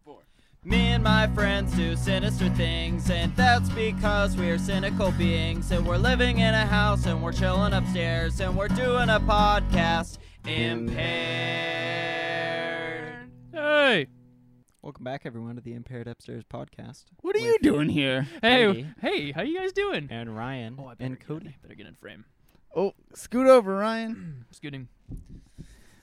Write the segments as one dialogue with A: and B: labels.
A: score.
B: Me and my friends do sinister things, and that's because we are cynical beings. And we're living in a house, and we're chilling upstairs, and we're doing a podcast. Impaired.
A: Hey,
B: Welcome back, everyone, to the Impaired Upstairs podcast.
A: what are you doing here? Hey,
B: Andy.
A: hey, how you guys doing?
B: Aaron Ryan
C: Oh,
B: and Cody.
A: better get in frame.
D: Oh, scoot over, Ryan.
A: Scooting.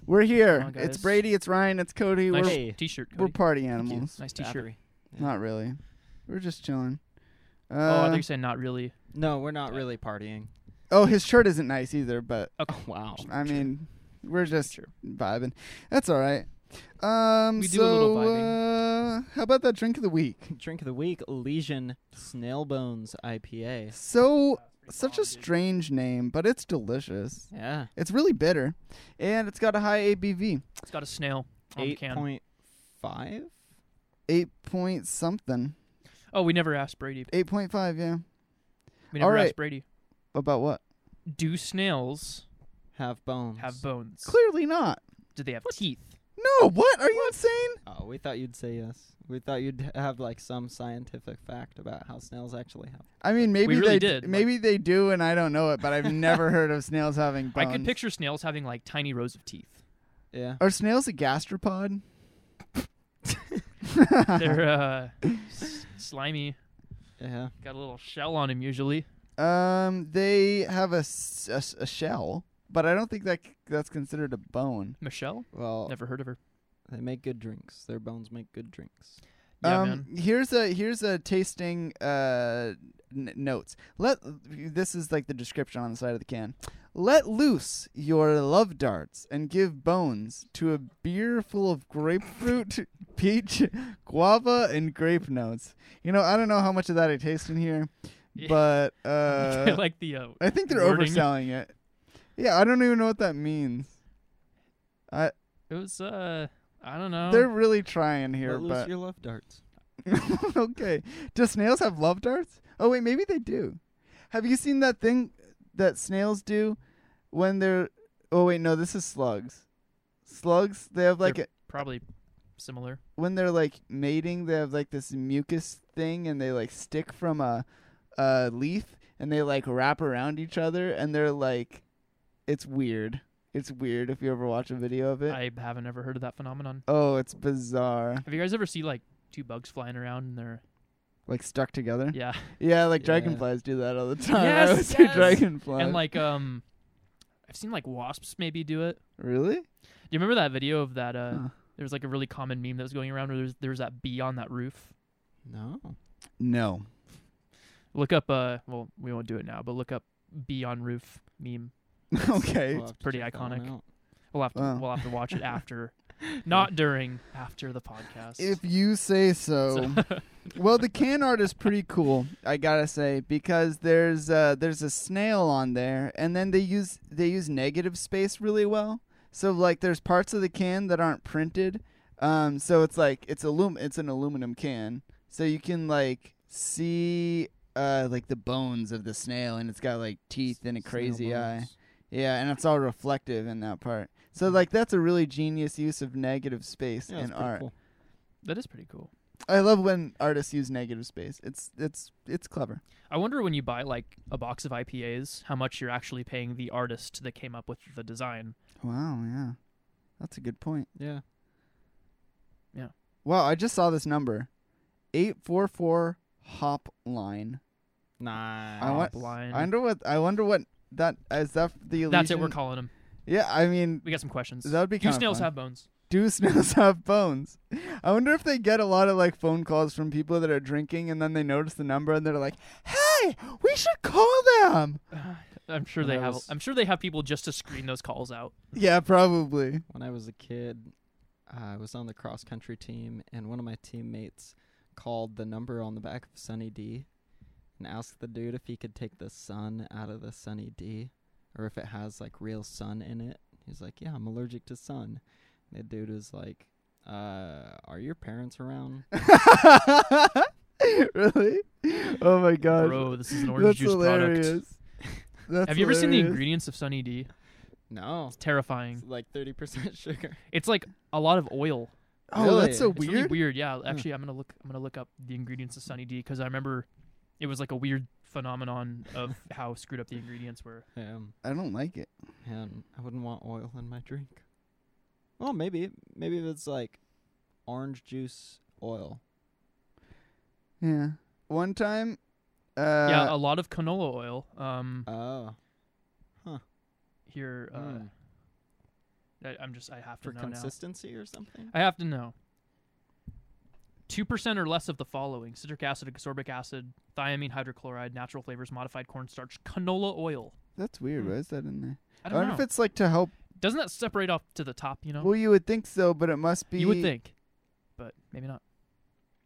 D: We're here.
A: Come on,
D: it's
A: guys.
D: Brady. It's Ryan. It's Cody.
A: Nice
D: We're
B: Hey.
A: t-shirt.
D: we're
A: Cody.
D: party animals.
A: nice t-shirt.
B: Yeah.
D: Not really. We're just chilling. Uh,
A: oh, I thought you were saying not really.
B: No, we're not really partying.
D: oh, his shirt isn't nice either, but
B: Oh, wow.
D: I mean, we're just
A: Sure.
D: vibing. That's all right. Um,
A: We do a
D: so,
A: little
D: Uh, how about that drink of the week?
B: Drink of the week, Elysian Snail Bones IPA.
D: So, such a strange name, but it's delicious.
B: Yeah.
D: It's really bitter, and it's got a high ABV,
A: It's got a snail on the
B: Eight
A: can.
B: point five.
D: eight point something,
A: Oh, we never asked Brady.
D: eight point five. Yeah,
A: We never
D: All right.
A: asked Brady.
D: about what?
A: Do snails
B: Have bones.
A: have bones?
D: Clearly not.
A: Do they have teeth?
D: No, what are you insane?
B: Oh, we thought you'd say yes. We thought you'd have like some scientific fact about how snails actually have.
D: I mean, maybe
A: really
D: they
A: did, like-
D: maybe they do, and I don't know it, but I've never heard of snails having bones.
A: I could picture snails having like tiny rows of teeth.
B: Yeah.
D: Are snails a gastropod?
A: They're uh, s- slimy.
B: Yeah.
A: Got a little shell on him usually.
D: Um, they have a, s- a s- a shell, but I don't think that c- that's considered a bone.
A: Michelle?
B: Well,
A: Never heard of her.
B: they make good drinks. Their bones make good drinks.
A: Yeah,
D: um,
A: man.
D: here's a here's a tasting uh n- notes. Let this is like the description on the side of the can. Let loose your love darts and give bones to a beer full of grapefruit, peach, guava, and grape notes. You know, I don't know how much of that I taste in here,
A: Yeah.
D: but
A: I
D: uh,
A: like the uh,
D: I think they're
A: wording.
D: overselling it. Yeah, I don't even know what that means. I
A: It was uh I don't know.
D: they're really trying here,
B: Let loose
D: but
B: your love darts.
D: okay. Do snails have love darts? Oh wait, maybe they do. Have you seen that thing that snails do when they're? Oh wait, no, this is slugs. Slugs, they have like a,
A: probably similar.
D: when they're like mating, they have like this mucus thing, and they like stick from a, a leaf, and they like wrap around each other, and they're like, it's weird. It's weird if you ever watch a video of it.
A: I haven't ever heard of that phenomenon.
D: oh, it's bizarre.
A: Have you guys ever seen like two bugs flying around and they're
D: Like stuck together.
A: yeah
D: Yeah, like
B: Yeah.
D: dragonflies do that all the time.
A: Yes,
D: I would say
A: yes.
D: dragonflies.
A: and like um I've seen like wasps maybe do it.
D: really?
A: Do you remember that video of that? Uh,
D: Huh.
A: there was like a really common meme that was going around where there's there was that bee on that roof.
B: No.
D: No.
A: Look up uh well we won't do it now but look up bee on roof meme.
D: okay.
B: We'll have to
A: pretty
B: check that one
A: iconic.
B: out.
A: We'll have to
D: Wow.
A: we'll have to watch it after, not during after the podcast.
D: If you say so. well, the can art is pretty cool, I gotta say, because there's uh, there's a snail on there, and then they use they use negative space really well. So like, there's parts of the can that aren't printed. Um, so it's like it's alum it's an aluminum can, so you can like see uh like the bones of the snail, and it's got like teeth and a
B: Snail
D: crazy eye.
B: bones.
D: Yeah, and it's all reflective in that part. So like that's a really genius use of negative space
B: Yeah, that's
D: in
B: pretty
D: art.
B: cool.
A: that is pretty cool.
D: I love when artists use negative space. It's it's it's clever.
A: I wonder when you buy like a box of IPAs, how much you're actually paying the artist that came up with the design.
D: Wow, yeah. That's a good point.
B: Yeah.
D: Wow, I just saw this number. 844 hop line.
B: Nice.
D: I want-
A: Blind.
D: I wonder what I wonder what that is that the Elysian?
A: That's it. We're calling him.
D: Yeah, I mean
A: We got some questions.
D: that would be
A: Do
D: kind
A: snails
D: of
A: have bones?
D: Do snails have bones? I wonder if they get a lot of like phone calls from people that are drinking and then they notice the number and they're like, "Hey, we should call them."
A: I'm sure
B: When
A: they
B: I
A: have.
B: was-
A: I'm sure they have people just to screen those calls out.
D: Yeah, probably.
B: when I was a kid, uh, I was on the cross country team, and one of my teammates called the number on the back of Sunny D and asked the dude if he could take the sun out of the Sunny D or if it has like real sun in it. He's like, Yeah, I'm allergic to sun. And the dude was like, uh, are your parents around?
D: really? Oh my gosh.
A: Bro, this is an orange
D: That's
A: juice
D: hilarious.
A: product.
D: That's
A: have you ever seen the
D: hilarious.
A: ingredients of Sunny D?
B: no.
A: It's terrifying.
B: It's like 30% sugar.
A: It's like a lot of oil.
D: Oh, that's so
C: Really?
A: It's really
D: weird. Hmm.
A: weird. Yeah, actually, I'm gonna look. I'm gonna look up the ingredients of Sunny D because I remember it was like a weird phenomenon of how screwed up the ingredients were.
C: Um,
D: I don't like it.
C: and I wouldn't want oil in my drink. Well, maybe maybe if it's like orange juice oil.
D: Yeah. One time, uh,
A: yeah, a lot of canola oil. Um,
C: Oh,
A: here, uh,
D: Hmm.
C: mm,
A: I, I'm just. I have to
C: for
A: know now.
C: consistency or something.
A: I have to know. Two percent or less of the following: citric acid, ascorbic acid, thiamine hydrochloride, natural flavors, modified cornstarch, canola oil.
D: that's weird.
A: Hmm.
D: Why is that in there?
A: I don't
D: wonder
A: know.
D: if it's like to help.
A: Doesn't that separate off to the top? You know,
D: Well, you would think so, but it must be.
A: you would think, but maybe not.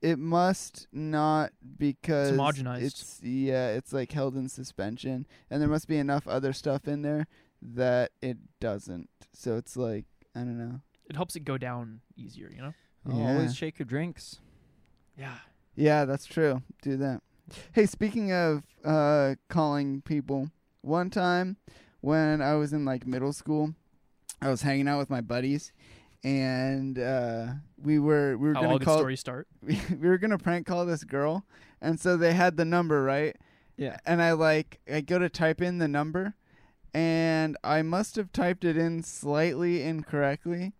D: it must not because
A: homogenized.
D: It's yeah, it's like held in suspension, and there must be enough other stuff in there that it doesn't. So it's like I don't know.
A: It helps it go down easier. You know.
C: Oh,
D: Yeah.
C: Always shake your drinks.
A: Yeah.
D: Yeah, that's true. Do that. Hey, speaking of uh, calling people, one time when I was in like middle school, I was hanging out with my buddies, and uh, we were we were
A: How
D: gonna
A: all good
D: call
A: stories start.
D: we were gonna prank call this girl, and so they had the number right.
C: Yeah.
D: and I like I go to type in the number, and I must have typed it in slightly incorrectly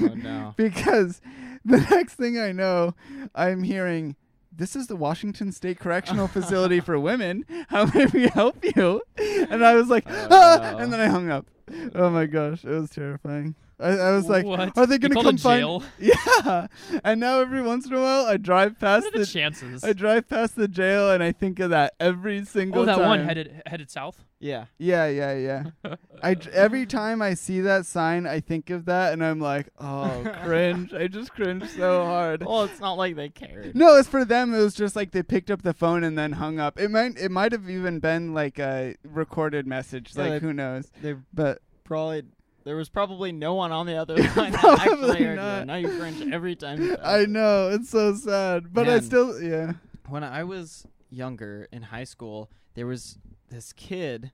C: Oh no.
D: because the next thing I know, I'm hearing this is the Washington State Correctional Facility for Women. How may we help you? And I was like,
C: Oh,
D: ah!
C: no.
D: and then I hung up. Oh my gosh, it was terrifying. I, I was like,
A: What?
D: are they
A: You
D: gonna
A: called
D: come
A: a
D: find?
A: jail?
D: Yeah. And now every once in a while, I drive past
A: What are
D: the
A: the chances?
D: I drive past the jail and I think of that every single
A: Oh, that
D: time.
A: one headed headed south.
C: Yeah.
D: Yeah, yeah, yeah. I dr- every time I see that sign, I think of that, and I'm like, oh, cringe. I just cringe so hard.
C: Well, it's not like they cared.
D: No, it's for them. It was just like they picked up the phone and then hung up. It might, it might have even been like a recorded message.
C: Yeah,
D: like
C: they-
D: who knows?
C: They
D: But
C: probably there was probably no one on the other line that
D: Probably
C: actually heard
D: not.
C: you. Now you cringe every time. you pass
D: I
C: it.
D: know it's so sad. But I
C: Man.
D: still, yeah.
C: When I was younger in high school, there was this kid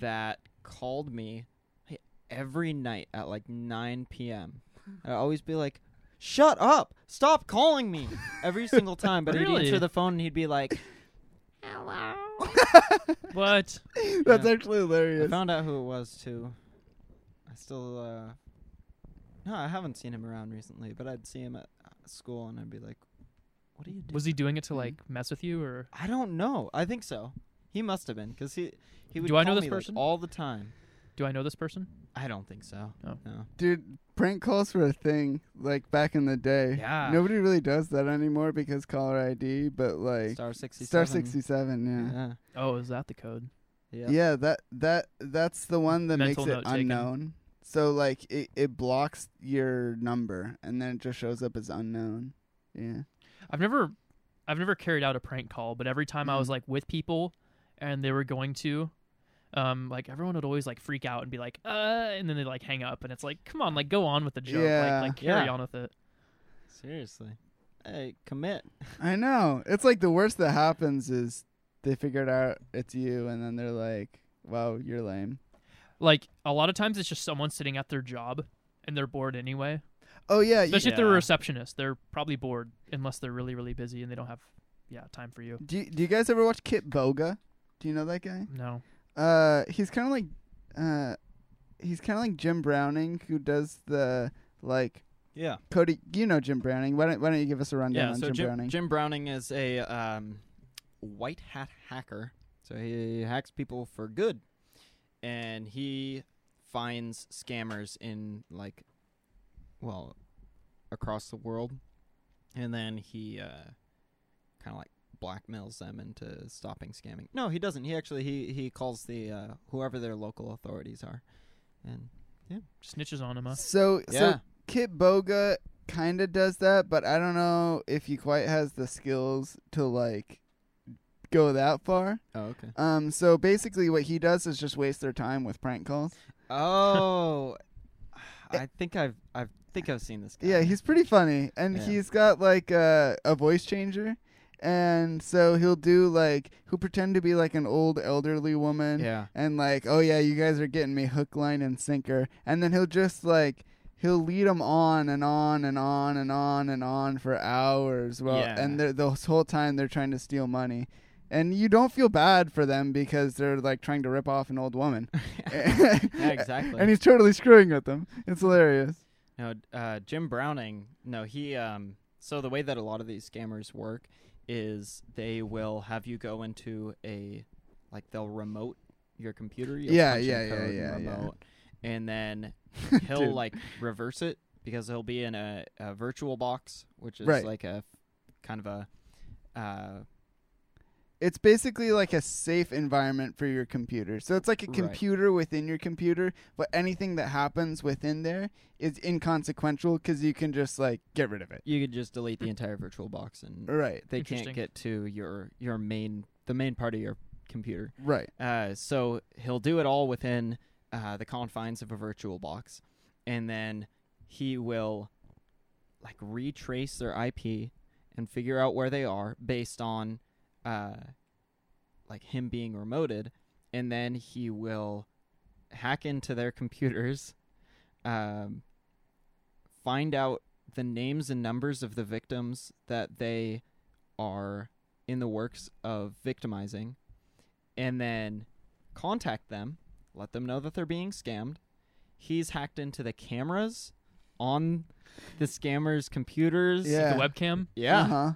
C: that called me like, every night at like 9 p.m. I'd always be like, "Shut up! Stop calling me!" Every single time. But he'd
A: Really?
C: answer the phone and he'd be like, "Hello."
A: What?
D: That's
C: Yeah.
D: actually
C: I
D: hilarious.
C: found out who it was too. I still uh No, I haven't seen him around recently, but I'd see him at uh, school and I'd be like, "What are you doing?"
A: Was he doing it
D: Hmm.
A: to like mess with you or?
C: I don't know. I think so. He must have been cuz he he would
A: Do I know
C: call
A: this
C: me, like,
A: person?
C: all the time.
A: Do I know this person?
C: I don't think so.
A: Oh.
C: No.
D: Dude, prank calls were a thing like back in the day.
C: Yeah.
D: Nobody really does that anymore because caller ID, but like
C: Star 67.
D: Star 67,
C: Yeah.
A: Oh, is that the code?
D: yeah.
C: Yeah.
D: yeah. that that that's the one that
A: Mental
D: makes it
A: note taken.
D: unknown. So like it it blocks your number and then it just shows up as unknown. Yeah.
A: I've never, I've never carried out a prank call, but every time I was
C: Mm.
D: Mhm.
A: like with people, and they were going to, um, like everyone would always like freak out and be like, uh, and then they like hang up, and it's like, come on, like go on with the joke,
D: Yeah.
A: like like carry
C: Yeah.
A: on with it.
C: Seriously. Hey, commit.
D: I know. It's like the worst that happens is they figured out it's you and then they're like, "Wow, you're lame."
A: Like a lot of times, it's just someone sitting at their job. And they're bored anyway.
D: Oh yeah, you,
A: Especially if they're a
C: Yeah.
A: receptionist, they're probably bored unless they're really, really busy and they don't have, yeah, time for you.
D: do, you- do you guys ever watch Kit Boga? Do you know that guy?
A: No,
D: Uh, he's kind of like, uh, he's kind of like Jim Browning, who does the like
C: Yeah.
D: Cody. You know Jim Browning. Why don't Why don't you give us a rundown
C: Yeah,
D: on
C: so
D: Jim,
C: Jim,
D: Browning?
C: Jim Browning is a um, white hat hacker. So he hacks people for good, and he finds scammers in like, well, across the world, and then he uh, kind of like blackmails them into stopping scamming. No, he doesn't. He actually he he calls the uh, whoever their local authorities are, and
A: snitches on him. Huh?
D: so
C: yeah,
D: so Kit Boga kind of does that, but I don't know if he quite has the skills to like go that far.
C: oh okay,
D: Um, so basically, what he does is just waste their time with prank calls.
C: oh, I think I've I think I've seen this guy.
D: Yeah, he's pretty funny, and
C: Yeah.
D: he's got like a a voice changer, and so he'll do like he'll pretend to be like an old elderly woman.
C: yeah.
D: and like, oh yeah, you guys are getting me hook, line, and sinker. And then he'll just like he'll lead them on and on and on and on and on for hours. Well,
E: Yeah.
D: and they're, the whole time they're trying to steal money. And you don't feel bad for them because they're like trying to rip off an old woman.
C: Yeah, exactly.
D: And he's totally screwing with them. It's hilarious.
C: No, uh, Jim Browning. No, he. Um, so the way that a lot of these scammers work is they will have you go into a, like they'll remote your computer. You'll
D: Yeah,
C: punch in
D: yeah, yeah,
C: code and
D: yeah, yeah.
C: remote, And then
D: Dude.
C: he'll like reverse it because he'll be in a, a virtual box, which is
D: Right.
C: like a kind of a. Uh,
D: It's basically like a safe environment for your computer. So it's like a
C: Right.
D: computer within your computer, but anything that happens within there is inconsequential because you can just like get rid of it.
C: you could just delete the entire virtual box, and
D: Right.
C: they
A: Interesting.
C: can't get to your your main the main part of your computer.
D: Right.
C: Uh, so he'll do it all within uh, the confines of a virtual box, and then he will like retrace their IP and figure out where they are based on uh, like him being remoted, and then he will hack into their computers, um, find out the names and numbers of the victims that they are in the works of victimizing, and then contact them, let them know that they're being scammed. He's hacked into the cameras on the scammers' computers.
A: The
D: Yeah.
A: webcam.
C: Yeah.
D: Uh-huh.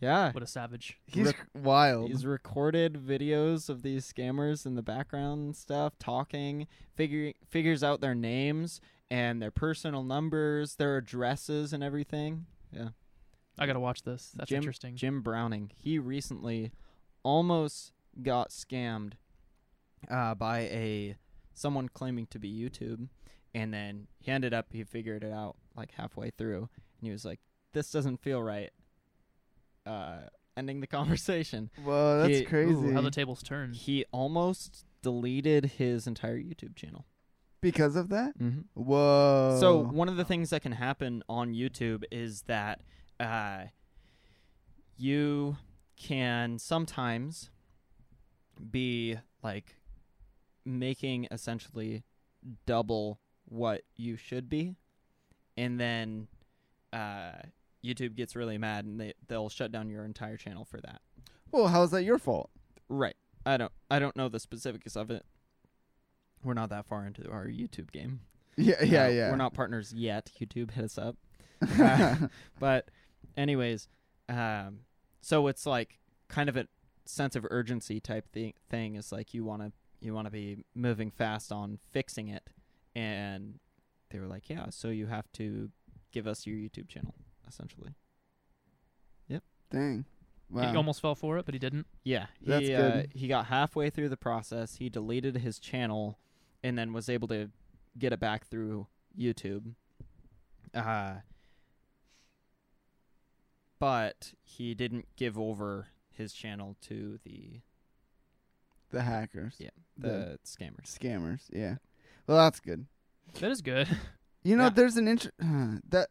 C: Yeah.
A: What a savage.
D: He's
C: Rip-
D: wild.
C: He's recorded videos of these scammers in the background and stuff, talking, figuring figures out their names and their personal numbers, their addresses and everything. Yeah.
A: I gotta watch this. That's
C: Jim,
A: interesting.
C: Jim Browning. He recently almost got scammed uh, by a someone claiming to be YouTube, and then he ended up he figured it out like halfway through, and he was like, "This doesn't feel right." Uh, ending the conversation.
D: Whoa, that's
C: He-
D: crazy.
A: Ooh, how the tables turn.
C: He almost deleted his entire YouTube channel.
D: because of that?
C: Mm-hmm.
D: Whoa.
C: So one of the things that can happen on YouTube is that uh, you can sometimes be like making essentially double what you should be, and then uh, YouTube gets really mad and they they'll shut down your entire channel for that.
D: well, how is that your fault?
C: Right. I don't I don't know the specifics of it. We're not that far into our YouTube game.
D: Yeah, yeah,
C: Uh,
D: yeah.
C: We're not partners yet. YouTube hit us up. Uh, But, anyways, um, so it's like kind of a sense of urgency type thi- thing. Is like you want to you want to be moving fast on fixing it, and they were like, yeah, so you have to give us your YouTube channel essentially.
D: Dang.
A: He
D: Wow.
A: almost fell for it, but he didn't.
C: Yeah, he
D: That's
C: uh,
D: good.
C: he got halfway through the process. He deleted his channel, and then was able to get it back through YouTube. Uh, but he didn't give over his channel to the
D: the hackers.
C: Yeah. the
D: The
C: scammers.
D: scammers. Yeah. Well, that's good.
A: That is good.
D: You know,
C: Yeah.
D: there's an int- that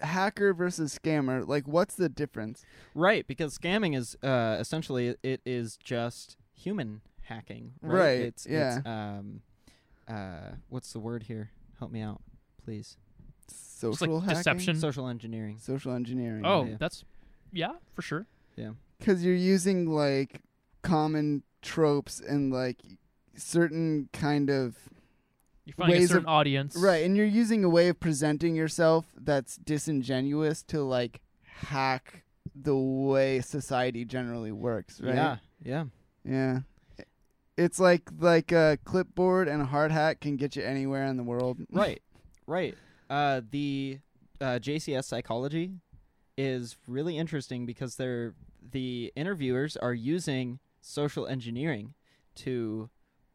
D: hacker versus scammer. Like, what's the difference?
C: Right, because scamming is uh, essentially it is just human hacking. Right.
D: Right,
C: It's, It's, um, uh, what's the word here? Help me out, please.
A: It's
D: Social
A: like
D: hacking?
A: deception.
C: Social engineering.
D: social engineering.
A: oh,
C: Yeah.
A: that's yeah, for sure.
D: because you're using like common tropes and like certain kind of
A: You find a
D: Ways
A: certain
D: of-
A: audience.
D: right, and you're using a way of presenting yourself that's disingenuous to like hack the way society generally works. Right.
C: Yeah. Yeah.
D: Yeah. It's like like a clipboard and a hard hat can get you anywhere in the world.
C: Right, right. Uh, the uh, JCS psychology is really interesting because they're the interviewers are using social engineering to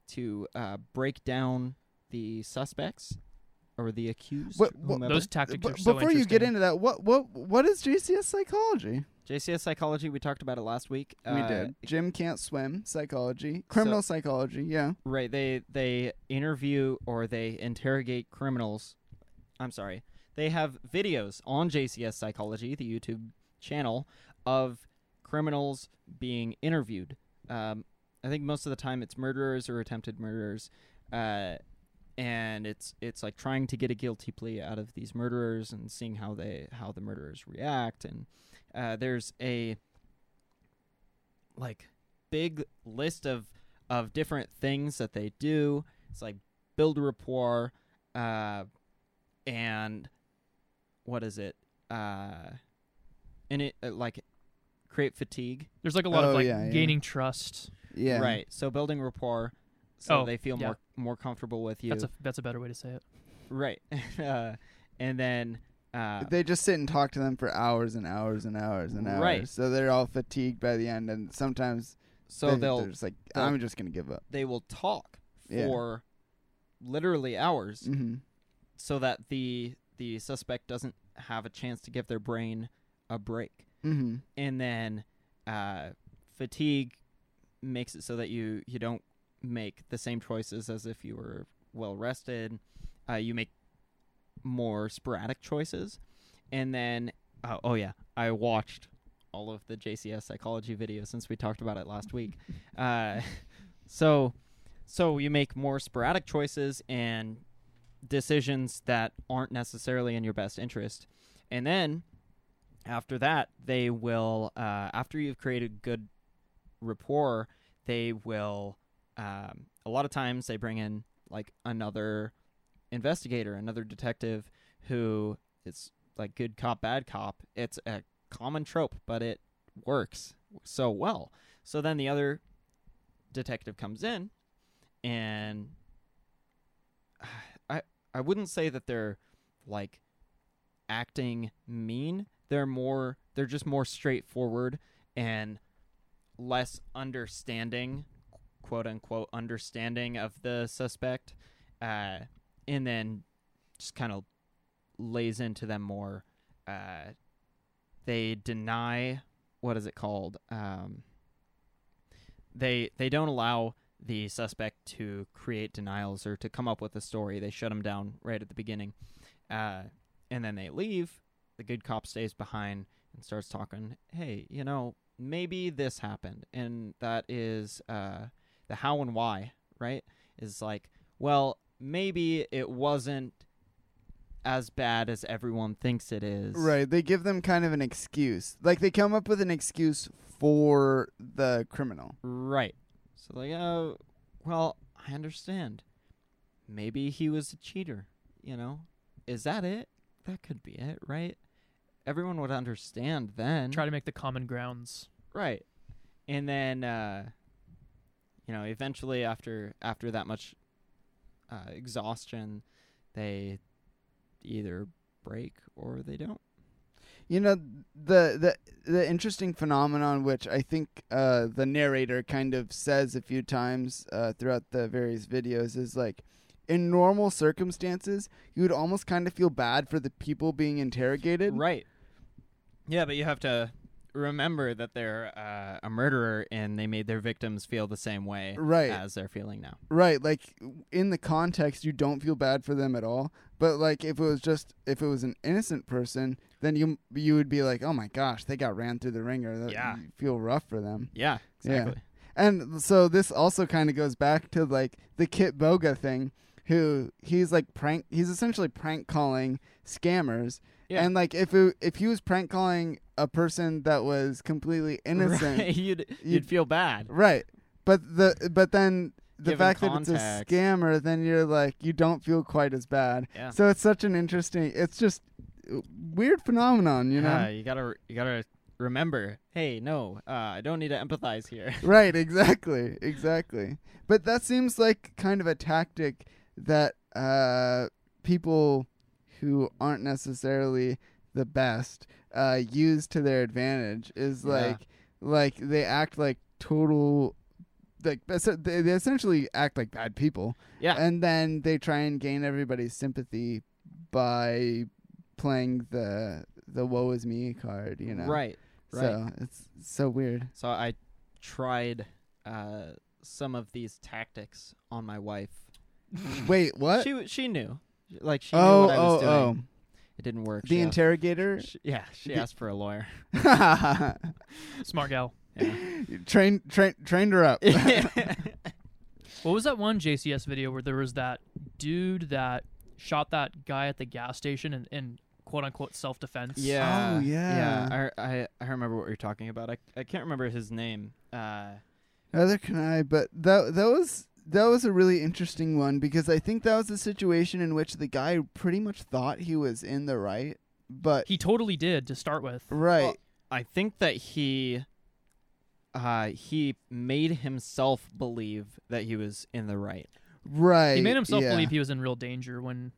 C: to uh, break down the suspects or the accused.
D: What- what-
C: whomever.
A: Those tactics
D: But
A: are so
D: before you get
A: interesting.
D: into that, what what what is JCS psychology?
C: JCS psychology we talked about it last week.
D: we
C: Uh,
D: did. Jim can't swim psychology, criminal psychology. Yeah,
C: Right. They they interview or they interrogate criminals. I'm sorry. They have videos on JCS Psychology, the YouTube channel, of criminals being interviewed. Um, I think most of the time it's murderers or attempted murderers, uh, and it's it's like trying to get a guilty plea out of these murderers and seeing how they how the murderers react and uh, there's a like big list of of different things that they do it's like build rapport uh, and what is it uh, and it uh, like create fatigue
A: There's like a lot of
D: Oh,
A: like
D: yeah, yeah.
A: gaining trust.
D: Yeah.
C: right so building rapport so
A: Oh,
C: they feel
A: yeah.
C: more more comfortable with you
A: That's a that's a better way to say it.
D: Mm-hmm.
C: right uh, and then uh,
D: They just sit and talk to them for hours and hours and hours and hours.
C: Right.
D: So they're all fatigued by the end, and sometimes
C: so
D: they,
C: they'll
D: are just like,
C: they'll-
D: "I'm just gonna give up."
C: they will talk
D: Yeah.
C: for literally hours
D: hmm
C: so that the the suspect doesn't have a chance to give their brain a break
D: hmm
C: and then uh, fatigue makes it so that you you don't make the same choices as if you were well rested uh, you make more sporadic choices and then uh, oh yeah i watched all of the jcs psychology videos since we talked about it last week uh, so so you make more sporadic choices and decisions that aren't necessarily in your best interest and then after that they will uh, after you've created good rapport they will um, a lot of times they bring in like another investigator another detective who it's like good cop bad cop it's a common trope but it works so well so then the other detective comes in and i i wouldn't say that they're like acting mean they're more they're just more straightforward and less understanding quote unquote understanding of the suspect uh and then just kind of lays into them more uh they deny what is it called um they they don't allow the suspect to create denials or to come up with a story they shut him down right at the beginning uh and then they leave the good cop stays behind and starts talking hey you know maybe this happened and that is uh the how and why right is like well maybe it wasn't as bad as everyone thinks it is
D: Right. They give them kind of an excuse. Like they come up with an excuse for the criminal.
C: Right. So like, oh, well, I understand. Maybe he was a cheater. You know, is that it? That could be it, right? Everyone would understand then.
A: Try to make the common grounds.
C: Right. And then uh you know, eventually after after that much uh exhaustion, they either break or they don't.
D: You know the the the interesting phenomenon, which I think uh, the narrator kind of says a few times uh, throughout the various videos, is like in normal circumstances, you would almost kind of feel bad for the people being interrogated.
C: Right. Yeah, but you have to remember that they're uh, a murderer and they made their victims feel the same way
D: Right.
C: as they're feeling now.
D: Right, like in the context, you don't feel bad for them at all. But like, if it was just if it was an innocent person, then you you would be like, oh my gosh, they got ran through the ringer. That-
C: Yeah.
D: you feel rough for them.
C: Yeah,
D: Yeah.
C: exactly.
D: And so this also kind of goes back to like the Kit Boga thing, who he's like prank. He's essentially prank calling scammers.
C: Yeah.
D: And like, if it, if he was prank calling a person that was completely innocent,
C: Right, you'd, you'd
D: You'd-
C: feel bad.
D: Right. But the but then the
C: Given
D: fact that
C: context.
D: it's a scammer, then you're like you don't feel quite as bad.
C: Yeah.
D: So it's such an interesting. It's just uh, weird phenomenon, you know.
C: Yeah, you gotta you gotta remember. Hey, no, uh, I don't need to empathize here.
D: Right. Exactly. Exactly. But that seems like kind of a tactic that uh, people who aren't necessarily the best uh, use to their advantage. Is
C: Yeah.
D: like like they act like total. Like they they essentially act like bad people,
C: Yeah,
D: and then they try and gain everybody's sympathy by playing the the woe is me card, you know.
C: right, right.
D: So it's so weird.
C: So I tried uh, some of these tactics on my wife.
D: Wait, what?
C: She she knew, like she knew
D: oh,
C: what I
D: oh,
C: was doing.
D: oh.
C: It didn't work.
D: The
C: She asked-
D: interrogator
C: She, yeah, she
D: The-
C: asked for a lawyer.
A: Smart gal.
C: Yeah.
D: trained train, trained her up.
A: What was that one JCS video where there was that dude that shot that guy at the gas station and, and quote unquote self defense?
C: Yeah.
D: Oh,
C: Yeah. I, I I remember what you're talking about. I I can't remember his name. Uh,
D: Neither can I. But that that was that was a really interesting one because I think that was a situation in which the guy pretty much thought he was in the right, but
A: He totally did to start with.
D: right.
C: Well, I think that he uh he made himself believe that he was in the right.
D: Right.
A: He made himself
D: yeah.
A: believe he was in real danger when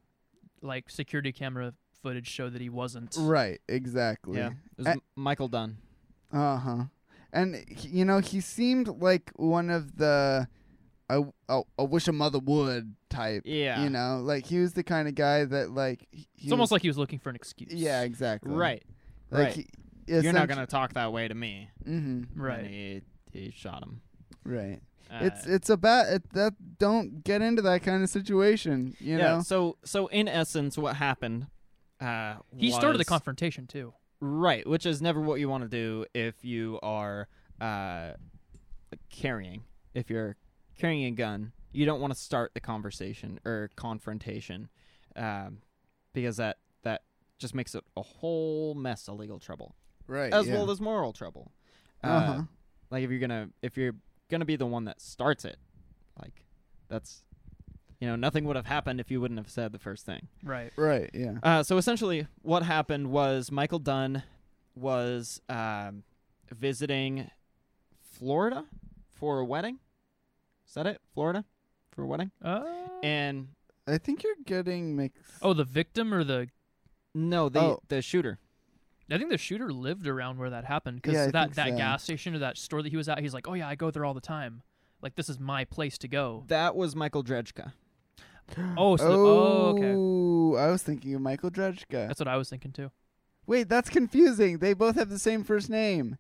A: like security camera footage showed that he wasn't.
D: Right, exactly.
C: Yeah. It was
D: Uh,
C: M- Michael Dunn.
D: Uh huh. And he- you know, he seemed like one of the I, I, I wish a mother would type.
C: Yeah.
D: You know, like he was the kind of guy that like he
A: It's almost like he was looking for an excuse.
D: yeah, exactly.
C: Right.
D: Like
C: right.
D: He,
C: You're not going to talk that way to me.
D: hmm
A: Right.
C: And he, he shot him.
D: Right.
C: Uh,
D: it's it's about it, that. Don't get into that kind of situation.
C: yeah,
D: You know.
C: So so in essence what happened uh
A: He started the
C: was-
A: confrontation too.
C: Right, which is never what you want to do if you are uh, carrying. If you're carrying a gun, you don't want to start the conversation or confrontation, um, because that that just makes it a whole mess of legal trouble,
D: Right.
C: as
D: yeah.
C: well as moral trouble. Uh,
D: Uh-huh.
C: Like if you're gonna if you're gonna be the one that starts it, like that's you know nothing would have happened if you wouldn't have said the first thing.
A: Right.
D: Right. Yeah.
C: Uh, so essentially, what happened was Michael Dunn was um, visiting Florida for a wedding. Is that it? Florida for a wedding?
A: Uh,
D: Oh.
C: And
D: I think you're getting mixed.
A: oh, the victim or the
C: no, the
D: Oh.
C: the shooter.
A: I think the shooter lived around where that happened because
D: Yeah, I
A: that
D: think
A: that
D: so.
A: gas station or that store that he was at, he's like, oh yeah, I go there all the time. Like this is my place to go.
C: That was Michael Dredgka.
A: Oh, so the- oh, okay.
D: Oh, I was thinking of Michael Drudgka.
A: That's what I was thinking too.
D: Wait, that's confusing. They both have the same first name.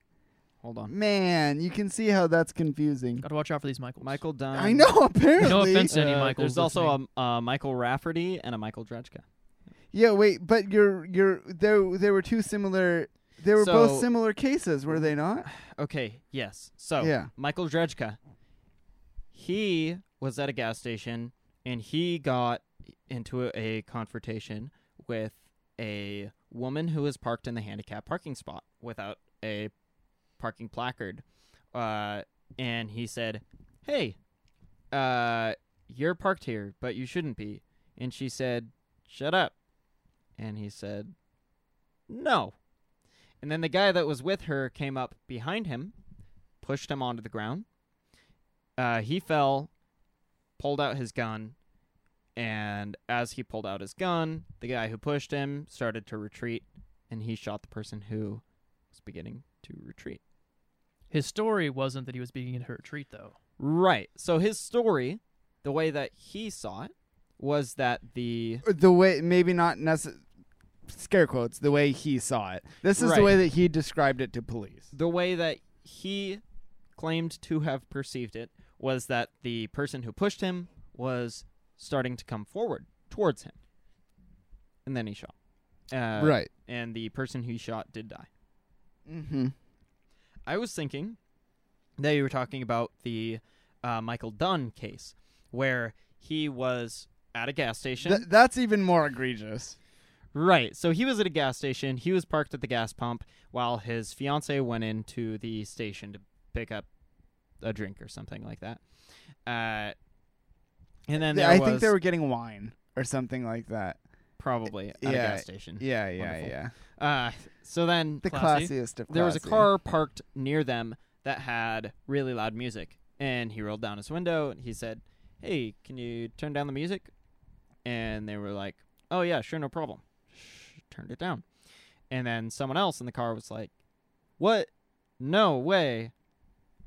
C: Hold on,
D: Man, you can see how that's confusing.
A: Got to watch out for these Michaels.
C: Michael Dunn.
D: I know, apparently.
A: No offense. Any
C: Uh,
A: Michaels
C: there's also a, a Michael Rafferty and a Michael Dredgka.
D: Yeah, wait, but you're you're there. There were two similar. They were both
C: So-
D: similar cases, were they not?
C: Okay, yes.
A: Oh.
C: So
D: Yeah.
C: Michael Dredgka, he was at a gas station and he got into a, a confrontation with a woman who was parked in the handicap parking spot without a parking placard, uh, and he said, "Hey, uh, you're parked here, but you shouldn't be." And she said, "Shut up," and he said, "No." And then the guy that was with her came up behind him, pushed him onto the ground. Uh, he fell, pulled out his gun, and as he pulled out his gun, the guy who pushed him started to retreat, and he shot the person who was beginning to retreat.
A: His story wasn't that he was being in her retreat though.
C: Right. So his story, the way that he saw it, was that the
D: Or The way, maybe not necessarily. Scare quotes. The way he saw it. This is
C: Right.
D: the way that he described it to police.
C: the way that he claimed to have perceived it was that the person who pushed him was starting to come forward towards him, and then he shot. Uh,
D: right.
C: And the person who shot did die.
D: Mm-hmm.
C: I was thinking that you were talking about the uh, Michael Dunn case, where he was at a gas station.
D: Th- that's even more egregious.
C: Right. So he was at a gas station. He was parked at the gas pump while his fiance went into the station to pick up a drink or something like that. Uh, and then there
D: I
C: was
D: think they were getting wine or something like that.
C: probably at a
D: Yeah,
C: gas station.
D: Yeah, yeah,
C: Wonderful.
D: yeah.
C: Uh, so then
D: The
A: Classy.
D: classiest of classy.
C: there was a car parked near them that had really loud music, and he rolled down his window and he said, "Hey, can you turn down the music?" And they were like, "Oh yeah, sure, no problem." Shh, turned it down, and then someone else in the car was like, "What? No way!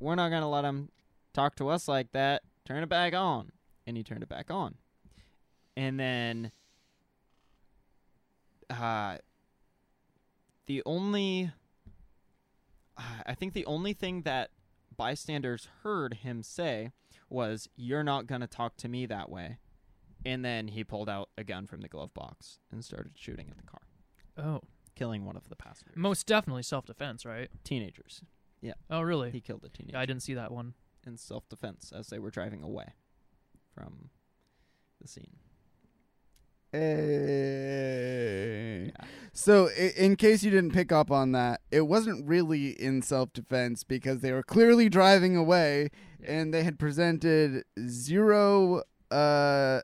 C: We're not gonna let him talk to us like that. Turn it back on." And he turned it back on, and then, uh, the only I I think the only thing that bystanders heard him say was, You're not going to talk to me that way. And then he pulled out a gun from the glove box and started shooting at the car,
A: Oh,
C: killing one of the passengers.
A: most definitely self defense, right?
C: teenagers.
A: Oh, really?
C: He killed a teenager
A: I didn't see that one.
C: in self defense as they were driving away.
B: from the scene.
D: Hey. So, i- in case you didn't pick up on that, it wasn't really in self defense because they were clearly driving away
B: Yeah.
D: and they had presented zero, uh,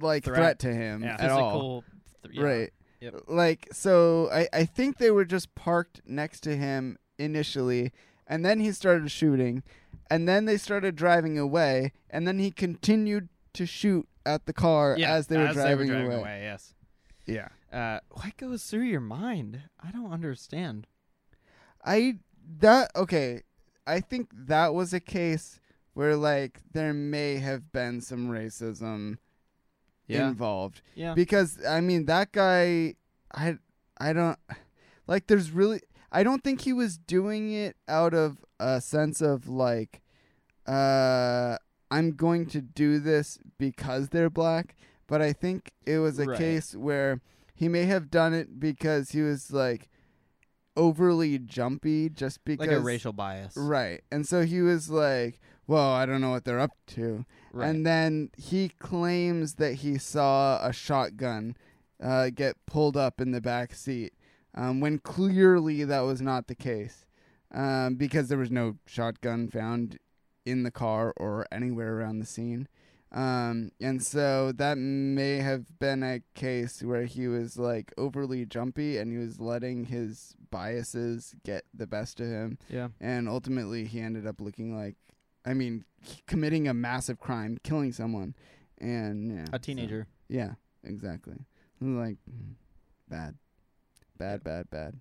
D: like
C: Threat.
D: threat, to him
C: Yeah.
D: at all.
A: Physical. th- yeah.
D: Right.
B: Yep.
D: Like, so I, I think they were just parked next to him initially, and then he started shooting, and then they started driving away, and then he continued to shoot at the car
C: Yeah,
D: as they were driving,
C: away.
D: away.
C: Yes.
D: Yeah.
B: Uh, what goes through your mind? I don't understand.
D: I that okay. I think that was a case where like there may have been some racism involved
B: yeah.
D: because I mean that guy I I don't like there's really I don't think he was doing it out of a sense of like uh I'm going to do this because they're black, but I think it was a
B: Right.
D: case where he may have done it because he was like overly jumpy just because
B: like a racial bias.
D: Right. And so he was like, "Well, I don't know what they're up to."
B: Right.
D: And then he claims that he saw a shotgun uh, get pulled up in the back seat, um, when clearly that was not the case, um, because there was no shotgun found in the car or anywhere around the scene. Um, and so that may have been a case where he was like overly jumpy and he was letting his biases get the best of him
B: yeah.
D: and ultimately he ended up looking like i mean c- committing a massive crime killing someone and yeah
B: A teenager.
D: so- yeah exactly It was like mm, bad bad bad bad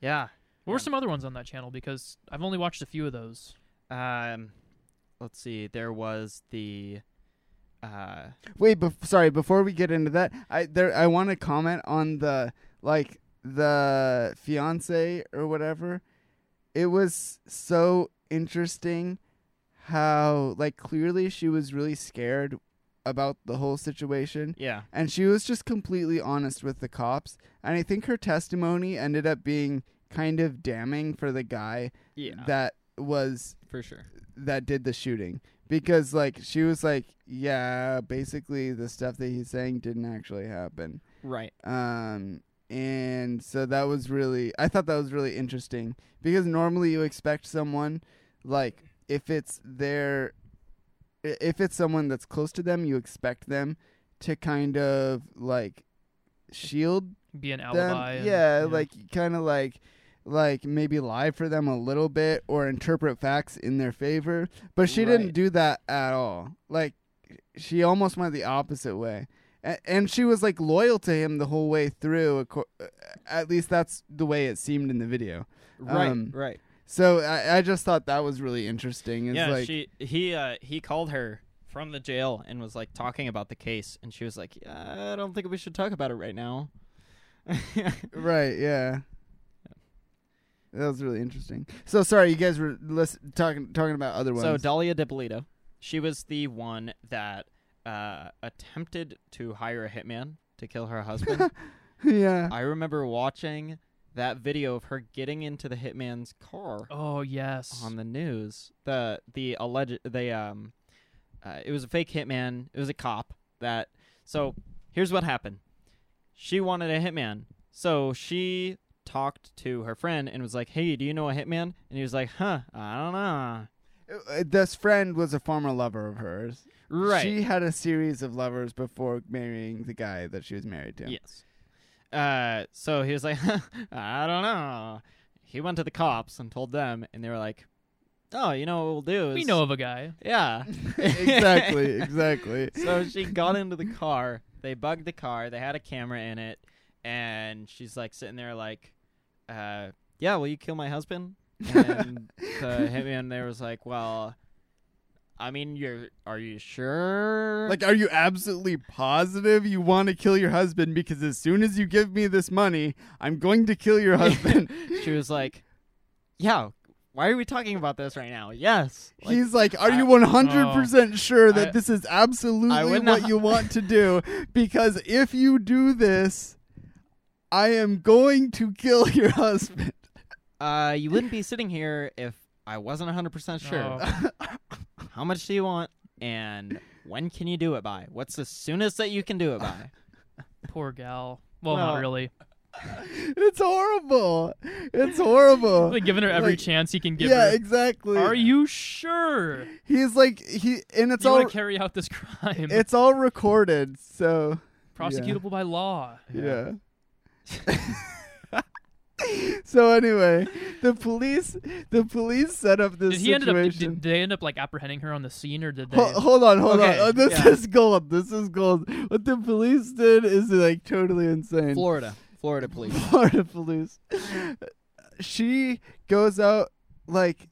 C: Yeah.
A: What were
C: Yeah.
A: some other ones on that channel? Because I've only watched a few of those.
C: Um, let's see. There was the. Uh,
D: wait bef- sorry before we get into that i there i want to comment on the like the fiance or whatever it was so interesting how like clearly she was really scared about the whole situation
C: yeah.
D: and she was just completely honest with the cops and i think her testimony ended up being kind of damning for the guy
C: Yeah.
D: that was
B: For sure.
D: that did the shooting because like she was like yeah basically the stuff that he's saying didn't actually happen
B: Right.
D: um and so that was really i thought that was really interesting because normally you expect someone like if it's their i- if it's someone that's close to them you expect them to kind of like shield
A: Be an
D: them
A: alibi. and-
D: yeah, like kind of like like maybe lie for them a little bit or interpret facts in their favor but she didn't
B: Right.
D: do that at all like she almost went the opposite way A- and she was like loyal to him the whole way through acco- at least that's the way it seemed in the video
B: Right.
D: Um,
B: right.
D: so i, I just thought that was really interesting it's
C: yeah.
D: like
C: she he uh he called her from the jail and was like talking about the case and she was like, yeah, I don't think we should talk about it right now.
D: right yeah that was really interesting so sorry you guys were listen, talking talking about other ones
C: So Dahlia DiPolito, she was the one that uh, attempted to hire a hitman to kill her husband.
D: yeah
C: I remember watching that video of her getting into the hitman's car
A: Oh yes.
C: on the news. The the alleged they um, uh, it was a fake hitman. It was a cop that. So here's what happened. She wanted a hitman, so she talked to her friend and was like, "Hey, do you know a hitman?" And he was like, "Huh, I don't know."
D: Uh, this friend was a former lover of hers.
C: Right.
D: She had a series of lovers before marrying the guy that she was married to.
C: Yes. Uh, so he was like, I don't know. He went to the cops and told them, and they were like, Oh, you know what we'll do? Is,
A: we know of a guy.
C: Yeah.
D: exactly, exactly.
C: So she got into the car. They bugged the car. They had a camera in it, and she's like sitting there like, uh, "Yeah, will you kill my husband?" And the hitman there was like, "Well, I mean, you're are you sure?"
D: Like, are you absolutely positive you want to kill your husband? Because as soon as you give me this money, I'm going to kill your husband.
C: she was like, "Yeah, why are we talking about this right now?" Yes, Like,
D: He's like, are
C: I-
D: you 100% sure that
C: I-
D: this is absolutely
C: would
D: what
C: not-
D: you want to do? Because if you do this, I am going to kill your husband.
C: uh, you wouldn't be sitting here if I wasn't 100 percent sure.
A: Oh.
C: How much do you want? and when can you do it by? What's the soonest that you can do it by?
A: Poor gal. Well, not
C: Well-
A: really.
D: It's horrible. It's horrible.
A: Like giving her every
D: uh, like-
A: chance he can give
D: yeah,
A: her.
D: exactly.
A: Are you sure?
D: He's like he, and it's
A: you
D: all
A: want to carry out this crime?
D: it's all recorded. So
A: prosecutable by law.
D: yeah. so anyway, the police the police set up this
A: Did he ended up? Did,
D: situation.
A: did they end up like apprehending her on the scene, or did they?
D: Ho- hold on, hold
C: Okay,
D: on. Oh, this
C: yeah.
D: is gold. This is gold. What the police did is like totally insane.
C: Florida, Florida police.
D: Florida police. She goes out like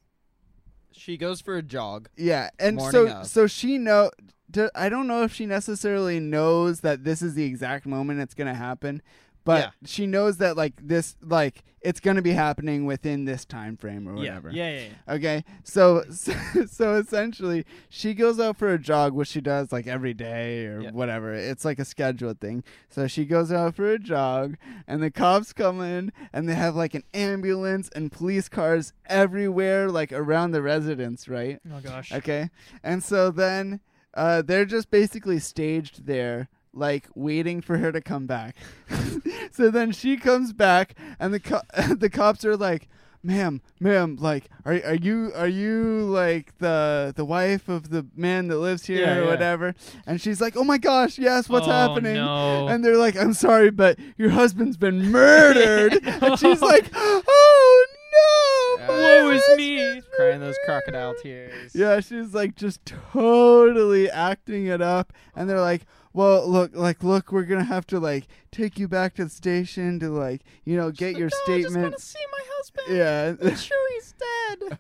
C: She goes for a jog.
D: yeah, and so
C: Morning of.
D: so she know. d- I don't know if she necessarily knows that this is the exact moment it's gonna happen, but
C: Yeah.
D: she knows that like this like it's gonna be happening within this time frame or whatever.
C: Yeah, yeah, yeah.
D: Okay, so, so so essentially, she goes out for a jog, which she does like every day or
C: Yeah.
D: whatever. It's like a scheduled thing. So she goes out for a jog, and the cops come in, and they have like an ambulance and police cars everywhere, like around the residence, right?
A: Oh gosh.
D: Okay, and so then uh, they're just basically staged there, like waiting for her to come back. so then she comes back, and the co- the cops are like, "Ma'am, ma'am, like, are are you are you like the the wife of the man that lives here
C: Yeah,
D: or
C: yeah.
D: whatever?" And she's like, "Oh my gosh, yes, what's
A: Oh,
D: happening?"
A: No.
D: And they're like, "I'm sorry, but your husband's been murdered," and she's like, "Oh." No, my
A: Woe is me.
D: husband's
C: Crying those
D: murdered."
C: crocodile tears.
D: Yeah, she's like just totally acting it up, and they're like, "Well, look, like, look, we're gonna have to like take you back to the station to like, you know, get your
C: Oh,
D: statement."
C: see my husband.
D: Yeah,
C: sure he's dead.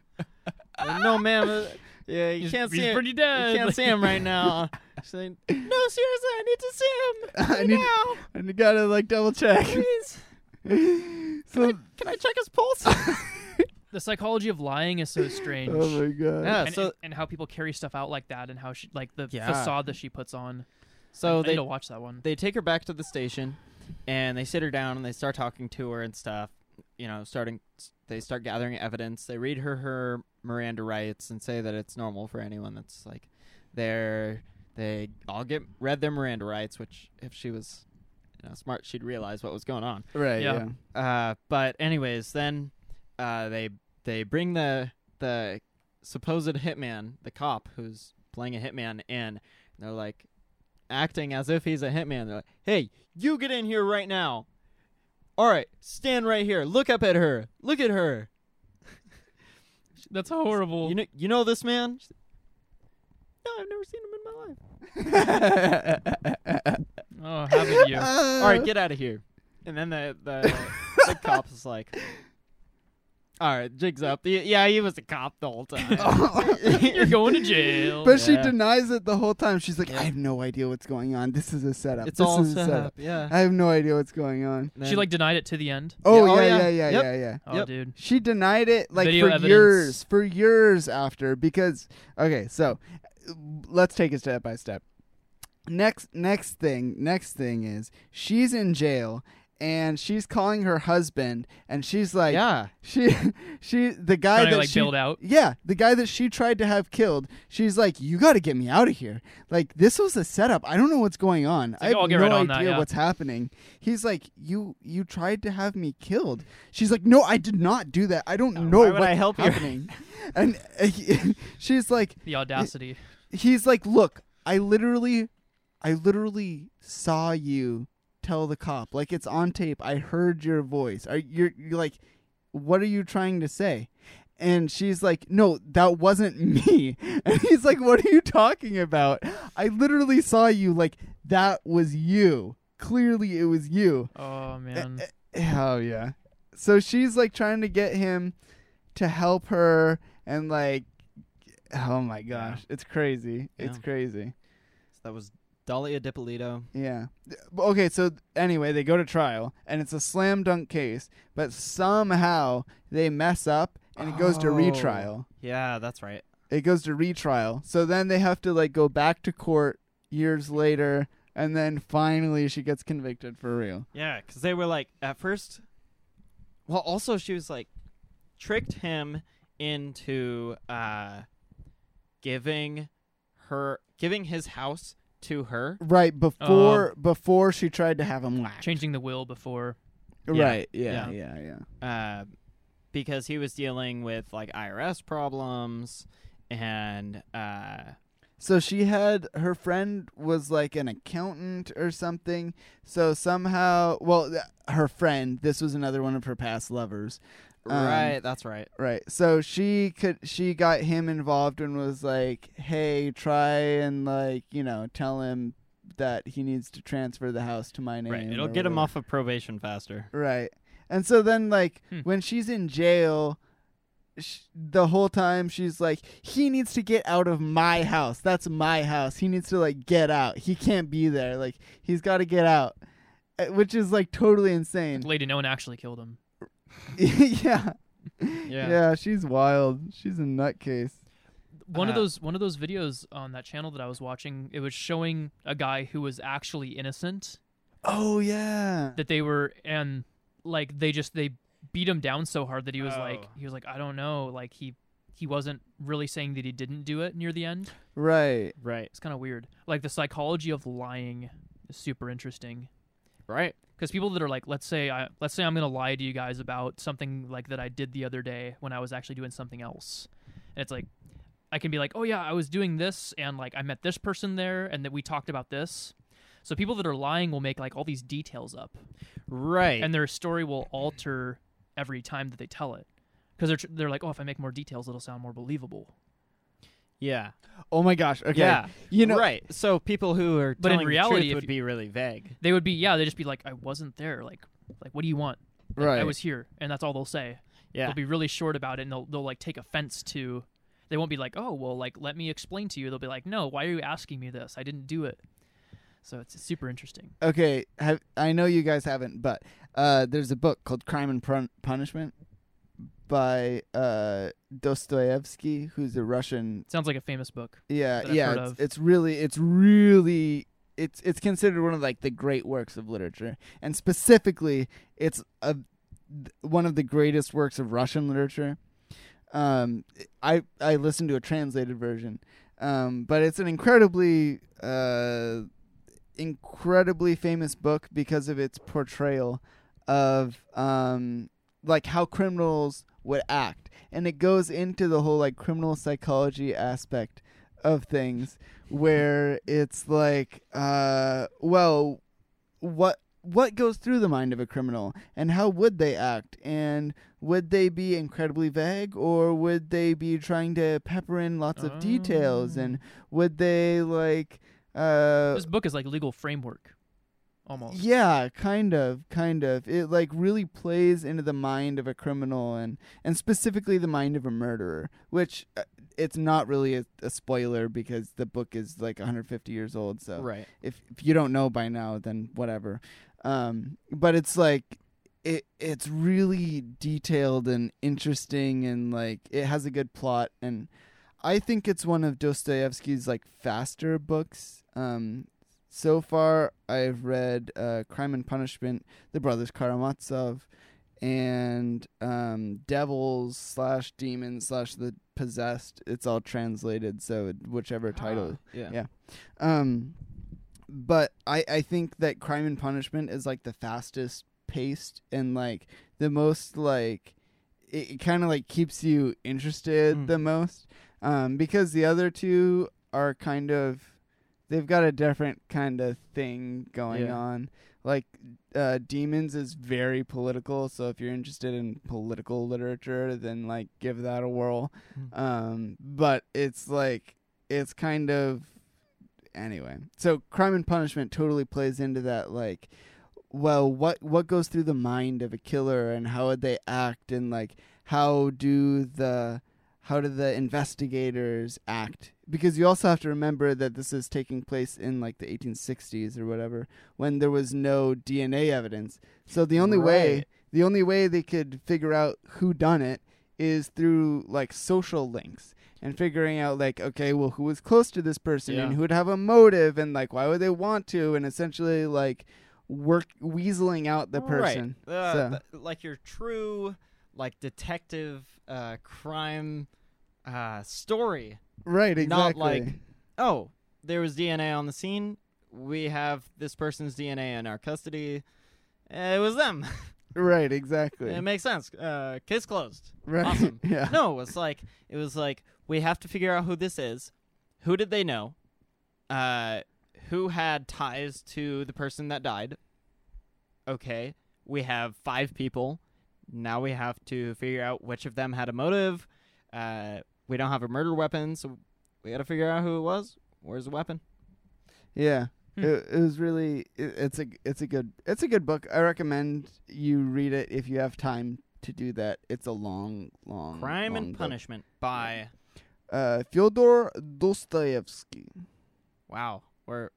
C: no, ma'am. uh, Yeah, you
A: he's,
C: can't
A: he's
C: see him.
A: pretty dead.
C: You can't see him right now. She's like, no, seriously, I need to see him.
D: I need,
C: now,
D: and you gotta like double check. oh
C: please.
D: so,
C: Can I check his pulse?
A: the psychology of lying is so strange.
D: oh my god,
C: Yeah,
A: and,
C: so-
A: and, and how people carry stuff out like that, and how she like the
C: Yeah.
A: facade that she puts on. I
C: so
A: need
C: they
A: to watch that one.
C: they take her back to the station, and they sit her down and they start talking to her and stuff. You know, starting they start gathering evidence. They read her her Miranda rights and say that it's normal for anyone that's like there. They all get read their Miranda rights, which if she was you know, smart, she'd realize what was going on.
D: right,
A: Yeah.
D: yeah.
C: Uh, but anyways, then uh, they they bring the the supposed hitman, the cop who's playing a hitman, in. They're like acting as if he's a hitman. They're like, "Hey, you get in here right now. All right, stand right here. Look up at her. Look at her.
A: That's horrible.
C: You know, you know this man." She's like, no, I've never seen him in my life.
A: oh, haven't you?
D: Uh,
C: All
D: Uh-huh.
C: right, get out of here. And then the the, the cop is like, "All right, jigs up. Y- Yeah, he was a cop the whole
D: Oh,
C: time."
A: You're going to jail.
D: But she
C: Yeah.
D: denies it the whole time. She's like,
C: Yeah.
D: "I have no idea what's going on. This is a setup.
C: It's
D: this
C: all
D: is uh,
C: set
D: a
C: up.
D: setup.
C: Yeah.
D: I have no idea what's going on."
A: she like denied it to the end.
D: Oh
C: oh,
D: yeah,
C: yeah.
D: yeah, yeah,
C: Yep.
D: yeah, yeah.
A: Oh,
C: Yep.
A: dude.
D: She denied it like
A: Video
D: for
A: evidence.
D: years, for years after because okay, so uh, let's take it step by step. Next next thing, next thing is she's in jail and she's calling her husband and she's like
C: yeah.
D: she she the guy
A: Trying
D: that
A: to like
D: she
A: build out.
D: yeah, the guy that she tried to have killed, she's like, "You got to get me out of here! Like this was a setup. I don't know what's going on. I
A: like,
D: have
A: "I'll get
D: no
A: right on
D: idea
A: that, yeah."
D: what's happening." He's like, "You you tried to have me killed." She's like, "No, I did not do that. I don't
C: Uh,
D: know
C: why would
D: what's
C: I help you?"
D: happening." and uh, he- she's like,
A: The audacity.
D: "He's like, look, I literally, I literally saw you tell the cop. Like it's on tape. I heard your voice. Are you're, you're like." what are you trying to say? And she's like, no, that wasn't me. And he's like, what are you talking about? I literally saw you. Like, that was you. Clearly, it was you.
C: Eh,
A: Oh man.
D: Oh, yeah. So she's like trying to get him to help her. And like, oh my gosh, it's crazy. It's
C: Yeah.
D: crazy.
C: that was Dahlia DiPolito.
D: Yeah. Th- Okay, so th- anyway, they go to trial and it's a slam dunk case, but somehow they mess up and it goes to
C: Oh.
D: retrial.
C: Yeah, that's right.
D: It goes to retrial. So then they have to like go back to court years later and then finally she gets convicted for real.
C: Yeah, because they were like at first. Well, also she was like tricked him into uh giving her giving his house to her.
D: Right before
C: Um,
D: before she tried to have him whacked.
A: Changing the will before.
C: Yeah.
D: Right. Yeah.
C: Yeah.
D: Yeah. Yeah.
C: uh, because he was dealing with like IRS problems and uh,
D: So she had her friend was like an accountant or something. So somehow, well, th- her friend. This was another one of her past lovers. Um,
C: right, that's right.
D: Right. So she could she got him involved and was like, "Hey, try and like, you know, tell him that he needs to transfer the house to my name."
C: Right, it'll
D: or
C: get him
D: whatever."
C: off of probation faster.
D: Right. And so then like
A: Hmm.
D: when she's in jail, sh- the whole time she's like, "He needs to get out of my house. That's my house. He needs to like get out. He can't be there. Like he's got to get out." Uh, Which is like totally insane.
A: Lady, no one actually killed him.
D: yeah.
C: Yeah.
D: Yeah, she's wild. She's a nutcase.
A: One of
C: Uh,
A: those one of those videos on that channel that I was watching, it was showing a guy who was actually innocent
D: Oh yeah.
A: that they were and like they just they beat him down so hard that he was like
C: Oh.
A: he was like I don't know, like he he wasn't really saying that he didn't do it near the end.
D: Right.
C: Right,
A: It's kind of weird. Like the psychology of lying is super interesting.
C: right.
A: because people that are like let's say i let's say i'm gonna lie to you guys about something like that i did the other day when i was actually doing something else and it's like i can be like oh yeah i was doing this and like i met this person there and that we talked about this so people that are lying will make like all these details up
C: Right.
A: and their story will alter every time that they tell it because they're, tr- they're like oh if i make more details it'll sound more believable
C: yeah.
D: Oh my gosh. Okay.
C: Yeah.
D: You know.
C: right. So people who are
A: But in
C: telling the
A: reality,
C: truth
A: if
C: would
A: you-
C: be really vague.
A: they would be yeah they just be like i wasn't there like like what do you want Like,
D: Right.
A: i was here and that's all they'll say
C: Yeah.
A: they'll be really short about it and they'll, they'll like take offense to they won't be like oh well like let me explain to you they'll be like no why are you asking me this i didn't do it so it's super interesting
D: Okay. Have, I know you guys haven't, but uh, there's a book called Crime and Pun- Punishment by uh, Dostoevsky, who's a Russian.
A: sounds like a famous book
D: Yeah.
A: That I've
D: Yeah.
A: heard
D: It's,
A: of.
D: it's really. It's really. It's it's considered one of like the great works of literature, and specifically, it's a th- one of the greatest works of Russian literature. Um, I I listened to a translated version, um, but it's an incredibly uh, incredibly famous book because of its portrayal of um, like how criminals would act, and it goes into the whole like criminal psychology aspect of things, where it's like, uh, well, what what goes through the mind of a criminal and how would they act and would they be incredibly vague or would they be trying to pepper in lots of details and would they like uh
A: this book is like legal framework almost
D: yeah kind of kind of it like really plays into the mind of a criminal and and specifically the mind of a murderer which uh, it's not really a, a spoiler because the book is like 150 years old so
C: Right.
D: if if you don't know by now, then whatever. Um, but it's like it it's really detailed and interesting, and like it has a good plot, and I think it's one of Dostoevsky's like faster books. Um, so far, I've read uh, Crime and Punishment, The Brothers Karamazov, and um, Devils slash Demons slash The Possessed. It's all translated, so whichever title
C: Ah, Yeah.
D: Yeah. um, but I, I think that Crime and Punishment is like the fastest paced and like the most like it, it kind of like keeps you interested
C: Mm.
D: the most um, because the other two are kind of they've got a different kind of thing going
C: Yeah.
D: on. Like uh, Demons is very political, so if you're interested in political literature, then like give that a whirl.
C: Mm.
D: Um, but it's like it's kind of anyway. So Crime and Punishment totally plays into that like well, what what goes through the mind of a killer and how would they act and like how do the how do the investigators act? Because you also have to remember that this is taking place in like the 1860s or whatever, when there was no DNA evidence. So the only way
C: Right.
D: the only way they could figure out who done it is through like social links and figuring out like okay, well who was close to this person and
C: Yeah.
D: who would have a motive and like why would they want to and essentially like work weaseling out the person.
C: Right. Uh,
D: So-
C: th- like your true like detective uh, crime uh, story.
D: Right, exactly.
C: Not like- Oh, there was DNA on the scene. We have this person's DNA in our custody. Eh, It was them.
D: Right, exactly.
C: It makes sense. Uh, case closed.
D: right.
C: awesome.
D: yeah.
C: No, it's like it was like we have to figure out who this is. Who did they know? Uh, who had ties to the person that died? Okay, we have five people. Now we have to figure out which of them had a motive. Uh, we don't have a murder weapon, so we got to figure out who it was. Where's the weapon?
D: Yeah.
A: Hmm.
D: It, it was really it, it's a it's a good it's a good book. I recommend you read it if you have time to do that. It's a long, long
C: Crime
D: long
C: and
D: book.
C: Punishment by
D: Uh, Fyodor Dostoevsky.
C: Wow, we're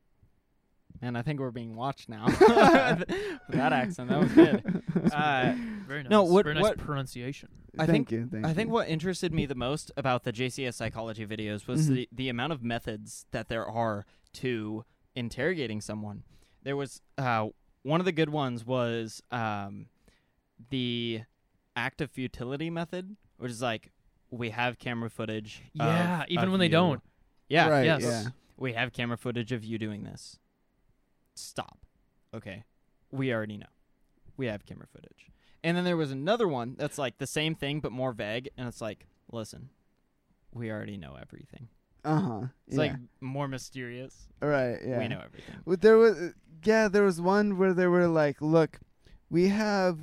C: man. I think we're being watched now. that accent, that was good. Uh,
A: Very nice.
C: No, what-
A: Very nice
C: what-
A: pronunciation.
C: I
D: thank
C: think-
D: you. Thank
C: I think
D: you.
C: what interested me the most about the JCS psychology videos was
D: Mhm.
C: the, the amount of methods that there are to interrogating someone. There was uh, one of the good ones was um, the act of futility method, which is like we have camera footage. of-
A: Yeah, even
C: of
A: when they
C: you-
A: don't.
C: Yeah,
D: Right,
A: yes.
D: Yeah.
C: we have camera footage of you doing this. Stop. Okay. We already know. We have camera footage. And then there was another one that's like the same thing but more vague and it's like, listen, we already know everything.
D: Uh huh.
C: It's like more mysterious.
D: right. Yeah.
C: We know everything.
D: Well, there was yeah, there was one where they were like, "Look, we have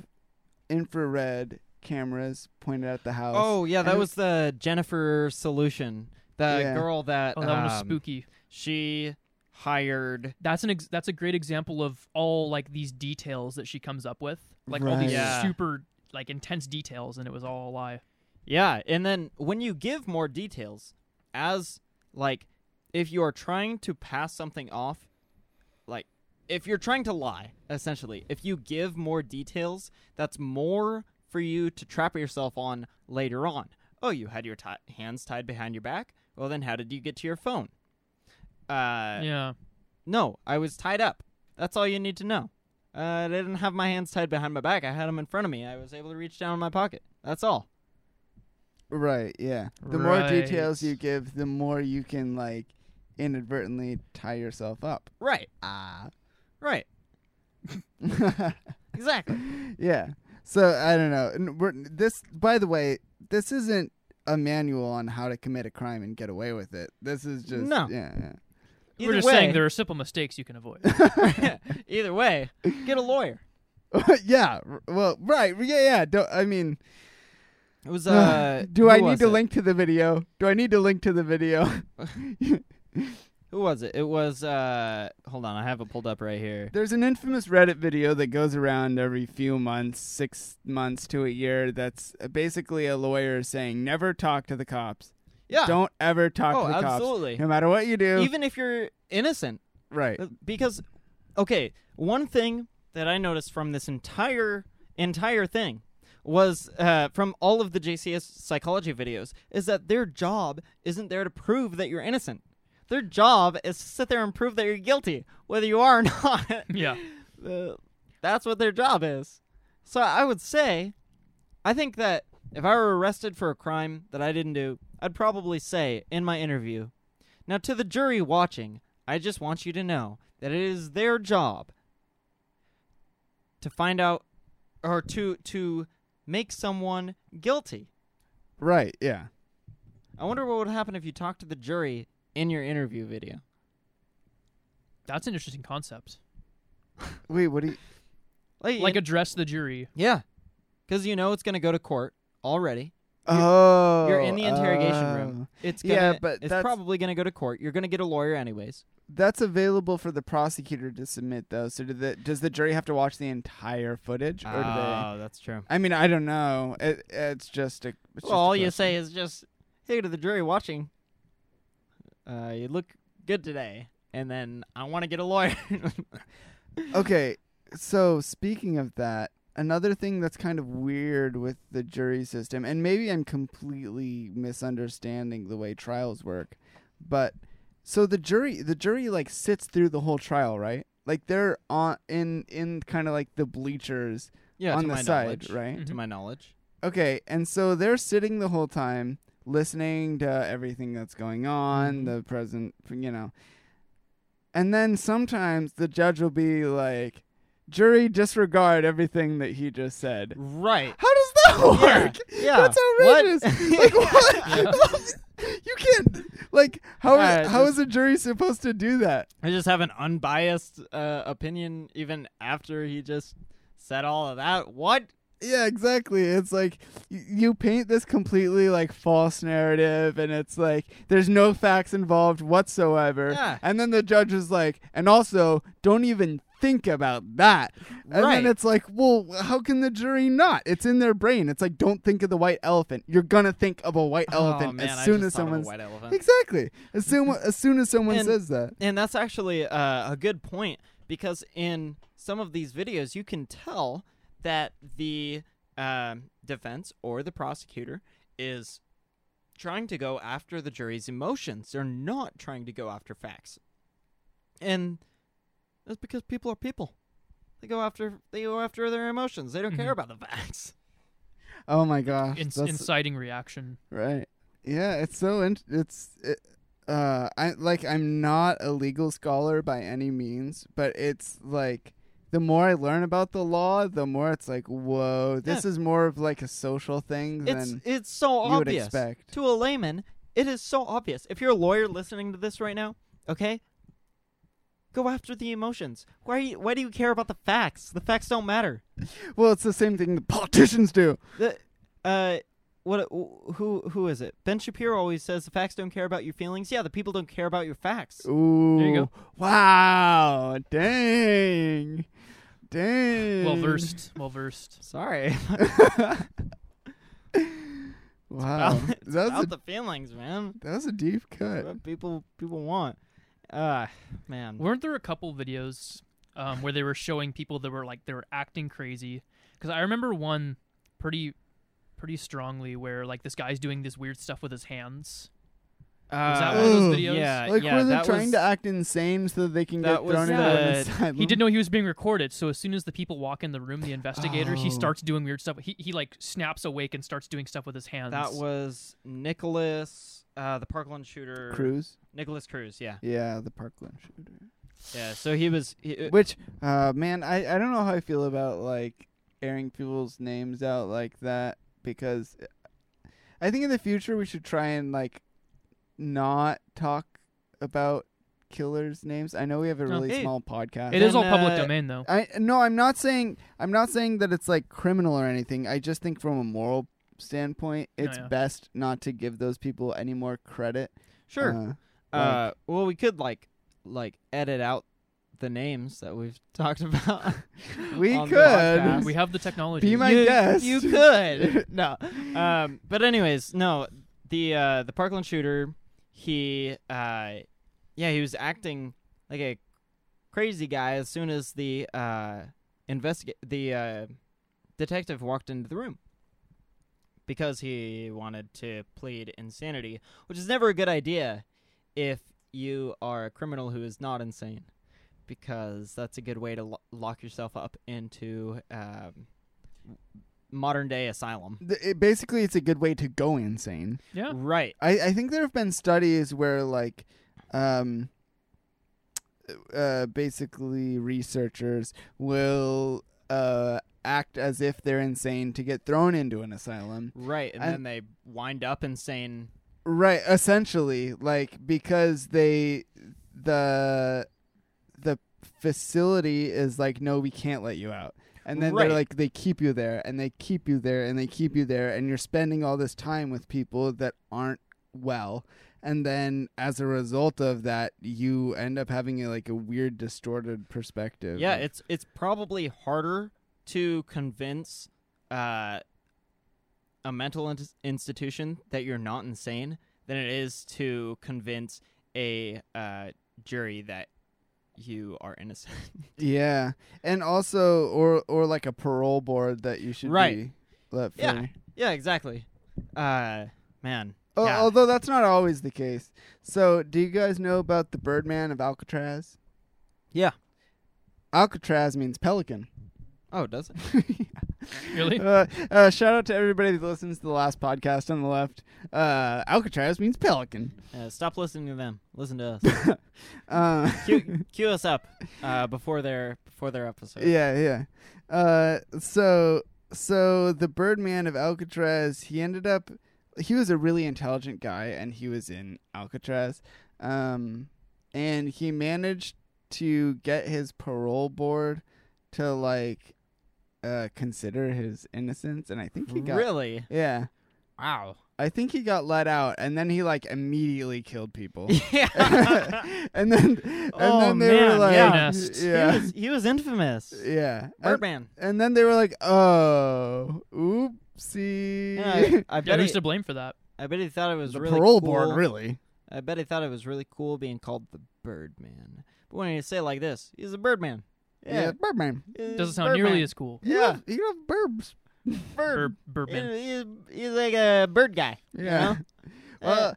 D: infrared cameras pointed at the house."
C: Oh, yeah,
D: And
C: that
D: it-
C: was the Jennifer solution. The
D: Yeah.
C: girl that
A: Oh, that one was
C: um,
A: spooky.
C: She hired
A: That's an ex- that's a great example of all like these details that she comes up with, like all these
D: Right.
C: Yeah.
A: super like intense details, and it was all a lie.
C: Yeah, and then when you give more details, as like if you are trying to pass something off, like if you're trying to lie, essentially, if you give more details, that's more for you to trap yourself on later on. Oh, you had your ti hands tied behind your back. Well, then how did you get to your phone? Uh,
A: yeah,
C: no, I was tied up. That's all you need to know. Uh, I didn't have my hands tied behind my back. I had them in front of me. I was able to reach down in my pocket. That's all.
D: right. Yeah. The more details
A: Right.
D: you give, the more you can like inadvertently tie yourself up.
C: Right.
D: Ah.
C: Right. Exactly.
D: yeah. So I don't know. And we're, this, by the way, this isn't a manual on how to commit a crime and get away with it. This is just
C: No.
D: Yeah. yeah.
A: we're just saying there are simple mistakes you can avoid.
C: either way, get a lawyer.
D: yeah. r- Well, right. Yeah, yeah. Don't, I mean,
C: It was uh
D: do
C: who
D: I need
C: was
D: to
C: it?
D: link to the video? Do I need to link to the video?
C: Who was it? It was uh hold on, I have it pulled up right here.
D: There's an infamous Reddit video that goes around every few months, six months to a year. That's uh, basically a lawyer saying, "Never talk to the cops.
C: Yeah.
D: Don't ever talk
C: oh,
D: to the
C: absolutely.
D: cops, no matter what you do."
C: Even if you're innocent. uh,
D: right.
C: Because okay, one thing that I noticed from this entire entire thing was uh, from all of the JCS psychology videos is that their job isn't there to prove that you're innocent. Their job is to sit there and prove that you're guilty, whether you are or not.
A: yeah,
C: Uh, that's what their job is. So I would say, I think that if I were arrested for a crime that I didn't do, I'd probably say in my interview, now to the jury watching, I just want you to know that it is their job to find out or to to make someone guilty.
D: Right. Yeah.
C: I wonder what would happen if you talked to the jury in your interview video.
A: that's an interesting concept.
D: Wait. What do you?
A: Like address the jury.
C: yeah, because you know it's going to go to court already.
D: oh,
C: you're in the interrogation
D: oh.
C: room. It's gonna,
D: Yeah, but
C: it's
D: that's-
C: probably gonna go to court. You're gonna get a lawyer anyways.
D: That's available for the prosecutor to submit, though. So, do the, does the jury have to watch the entire footage, or do they?
C: Ah, that's true.
D: I mean, I don't know. It, it's just a. It's just
C: Well,
D: a
C: all you
D: question.
C: say is just, "Hey to the jury watching, uh, you look good today," and then I want to get a lawyer.
D: Okay, so speaking of that, another thing that's kind of weird with the jury system, and maybe I'm completely misunderstanding the way trials work, but so the jury, the jury like sits through the whole trial, right? Like they're on in in kind of like the bleachers
C: yeah,
D: on
C: to
D: the
C: my
D: side,
C: knowledge.
D: right?
C: To my knowledge,
D: Okay, and so they're sitting the
C: Mm-hmm.
D: whole time listening to everything that's going on, the present, you know. And then sometimes the judge will be like, jury disregard everything that he just said.
C: Right.
D: How does that
C: Yeah,
D: work?
C: yeah.
D: That's
C: What?
D: outrageous. like what? you can't like how is,
C: Uh,
D: how
C: just-
D: is a jury supposed to do that?
C: I just have an unbiased uh, opinion even after he just said all of that. What?
D: Yeah, exactly. It's like y- you paint this completely like false narrative and it's like there's no facts involved whatsoever.
C: Yeah.
D: And then the judge is like, and also don't even think about that. And
C: Right.
D: then it's like, well, how can the jury not? It's in their brain. It's like don't think of the white elephant. You're going to think of a white elephant
C: oh, man,
D: as
C: I
D: soon
C: just
D: as
C: thought of a
D: someone's
C: white elephant.
D: Exactly. As soon as soon as someone
C: And-
D: says that.
C: And that's actually uh, a good point because in some of these videos, you can tell that the um, defense or the prosecutor is trying to go after the jury's emotions. They're not trying to go after facts, and that's because people are people. They go after they go after their emotions. They don't care
A: Mhm.
D: Mm-hmm.
C: about the facts.
D: Oh my gosh.
A: In-
D: that's-
A: inciting reaction.
D: Right. Yeah, it's so in- it's it, uh I like I'm not a legal scholar by any means, but it's like the more I learn about the law, the more it's like, whoa, this is more of like a social thing
C: It's
D: than
C: it's so
D: you would
C: obvious
D: expect.
C: to a layman. It is so obvious. If you're a lawyer listening to this right now, okay, go after the emotions. Why? you- Why do you care about the facts? The facts don't matter.
D: Well, it's the same thing the politicians do.
C: The, uh, what? Who? Who is it? Ben Shapiro always says the facts don't care about your feelings. Yeah, the people don't care about your facts.
D: Ooh.
A: you go.
D: Wow. Dang. Dang.
A: Well versed. Well versed.
C: Sorry
D: Wow.
C: about, it's
D: That's
C: about
D: a,
C: the feelings, man.
D: that was a deep
C: It's
D: cut.
C: What people people want. Uh, man.
A: Weren't there a couple videos um, where they were showing people that were like they were acting crazy? Because I remember one pretty, pretty strongly where like this guy's doing this weird stuff with his hands. Was that
C: Uh,
A: one of those
D: Ugh.
A: videos?
C: Yeah,
D: Like
C: yeah.
D: were they
C: that
D: trying
C: was,
D: to act insane so that they can
C: that
D: get
C: was uh,
D: thrown into
C: the-
D: an asylum?
A: He didn't know he was being recorded, so as soon as the people walk in the room, the investigator, he
D: Oh.
A: starts doing weird stuff. He, he like snaps awake and starts doing stuff with his hands.
C: That was Nicholas, uh, the Parkland shooter.
D: Cruz.
C: Nicholas Cruz, yeah,
D: Yeah, the Parkland shooter.
C: yeah. So he was. He, uh,
D: Which, uh, man, I I don't know how I feel about like airing people's names out like that because uh, I think in the future we should try and like not talk about killers' names. I know we have a
A: No.
D: really
C: Hey.
D: small podcast.
A: It is all
C: Then,
A: public
C: uh,
A: domain though.
D: I no, I'm not saying I'm not saying that it's like criminal or anything. I just think from a moral standpoint,
A: No,
D: it's
A: yeah.
D: best not to give those people any more credit.
C: sure.
D: Uh,
C: Uh, well, we could like like edit out the names that we've talked about.
D: We
C: on the
D: could.
C: podcast.
A: We have the technology.
D: be my
C: you,
D: guest.
C: You could. no. Um, but anyways, no. The uh, the Parkland shooter, he uh, yeah, he was acting like a crazy guy as soon as the uh investiga- the uh, detective walked into the room. Because he wanted to plead insanity, which is never a good idea if you are a criminal who is not insane, because that's a good way to lo- lock yourself up into um, modern day asylum.
D: Th- it- basically, it's a good way to go insane.
A: yeah.
C: Right.
D: I, I think there have been studies where like, um, uh, basically researchers will uh act as if they're insane to get thrown into an asylum.
C: Right, and,
D: And-
C: then they wind up insane.
D: Right, essentially, like because they the the facility is like, no, we can't let you out. And then
C: Right.
D: they're like they keep you there and they keep you there and they keep you there and you're spending all this time with people that aren't well. And then as a result of that, you end up having a, like a weird distorted perspective.
C: Yeah,
D: of-
C: it's it's probably harder to convince uh, a mental in- institution that you're not insane than it is to convince a uh, jury that you are innocent.
D: yeah. And also or or like a parole board that you should
C: Right.
D: be let free.
C: Yeah. yeah, exactly. Uh, man.
D: Oh,
C: yeah.
D: Although that's not always the case. So, do you guys know about the Birdman of Alcatraz?
C: Yeah.
D: Alcatraz means pelican.
B: Oh, does it?
A: Really?
D: Uh, uh, shout out to everybody that listens to the last podcast on the left. Uh, Alcatraz means pelican.
C: Uh, stop listening to them. Listen to us.
D: Uh,
C: cue, cue us up uh, before their before their episode.
D: Yeah, yeah. Uh, so so the Birdman of Alcatraz, he ended up he was a really intelligent guy and he was in Alcatraz. Um and he managed to get his parole board to like uh consider his innocence and I think he got
C: Really?
D: Yeah.
C: Wow.
D: I think he got let out and then he like immediately killed people.
C: Yeah.
D: and then and
C: Oh,
D: then they were
C: man,
D: like
C: yeah.
A: Nest.
C: He
D: yeah.
C: was he was infamous.
D: Yeah. And-
C: Birdman.
D: And then they were like, "Oh, oopsie."
C: Yeah, I, I
A: yeah,
C: bet
A: who's
C: he,
A: to blame for that?
C: I bet he thought it was
D: the
C: really
D: parole
C: cool.
D: board, really.
C: I bet he thought it was really cool being called the Birdman. But when you say it like this, he's a Birdman.
D: Yeah, Birdman.
A: Doesn't sound nearly as cool.
D: You
C: Yeah.
D: love, you love burbs.
A: Bur- Birdman.
C: He's, he's like a bird guy. you
D: Yeah.
C: know?
D: Well,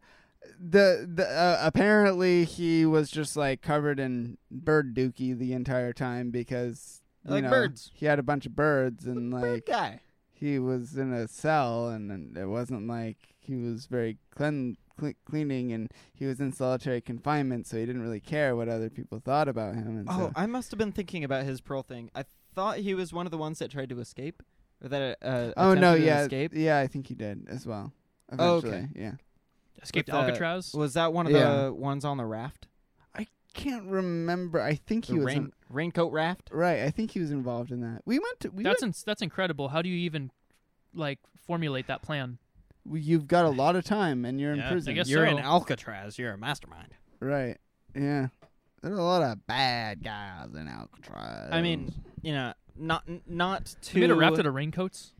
D: the the uh, apparently he was just like covered in bird dookie the entire time because you
C: Like
D: know
C: birds.
D: he had a bunch of birds and
C: bird
D: like
C: guy.
D: he was in a cell and, and it wasn't like he was very clean, cle cleaning and he was in solitary confinement so he didn't really care what other people thought about him and
C: Oh,
D: so,
C: I must have been thinking about his parole thing. I thought he was one of the ones that tried to escape, or that uh,
D: oh no
C: attempted to
D: yeah
C: escape.
D: yeah I think he did as well
C: Oh,
D: eventually
C: okay.
D: yeah
A: Escaped
C: with, uh,
A: Alcatraz.
C: Was that one of
D: Yeah.
C: the ones on the raft?
D: can't remember I think
C: The
D: he was
C: rain-
D: in-
C: raincoat raft.
D: right I think he was involved in that we went to we
A: that's in, that's incredible. How do you even like formulate that plan?
D: went- you've got a lot of time and you're in prison
A: I guess
C: You're
A: so.
C: in Alcatraz. You're a mastermind.
D: right yeah there's a lot of bad guys in Alcatraz
C: I mean, you know, not n- not to
A: They made a raft out of raincoats.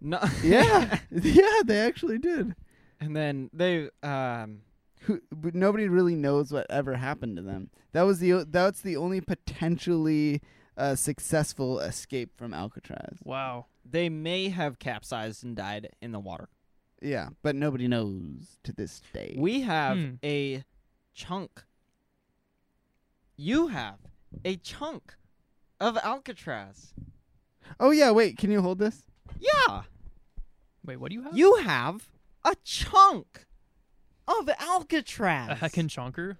C: no,
D: yeah yeah they actually did
C: and then they um
D: who but nobody really knows what ever happened to them. That was the o- that's the only potentially uh, successful escape from Alcatraz.
A: Wow.
C: they may have capsized and died in the water.
D: Yeah, but nobody knows to this day.
C: We have
A: Hmm.
C: a chunk. You have a chunk of Alcatraz.
D: oh yeah, wait, can you hold this?
C: Yeah,
A: Wait, what do you have?
C: you have a chunk of Alcatraz.
A: a heckin' chonker.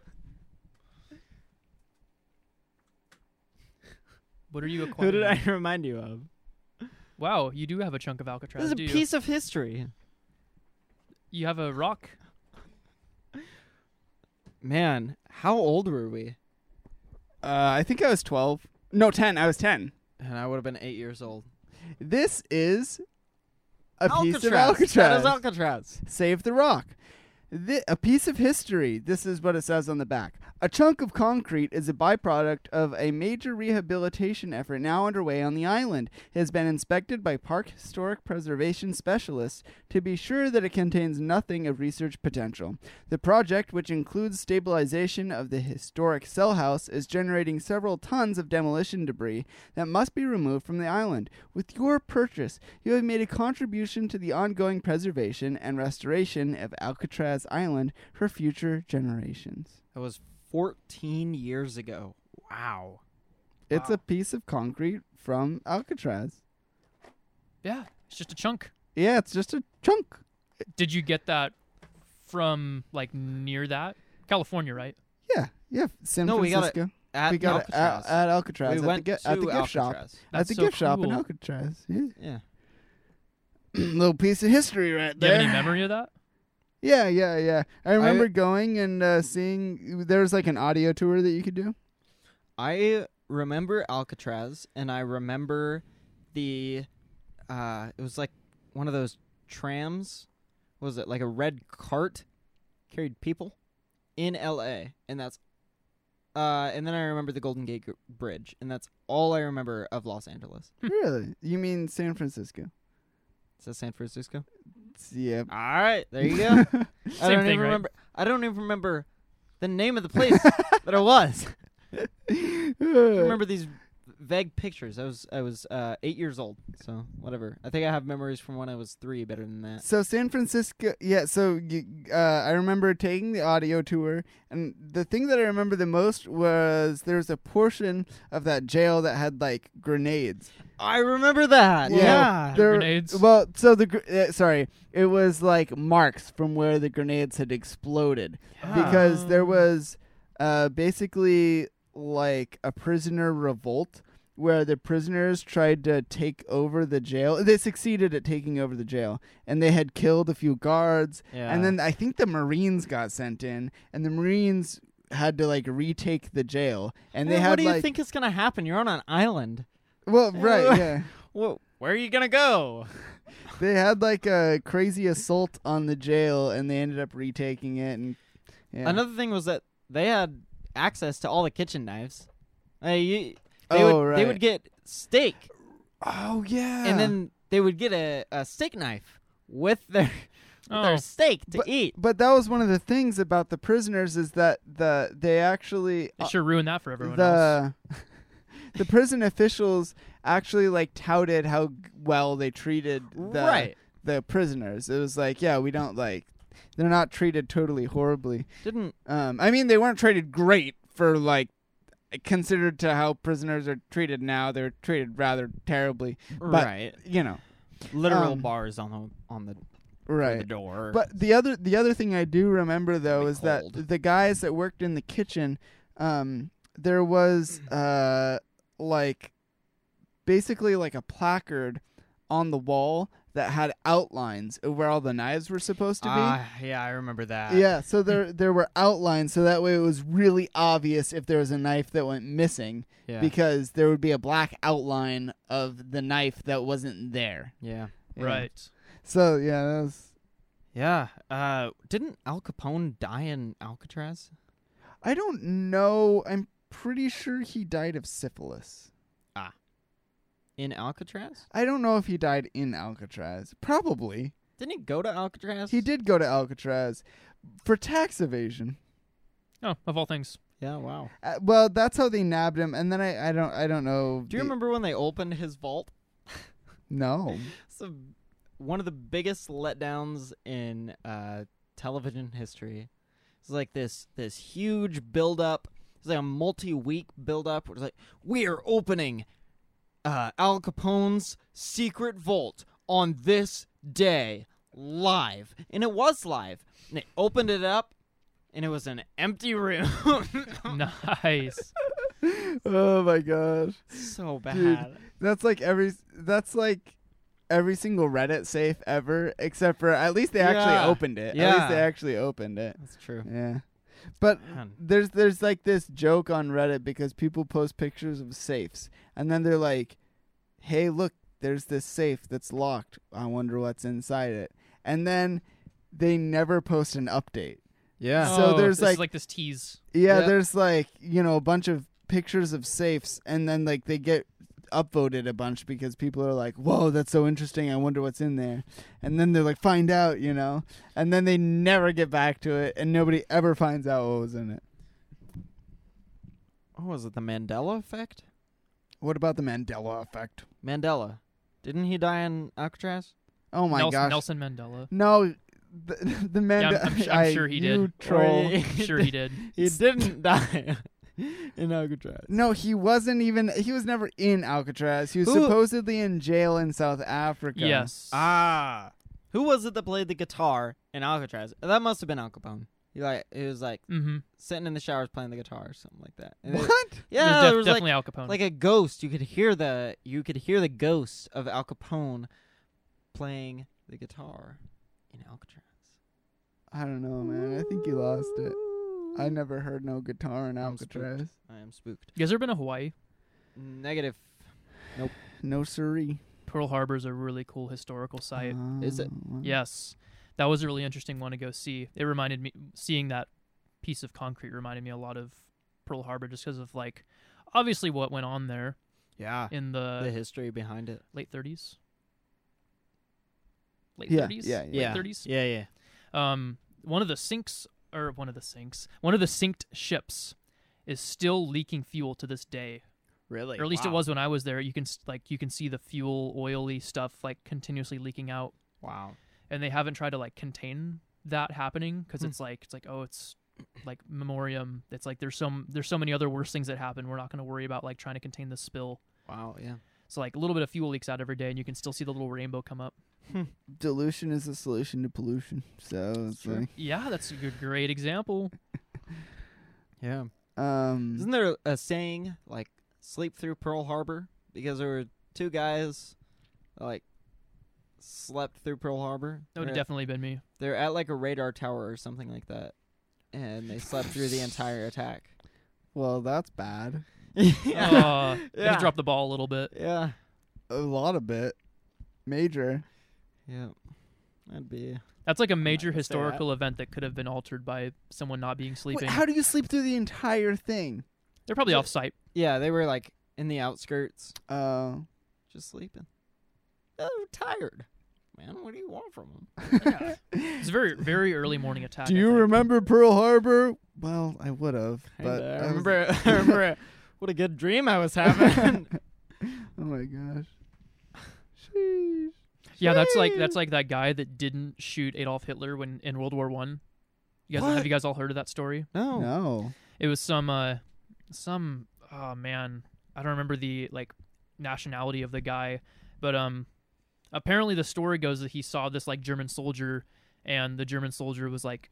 A: What are you
C: Who
A: acquiring?
C: did I remind you of?
A: Wow, you do have a chunk of Alcatraz.
C: This is a
A: do you?
C: piece of history.
A: You have a rock.
C: Man, how old were we?
D: Uh, I think I was twelve. No, ten. I was ten.
C: And I would have been eight years old.
D: This is a piece of
C: Alcatraz. That
D: Alcatraz.
C: is Alcatraz.
D: Save the rock. Thi- a piece of history. This is what it says on the back. A chunk of concrete is a byproduct of a major rehabilitation effort now underway on the island. It has been inspected by park historic preservation specialists to be sure that it contains nothing of research potential. The project, which includes stabilization of the historic cell house, is generating several tons of demolition debris that must be removed from the island. With your purchase, you have made a contribution to the ongoing preservation and restoration of Alcatraz Island for future generations.
C: That was 14 years ago. Wow.
D: It's
C: Wow.
D: a piece of concrete from Alcatraz.
A: Yeah, it's just a chunk.
D: Yeah, it's just a chunk.
A: Did you get that from like near that California, right?
D: Yeah, yeah. San
C: No, we got it
D: Francisco.
C: At
D: We got it
C: Alcatraz.
D: at, at Alcatraz.
C: we
D: at
C: went
D: the, gi-
C: to
D: at the gift shop.
C: Alcatraz.
D: At
A: That's
D: the
A: so
D: gift shop in
A: cool.
D: Alcatraz. Yeah.
C: Yeah.
D: Little piece of history right
A: Do
D: there.
A: you have any memory of that?
D: Yeah, yeah, yeah. I remember going and uh, seeing there was like an audio tour that you could do.
C: I remember Alcatraz, and I remember the. Uh, it was like one of those trams. What was it like a red cart carried people in L.A. and that's. Uh, and then I remember the Golden Gate Gr- Bridge, and that's all I remember of Los Angeles.
D: really? You mean San Francisco?
C: Is that San Francisco?
D: It's- Yeah.
C: All right, there you go. I
A: Same
C: don't
A: thing,
C: even
A: right?
C: remember. I don't even remember the name of the place that I was. I remember these vague pictures. I was I was uh, eight years old, so whatever. I think I have memories from when I was three better than that.
D: So San Francisco, yeah. So you, uh, I remember taking the audio tour, and the thing that I remember the most was there was a portion of that jail that had like grenades,
C: I remember that.
D: Yeah.
C: Yeah.
D: There-
A: Grenades.
D: Well, so the gr- uh, sorry, it was like marks from where the grenades had exploded
C: Ah.
D: because there was uh, basically like a prisoner revolt where the prisoners tried to take over the jail. They succeeded at taking over the jail, and they had killed a few guards.
C: Yeah.
D: And then I think the Marines got sent in, and the Marines had to like retake the jail, and they
C: Well,
D: had
C: what do you
D: like
C: think is gonna happen? You're on an island.
D: well, right, yeah.
C: Well, where are you gonna go?
D: They had like a crazy assault on the jail, and they ended up retaking it. And yeah.
C: Another thing was that they had access to all the kitchen knives. Hey, you, they
D: oh
C: would
D: right,
C: they would get steak,
D: oh yeah,
C: and then they would get a, a steak knife with their with
A: Oh.
C: their steak to eat.
D: But that was one of the things about the prisoners is that the they actually uh,
C: Uh,
A: It sure ruined that for everyone else.
D: the the prison officials actually like touted how g- well they treated the
C: right?
D: the prisoners. It was like, yeah, we don't like they're not treated totally horribly.
C: Didn't
D: Um, I mean, they weren't treated great for like considered to how prisoners are treated now. They were treated rather terribly.
C: right?
D: You know,
C: Literal
D: um,
C: bars on the on the, for the
D: right?
C: door.
D: But the other the other thing I do remember though
C: Be
D: is
C: cold.
D: that the guys that worked in the kitchen, um, there was uh like basically like a placard on the wall that had outlines of where all the knives were supposed to be.
C: Ah, yeah, I remember that.
D: Yeah, so there there were outlines, so that way it was really obvious if there was a knife that went missing
C: yeah,
D: because there would be a black outline of the knife that wasn't there.
C: yeah,
D: Yeah.
A: Right.
D: So yeah, that was.
C: yeah. Uh, didn't Al Capone die in Alcatraz?
D: I don't know. I'm pretty sure he died of syphilis.
C: In Alcatraz?
D: I don't know if he died in Alcatraz. Probably.
C: Didn't he go to Alcatraz?
D: He did go to Alcatraz for tax evasion.
A: Oh, of all things.
C: Yeah. Wow.
D: Uh, well, that's how they nabbed him, and then I, I don't I don't know.
C: Do you
D: the-
C: remember when they opened his vault?
D: No.
C: It's the one of the biggest letdowns in uh, television history. It's like this this huge build up. It's like a multi week build up. It's like we are opening uh, Al Capone's secret vault on this day live, and it was live. And they opened it up, and it was an empty room.
A: nice.
D: Oh my gosh.
C: so bad.
D: That's like every. That's like every single Reddit safe ever, except for at least they
C: Yeah.
D: actually opened it. At
C: Yeah.
D: least they actually opened it.
C: That's true.
D: Yeah. But
C: Man.
D: there's there's like this joke on Reddit because people post pictures of safes and then they're like, "Hey, look, there's this safe that's locked. I wonder what's inside it." And then they never post an update.
C: Yeah.
D: So
A: Oh,
D: there's
A: this is
D: like-
A: like this tease.
D: Yeah,
C: Yep.
D: there's like, you know, a bunch of pictures of safes and then like they get upvoted a bunch because people are like, "Whoa, that's so interesting. I wonder what's in there." And then they're like, "Find out," you know. And then they never get back to it and nobody ever finds out what was in it.
C: What was it? The Mandela effect?
D: What about the Mandela effect?
C: Mandela. Didn't he die in Alcatraz?
D: Oh my
A: Nelson,
D: gosh!
A: Nelson Mandela.
D: No, the, the Mandela.
A: I'm- I'm su- I'm sure he
D: you
A: did. Oh.
D: Troll.
C: Or-
A: I'm sure he did.
C: He didn't die in Alcatraz.
D: No, he wasn't even. He was never in Alcatraz. He was
C: Who-
D: supposedly in jail in South Africa.
A: Yes.
C: Ah. Who was it that played the guitar in Alcatraz? That must have been Al Capone. He like he was like
A: Mm-hmm.
C: sitting in the showers playing the guitar or something like that. And
D: Eh, What?
C: it- yeah, there was
A: definitely
C: like,
A: Al Capone.
C: like a ghost. You could hear the you could hear the ghost of Al Capone playing the guitar in Alcatraz.
D: I don't know, man. I think you lost it. I never heard no guitar in
C: I'm spooked.
D: Alcatraz.
C: I am spooked.
A: you guys ever been to Hawaii?
C: Negative.
D: No siree.
A: Pearl Harbor is a really cool historical site.
C: Is it-
D: Oh, wow.
A: Yes, that was a really interesting one to go see. It reminded me seeing that piece of concrete reminded me a lot of Pearl Harbor just because of like obviously what went on there
C: Yeah.
A: in the,
C: the history behind it.
A: late 30s. Late
D: Yeah,
A: 30s?
D: yeah, yeah.
A: Late 30s?
C: Yeah, yeah.
A: Um one of the sinks or one of the sinks, one of the sinked ships is still leaking fuel to this day.
C: Really?
A: or at least it was when I was there. You can s- like you can see the fuel oily stuff like continuously leaking out
C: Wow.
A: and they haven't tried to like contain that happening because
C: Hmm.
A: it's like it's like oh it's like memoriam it's like there's some there's so many other worse things that happen we're not going to worry about like trying to contain the spill
C: Wow. Yeah.
A: So like a little bit of fuel leaks out every day, and you can still see the little rainbow come up.
D: Dilution is the solution to pollution. So it's
B: Sure.
D: like,
A: Yeah, that's a good, great example.
C: Yeah.
D: um,
C: Isn't there a saying like sleep through Pearl Harbor because there were two guys that, like slept through Pearl Harbor?
A: That would
C: they're,
A: have definitely been me.
C: they're at like a radar tower or something like that, and they slept through the entire attack.
D: well, that's bad.
C: Oh.
A: Uh,
C: Yeah.
A: drop the ball a little bit.
C: yeah,
D: A lot of it, major.
C: yeah. That'd be
A: That's like a major
C: gonna say that.
A: historical event that could have been altered by someone not being
D: Wait,
A: sleeping.
D: how do you sleep through the entire thing?
A: They're probably off site.
C: yeah. They were like in the outskirts,
D: Uh,
C: just sleeping. Oh, tired, man. What do you want from them?
A: It's a very very early morning attack.
D: do
A: I
D: you
A: think.
D: remember Pearl Harbor? Well, I would have,
C: Kinda.
D: but that
C: I
D: was-
C: remember, I remember what a good dream I was having.
D: Oh my gosh. Sheesh.
A: Yeah, that's like that's like that guy that didn't shoot Adolf Hitler when in World War One. You guys
C: What?
A: have you guys all heard of that story?
C: no.
D: No.
A: It was some uh some oh man, I don't remember the like nationality of the guy, but um apparently the story goes that he saw this like German soldier and the German soldier was like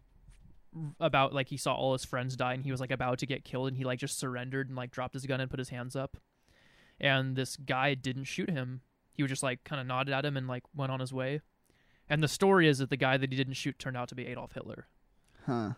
A: r- about like he saw all his friends die and he was like about to get killed and he like just surrendered and like dropped his gun and put his hands up. And this guy didn't shoot him. He was just like kind of nodded at him and like went on his way. And the story is that the guy that he didn't shoot turned out to be Adolf Hitler.
D: Huh.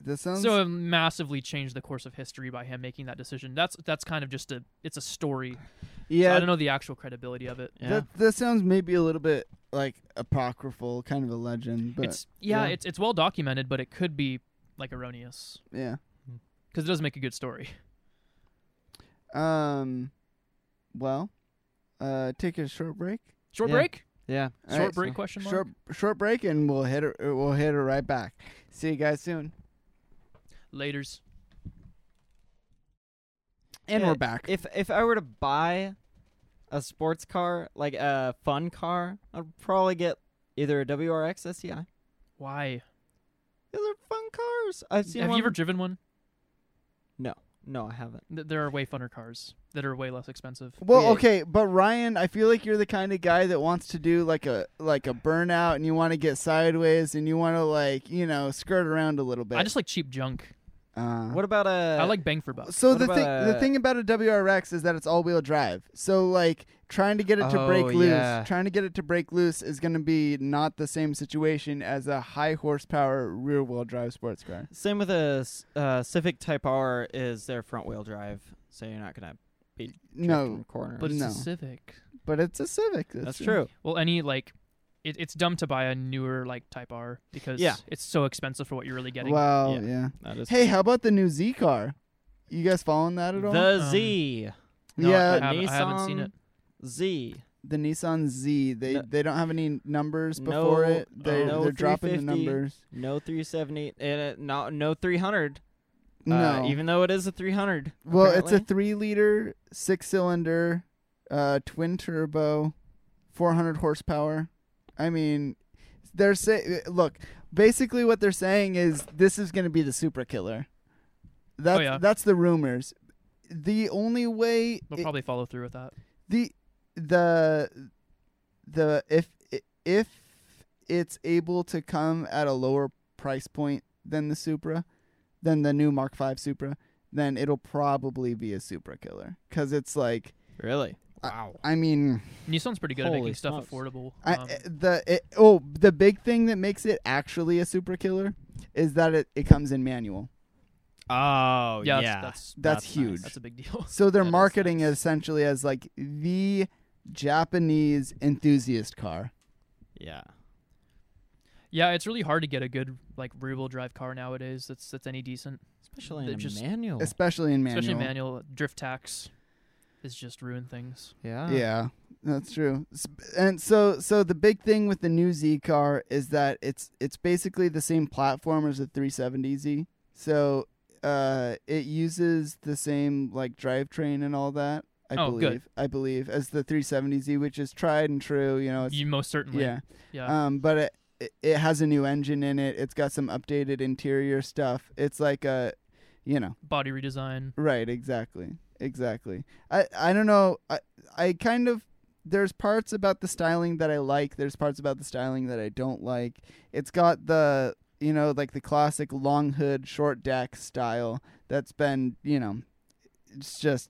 D: This sounds
A: So it massively changed the course of history by him making that decision. That's that's kind of just a it's a story. So I
D: yeah.
A: don't know the actual credibility of it.
C: Yeah.
D: That that sounds maybe a little bit like apocryphal, kind of a legend, but
A: it's yeah,
D: yeah.
A: it's it's well documented, but it could be like erroneous
D: yeah.
A: because it does make a good story.
D: Um, well, uh, take a short break.
A: Short
C: Yeah.
A: break.
C: yeah.
D: All
A: short
D: right,
A: break
D: so-
A: question mark.
D: Short short break, and we'll hit it. We'll hit it right back. See you guys soon.
A: Later's.
D: And
C: Yeah,
D: we're back.
C: if if I were to buy a sports car, like a fun car, I'd probably get either a WRX STI.
A: Why?
C: E These are fun cars. I've seen.
A: have
C: one-
A: you ever driven one?
C: No, I haven't.
A: Th- There are way funner cars that are way less expensive.
D: well,
C: yeah.
D: okay, but Ryan, I feel like you're the kind of guy that wants to do like a like a burnout, and you want to get sideways, and you want to like you know skirt around a little bit.
A: I just like cheap junk.
D: uh,
C: What about a?
A: I like bang for buck.
D: So
C: What
D: the thing
C: about uh,
D: the
C: a-
D: thing about a WRX is that it's all wheel drive. So like trying to get it to break
C: Oh,
D: loose,
C: yeah.
D: trying to get it to break loose is going to be not the same situation as a high horsepower rear wheel drive sports car.
C: Same with a s- uh, Civic Type R. Is their front wheel drive, so you're not gonna drift
D: No,
C: from corners.
A: But it's
D: No.
A: a Civic.
D: but it's a Civic.
C: that's true.
A: Well, any like, it, it's dumb to buy a newer like Type R because
C: Yeah.
A: it's so expensive for what you're really getting.
D: Wow,
C: Yeah.
D: yeah.
C: That is
D: Hey, how about the new Z car? You guys following that at all?
C: the
A: Um,
C: Z
A: No,
D: yeah,
A: I haven't, I haven't seen
C: Nissan
A: it.
C: Z.
D: the Nissan Z. They
C: No-
D: they don't have any numbers
C: No,
D: before it. They
A: uh, no
D: they're dropping the
C: 350.
D: numbers.
C: No 370. Uh, no, no 300.
D: no,
C: Uh, even though it is a 300.
D: Well, it's a
C: apparently.
D: three liter, six cylinder, uh, twin turbo, 400 horsepower. I mean, they're say look, basically what they're saying is this is going to be the super killer.
C: Oh,
D: That's
A: yeah.
D: that's the rumors. The only way
A: They'll
D: it-
A: probably follow through with that.
D: the the the if if it's able to come at a lower price point than the Supra, than the new Mark V Supra, then it'll probably be a Supra killer because it's like
C: really.
D: wow. I mean,
A: Nissan's pretty good at
C: Holy
A: making stuff
C: smokes.
A: affordable.
D: I,
A: Um,
D: the it, oh the big thing that makes it actually a Supra killer is that it, it comes in manual.
C: Oh
A: yeah, that's, that's
D: That's,
C: That's nice.
D: huge.
A: that's a big deal.
D: So they're
C: That is
D: marketing
C: nice.
D: it essentially as like the Japanese enthusiast car.
C: yeah.
A: yeah, it's really hard to get a good like rear wheel drive car nowadays. That's that's any decent,
C: Especially
A: They're
C: in a
A: just-
C: manual.
D: Especially in manual.
A: especially manual drift tax. Is just ruin things.
C: yeah.
D: Yeah, that's true. S- And so, so the big thing with the new Z car is that it's it's basically the same platform as the 370Z. So, uh, it uses the same like drivetrain and all that. I
A: Oh, good.
D: believe. I believe as the 370Z, which is tried and true. You know, Oh, it's,
A: You uh, most certainly.
D: yeah.
A: yeah.
D: Um, but it, it it has a new engine in it. It's got some updated interior stuff. It's like a, you know,
A: Body redesign.
D: right, exactly. exactly. I I don't know. I I kind of there's parts about the styling that I like. There's parts about the styling that I don't like. It's got the you know like the classic long hood, short deck style that's been you know, it's just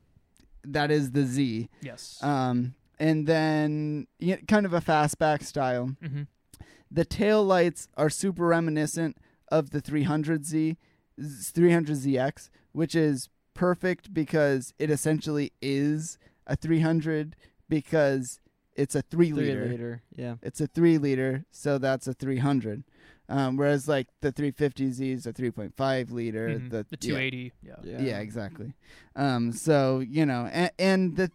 D: that is the Z.
A: Yes.
D: Um, and then you know, kind of a fastback style.
A: mm-hmm.
D: The tail lights are super reminiscent of the 300Z, 300ZX, which is perfect because it essentially is a 300 because it's a three,
B: Three
D: liter.
B: liter. Yeah.
D: It's a three liter, so that's a 300. Um, whereas like the 350Z is a 3.5 liter.
A: Mhm.
D: Mm-hmm. The,
A: the
D: yeah.
A: 280. Yeah.
B: Yeah.
D: Yeah, exactly. Um, so you know, and, and the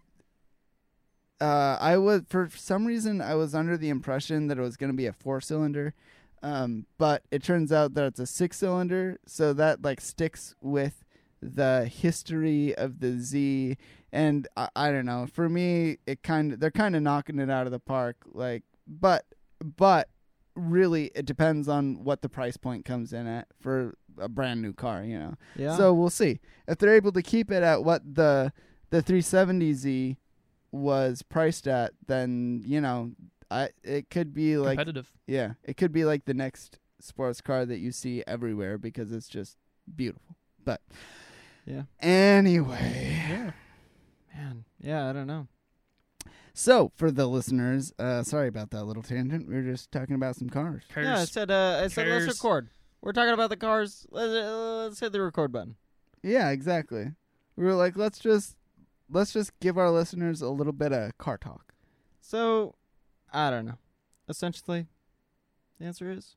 D: uh, I was for some reason I was under the impression that it was going to be a four cylinder, um, but it turns out that it's a six cylinder. So that like sticks with the history of the Z, and I, I don't know. For me, it kind of they're kind of knocking it out of the park. Like, but but really, it depends on what the price point comes in at for a brand new car. You know.
B: Yeah.
D: So we'll see if they're able to keep it at what the the 370Z was priced at. Then you know, I it could be like
A: Competitive.
D: yeah, it could be like the next sports car that you see everywhere because it's just beautiful. But
B: Yeah.
D: Anyway,
B: yeah. Man. Yeah. I don't know.
D: so for the listeners, uh, sorry about that little tangent. We were just talking about some cars.
A: Cars.
C: Yeah, I said. Uh, I said let's
A: Cares.
C: record. We're talking about the cars. Let's, uh, let's hit the record button.
D: Yeah, exactly. We were like, let's just let's just give our listeners a little bit of car talk.
C: So, I don't know. Essentially, the answer is,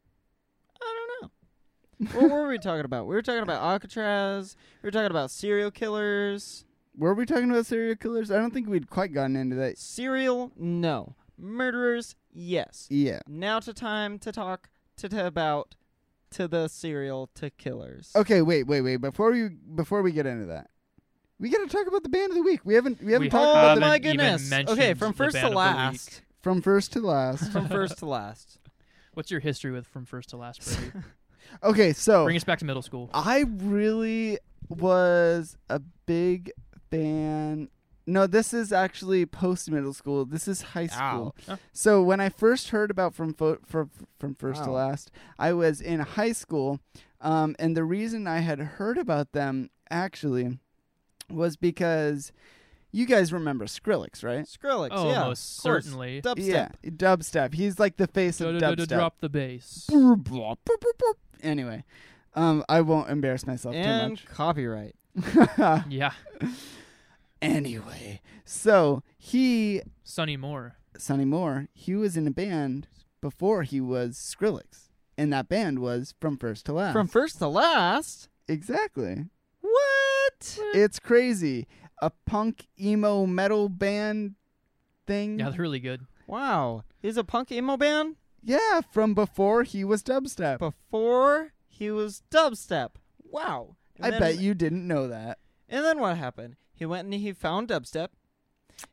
C: I don't know. what were we talking about? We were talking about Alcatraz. We were talking about serial killers.
D: Were we talking about serial killers? I don't think we'd quite gotten into that
C: Serial, no. Murderers, yes.
D: Yeah.
C: Now to time to talk to, to about to the serial to killers.
D: Okay. Wait. Wait. Wait. Before we before we get into that, we got to talk about the band of the week. We haven't we haven't
A: We have-
D: talked
A: Um,
C: Oh
D: about the,
A: haven't
C: my
A: even
C: goodness.
A: mentioned
C: Okay, from
A: the
C: first to
A: band of the
C: last.
D: from first to last.
C: From first to last.
A: What's your history with from first to last? Brady?
D: Okay. So
A: Bring us back to middle school.
D: I really was a big fan. No, this is actually post middle school. This is high school.
A: Huh.
D: So when I first heard about from fo- from from first to
C: Wow.
D: last, I was in high school, um, and the reason I had heard about them actually was because you guys remember Skrillex, right?
C: Skrillex,
A: Oh,
C: yeah.
A: most
C: of course.
A: certainly.
C: Dubstep.
D: Yeah, dubstep. He's like the face of dubstep.
A: Drop the bass.
D: Brr, blah, brr, brr, brr. Anyway, um, I won't embarrass myself
C: And copyright.
D: too much.
A: Yeah.
D: anyway, so he,
A: Sonny Moore.
D: Sonny Moore, he was in a band before he was Skrillex, and that band was From First to Last.
C: From first to last.
D: exactly.
C: What?
D: It's crazy. A punk emo metal band thing.
A: Yeah, they're really good.
C: Wow. He's a punk emo band
D: Yeah, from before he was dubstep.
C: before he was dubstep. Wow. And
D: I
C: then-
D: bet you didn't know that.
C: And then what happened? He went and he found dubstep.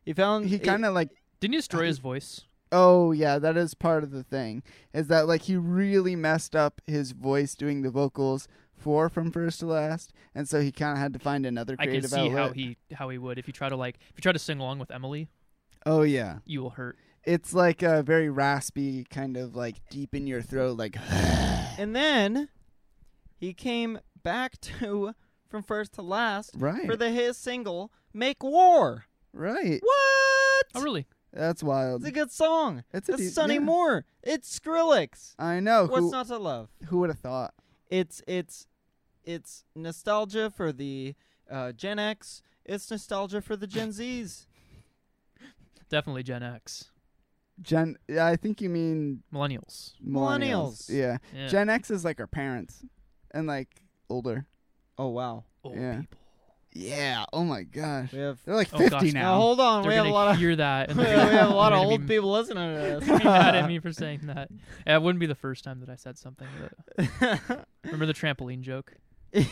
C: He found
D: He kind of like
A: Didn't he destroy his voice?
D: Oh yeah, that is part of the thing. Is that like he really messed up his voice doing the vocals for from first to last, and so he kind of had to find another
A: I can
D: creative
A: see
D: outlet.
A: how he how he would if you try to like if you try to sing along with Emily,
D: oh yeah,
A: you will hurt.
D: it's like a very raspy kind of like deep in your throat, like
C: And then he came back to from first to last
D: right,
C: for the his single "Make War."
D: right.
C: What?
A: Oh really?
D: That's
C: It's
D: wild.
C: a good song.
D: It's a
C: It's
D: de-
C: Sonny
D: yeah.
C: Moore. It's Skrillex.
D: I know
C: What's
D: who
C: not to love?
D: who would have thought.
C: It's it's it's nostalgia for the uh, Gen X. It's nostalgia for the Gen Zs.
A: Definitely Gen X.
D: Gen, yeah, I think you mean
A: Millennials.
D: millennials.
C: Millennials.
D: Yeah.
A: Yeah.
D: Gen X is like our parents, and like older.
C: Oh wow,
A: Old
D: yeah.
A: people.
D: Yeah. Oh my gosh,
C: we have.
D: they're like
A: Oh,
D: fifty
A: gosh.
C: Now
D: now.
C: hold on,
A: They're
C: Oh, we have
A: gonna
C: a lot of
A: hear that and
C: we
A: they're gonna-
C: have a lot
A: they're
C: of
A: gonna be
C: old people listening to
A: be mad at me for saying that. Yeah, it wouldn't be the first time that I said something. That,
C: this.
A: remember the trampoline joke?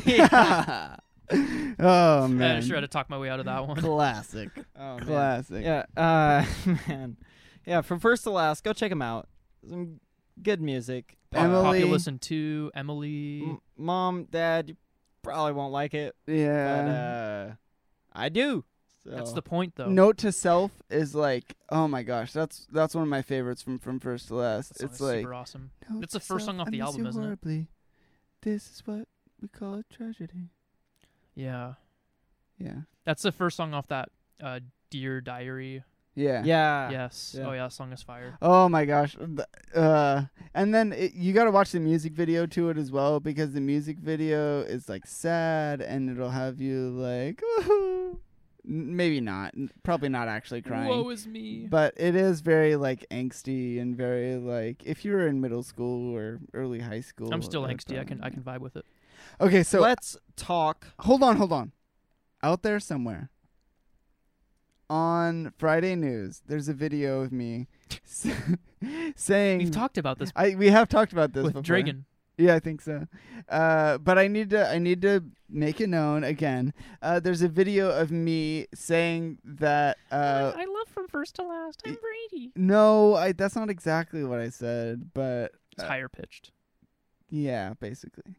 C: Yeah.
D: oh man.
A: I'm sure I had to talk my way out of that one.
D: Classic.
C: Oh, man.
D: Classic.
C: Yeah, uh, man. Yeah, from first to last, go check them out. Some good music.
A: Pop-
C: Uh,
D: Emily- Mm,
A: Poppy Listen to Emily.
C: m- mom, dad, you probably won't like it,
D: Yeah.
C: but uh, I do.
A: That's
D: uh,
B: So-
A: the point, though.
D: Note to self is like, oh my gosh, that's that's one of my favorites from from first to last.
A: That song
D: it's
A: is
D: like
A: super awesome.
D: "Note
A: That's the
D: to
A: first
D: self,
A: song off
D: I
A: the
D: miss
A: album,
D: you
A: isn't it?
D: horribly. This is what we call a tragedy.
A: Yeah,
D: Yeah,
A: that's the first song off that uh, "Dear Diary."
D: yeah,
C: Yeah.
A: yes.
C: yeah.
A: Oh yeah, that song is fire.
D: Oh my gosh. Th- Uh, and then it, you got to watch the music video to it as well because the music video is like sad and it'll have you like, N- maybe not, N- probably not actually crying.
A: Woe is me.
D: But it is very like angsty and very like if you were in middle school or early high school.
A: I'm still
D: that
A: angsty. I can I
D: probably-
A: can vibe with it.
D: Okay, so
C: Let's talk.
D: hold on, hold on. Out there somewhere on Friday news, there's a video of me s- saying
A: We've talked about this
D: I we have talked about this
A: with
D: before.
A: Dragon.
D: Yeah, I think so. Uh, but I need to I need to make it known again. Uh, there's a video of me saying that. Uh,
A: I love from first to last.
D: I'm y- uh,
A: Brady.
D: no, I that's not exactly what I said, but
A: It's higher pitched.
D: yeah, basically.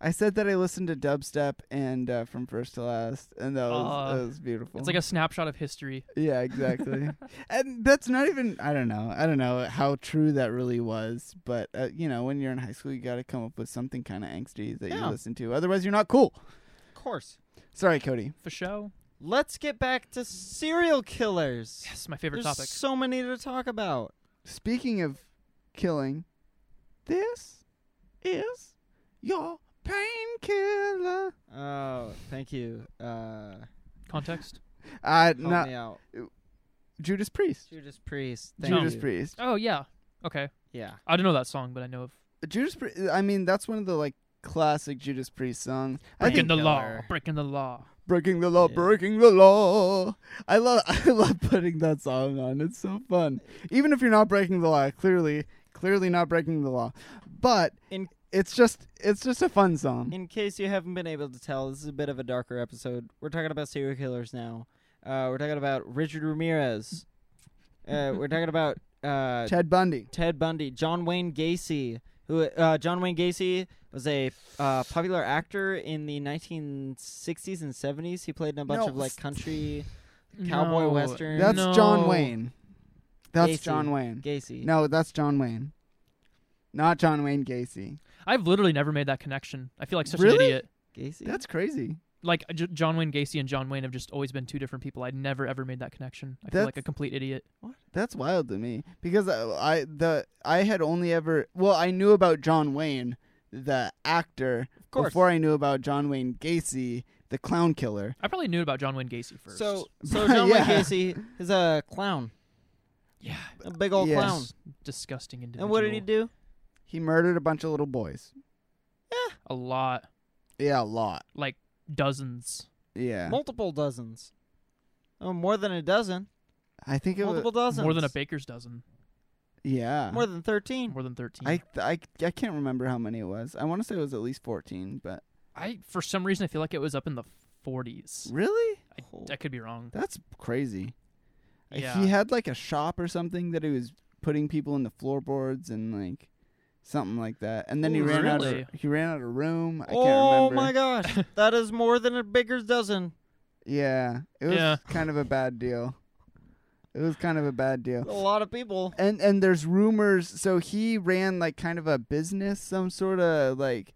D: I said that I listened to dubstep and uh, from first to last, and that was,
A: Uh,
D: that was beautiful.
A: It's like a snapshot of history.
D: yeah, exactly. and that's not even I don't know I don't know how true that really was, but uh, you know when you're in high school, you got to come up with something kind of angsty that
C: Yeah.
D: you listen to, otherwise you're not cool.
C: Of course.
D: Sorry, Cody.
A: For show.
C: Let's get back to serial killers.
A: Yes, my favorite
C: There's
A: topic.
C: so many to talk about.
D: Speaking of killing, this is your painkiller.
C: Oh, thank you. Uh,
A: Context.
D: Uh,
C: help
D: not
C: me out.
D: Judas Priest.
C: Judas Priest. Thank
A: No.
D: Judas
C: you.
D: Priest.
A: Oh yeah. Okay.
C: Yeah.
A: I don't know that song, but I know of
D: Judas Priest. I mean, that's one of the like classic Judas Priest songs. I
A: breaking
D: think
A: the law.
C: Painkiller.
A: Breaking the law.
D: breaking the law,
C: Yeah.
D: breaking the law. I love, I love putting that song on. It's so fun. Even if you're not breaking the law, clearly, clearly not breaking the law, but
C: In-
D: it's just, it's just a fun song.
C: In case you haven't been able to tell, this is a bit of a darker episode. We're talking about serial killers now. Uh, we're talking about Richard Ramirez. Uh, we're talking about uh,
D: Ted Bundy.
C: Ted Bundy, John Wayne Gacy, who uh, John Wayne Gacy was a uh, popular actor in the 1960s and 70s. He played in a bunch
D: No,
C: of like
D: s-
C: country Cowboy
A: No.
C: western.
D: That's John
A: No.
D: Wayne. That's
C: Gacy.
D: John Wayne.
C: Gacy.
D: No, that's John Wayne. Not John Wayne Gacy.
A: I've literally never made that connection. I feel like such an
D: Really?
A: idiot.
C: Gacy.
D: That's crazy.
A: Like J- John Wayne Gacy and John Wayne have just always been two different people. I never ever made that connection. I feel like
D: That's-
A: a complete idiot.
D: That's wild to me because uh, I, I the I had only ever well I knew about John Wayne the actor
C: of course.
D: before I knew about John Wayne Gacy the clown killer.
A: I probably knew about John Wayne Gacy first.
C: so, so John
D: Yeah.
C: Wayne Gacy is a clown,
A: yeah,
C: a big old
D: Yes.
C: clown.
A: disgusting individual.
C: And what did he do?
D: He murdered a bunch of little boys.
A: A lot,
D: Yeah, a lot.
A: like dozens.
D: Yeah,
C: Multiple dozens. Oh, more than a dozen.
D: I think it
C: Multiple
D: was.
C: dozens.
A: More than a baker's dozen.
D: Yeah,
C: More than thirteen.
A: More than thirteen.
D: I, I I can't remember how many it was. I want to say it was at least fourteen, but
A: I for some reason I feel like it was up in the 40s.
D: really,
C: Oh.
A: I could be wrong.
D: that's crazy.
A: Yeah.
D: He had like a shop or something that he was putting people in the floorboards and like something like that. And then he
A: Ooh,
D: ran out
A: really?
D: of he ran out of room. I can't
C: Oh
D: remember.
C: my gosh, that is more than a baker's dozen.
D: Yeah. It was
A: Yeah.
D: kind of a bad deal. It was kind of a bad
C: A
D: deal.
C: lot of people.
D: And and there's rumors so he ran like kind of a business, some sort of like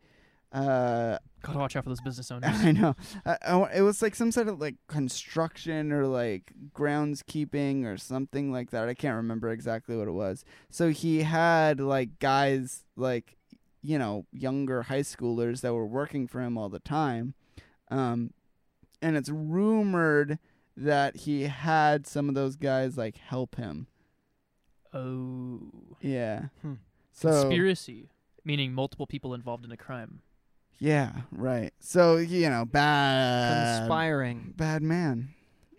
D: uh
A: Gotta watch out for those business owners.
D: I know. I, I wa- it was like some sort of like construction or like groundskeeping or something like that. I can't remember exactly what it was. So he had like guys like you know younger high schoolers that were working for him all the time, um, and it's rumored that he had some of those guys like help him.
A: oh,
D: Yeah.
C: Hmm.
D: So
A: conspiracy, meaning multiple people involved in a crime.
D: yeah, right. So you know, bad
C: Conspiring.
D: bad man.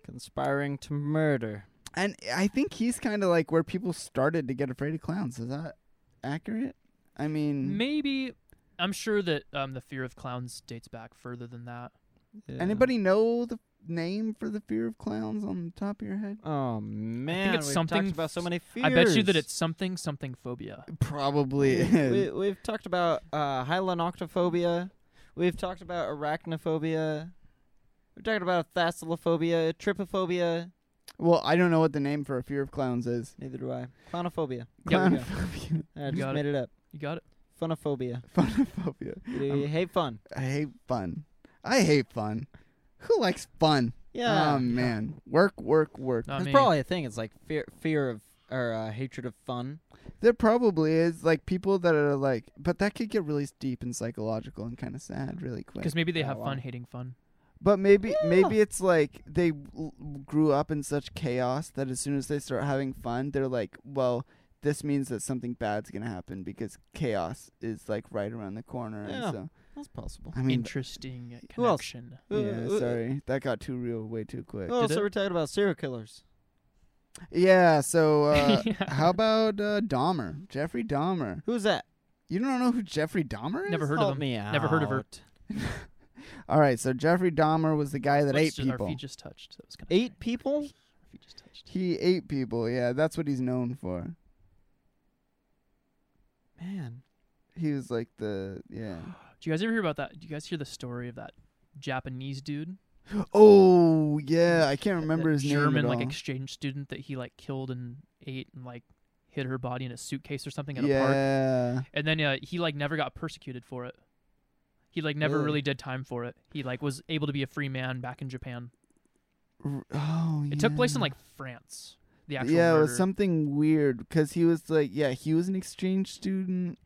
C: Conspiring to murder.
D: And I think he's kind of like where people started to get afraid of clowns. Is that accurate? I
C: Mm.
D: mean,
A: Maybe I'm sure that um, the fear of clowns dates back further than that.
D: anybody know the name for the fear of clowns on the top of your head?
C: Oh man,
A: it's
C: we've
A: something-
C: talked about so many fears.
A: I bet you that it's something something phobia.
D: Probably
C: We, we've talked about uh, hylenoctophobia. We've talked about arachnophobia. We're talking about thalassophobia, trypophobia.
D: Well, I don't know what the name for a fear of clowns is.
C: Neither do I. Clownophobia.
A: Yep.
C: There we go.
D: Clownphobia.
C: I
A: got
C: just
A: it.
C: made it. up.
A: You got it.
C: Funophobia.
D: Phonophobia.
C: You hate fun.
D: I hate fun. I hate fun. Who likes fun?
C: Yeah.
D: oh man, work, work, work.
A: Not
C: It's
A: me.
C: probably a thing. It's like fear, fear of or uh, hatred of fun.
D: There probably is like people that are like, but that could get really deep and psychological and kind of sad really quick.
A: Because maybe they
C: Yeah,
A: have
C: wow.
A: fun hating fun.
D: But maybe
C: Yeah.
D: maybe it's like they l- grew up in such chaos that as soon as they start having fun, they're like, well, this means that something bad's gonna happen because chaos is like right around the corner.
C: Yeah.
D: And so
C: That's possible.
D: I mean,
A: Interesting
C: Who else?
A: connection.
D: yeah,
C: Uh, uh,
D: sorry, that got too real way too quick.
C: Oh,
A: Did
C: so
A: it?
C: we're talking about serial killers.
D: Yeah, so uh,
A: Yeah.
D: how about uh, Dahmer, Jeffrey Dahmer?
C: Who's that?
D: You don't know who Jeffrey Dahmer is?
A: Never heard
C: Help
A: of him.
C: Oh, me
A: Never heard of her.
C: out.
D: All right, so Jeffrey Dahmer was the guy that
A: Let's
D: ate
A: ju- Our
D: people.
A: feet just touched. That was kind of
C: Eight people.
A: Our feet just touched.
D: He ate people. Yeah, that's what he's known for.
C: Man.
D: He was like the yeah.
A: Do you guys ever hear about that? Do you guys hear the story of that Japanese dude?
D: Oh yeah, I can't remember
A: that
D: his
A: German
D: name at
A: like
D: all.
A: exchange student that he like killed and ate and like hid her body in a suitcase or something at a park.
D: yeah,
A: And then uh, he like never got persecuted for it. He like never
D: Really?
A: really did time for it. He like was able to be a free man back in Japan.
D: R- oh,
A: It took place in
D: yeah.
A: like France. The actual
D: yeah, it was
A: murder.
D: something weird because he was like yeah, he was an exchange student,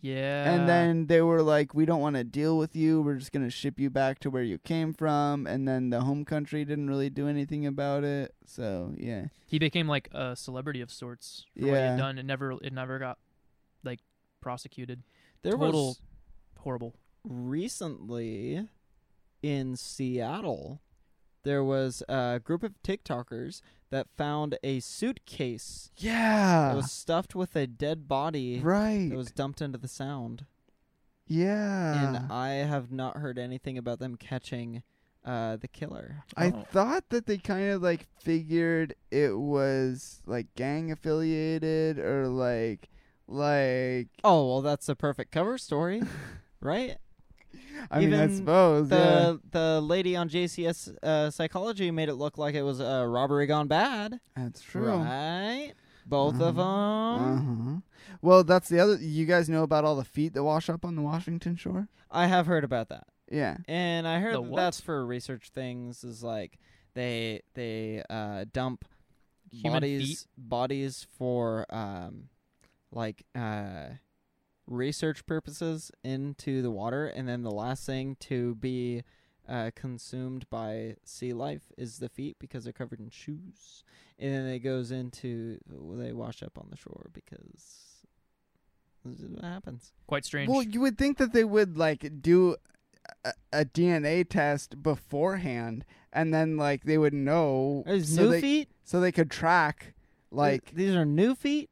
A: yeah.
D: and then they were like, we don't want to deal with you. We're just gonna ship you back to where you came from, and then the home country didn't really do anything about it. So yeah,
A: he became like a celebrity of sorts for what he
D: Yeah.
A: had done. It never it never got like prosecuted.
C: There
A: Total-
C: was
A: Horrible.
C: recently in Seattle. There was a group of TikTokers that found a suitcase
D: yeah,
C: that was stuffed with a dead body
D: right,
C: that was dumped into the sound.
D: yeah.
C: and I have not heard anything about them catching uh, the killer.
D: I
A: Oh.
D: thought that they kind of like figured it was like gang affiliated or like like
C: Oh well, that's a perfect cover story, right?
D: I mean I
C: Even
D: suppose yeah.
C: The the lady on JCS uh, psychology made it look like it was a robbery gone bad,
D: that's true.
C: right? Both of them.
D: Uh-huh. Well, that's the other. You guys know about all the feet that wash up on the Washington shore?
C: I have heard about that,
D: Yeah.
C: and I heard
A: The
C: that
A: what?
C: that's for research things. Is like they they uh, dump
A: Human
C: bodies
A: feet?
C: bodies for um like uh research purposes into the water and then the last thing to be uh, consumed by sea life is the feet because they're covered in shoes and then it goes into well, they wash up on the shore because this is what happens
A: Quite strange.
D: Well, you would think that they would like do a, a DNA test beforehand, and then like they would know
C: These
D: so
C: new
D: they
C: feet
D: so they could track. Like,
C: these are new feet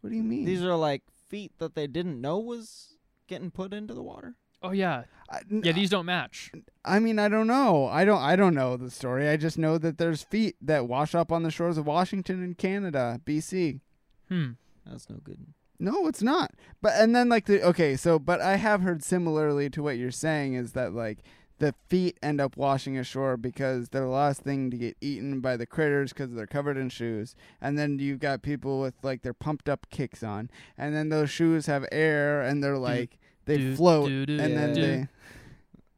D: what do you mean?
C: these are like feet that they didn't know was getting put into the water
A: oh yeah.
D: I-
A: Yeah, these don't match.
D: I mean, I don't know. I don't. I don't know the story. I just know that there's feet that wash up on the shores of Washington and Canada, BC.
A: Hmm.
C: that's no good
D: No, it's not. But and then like the okay, so but I have heard similarly to what you're saying is that like the feet end up washing ashore because they're the last thing to get eaten by the critters because they're covered in shoes. And then you've got people with like their pumped up kicks on, and then those shoes have air and they're like they
A: do,
D: float,
A: do, do,
D: and then
C: do.
D: they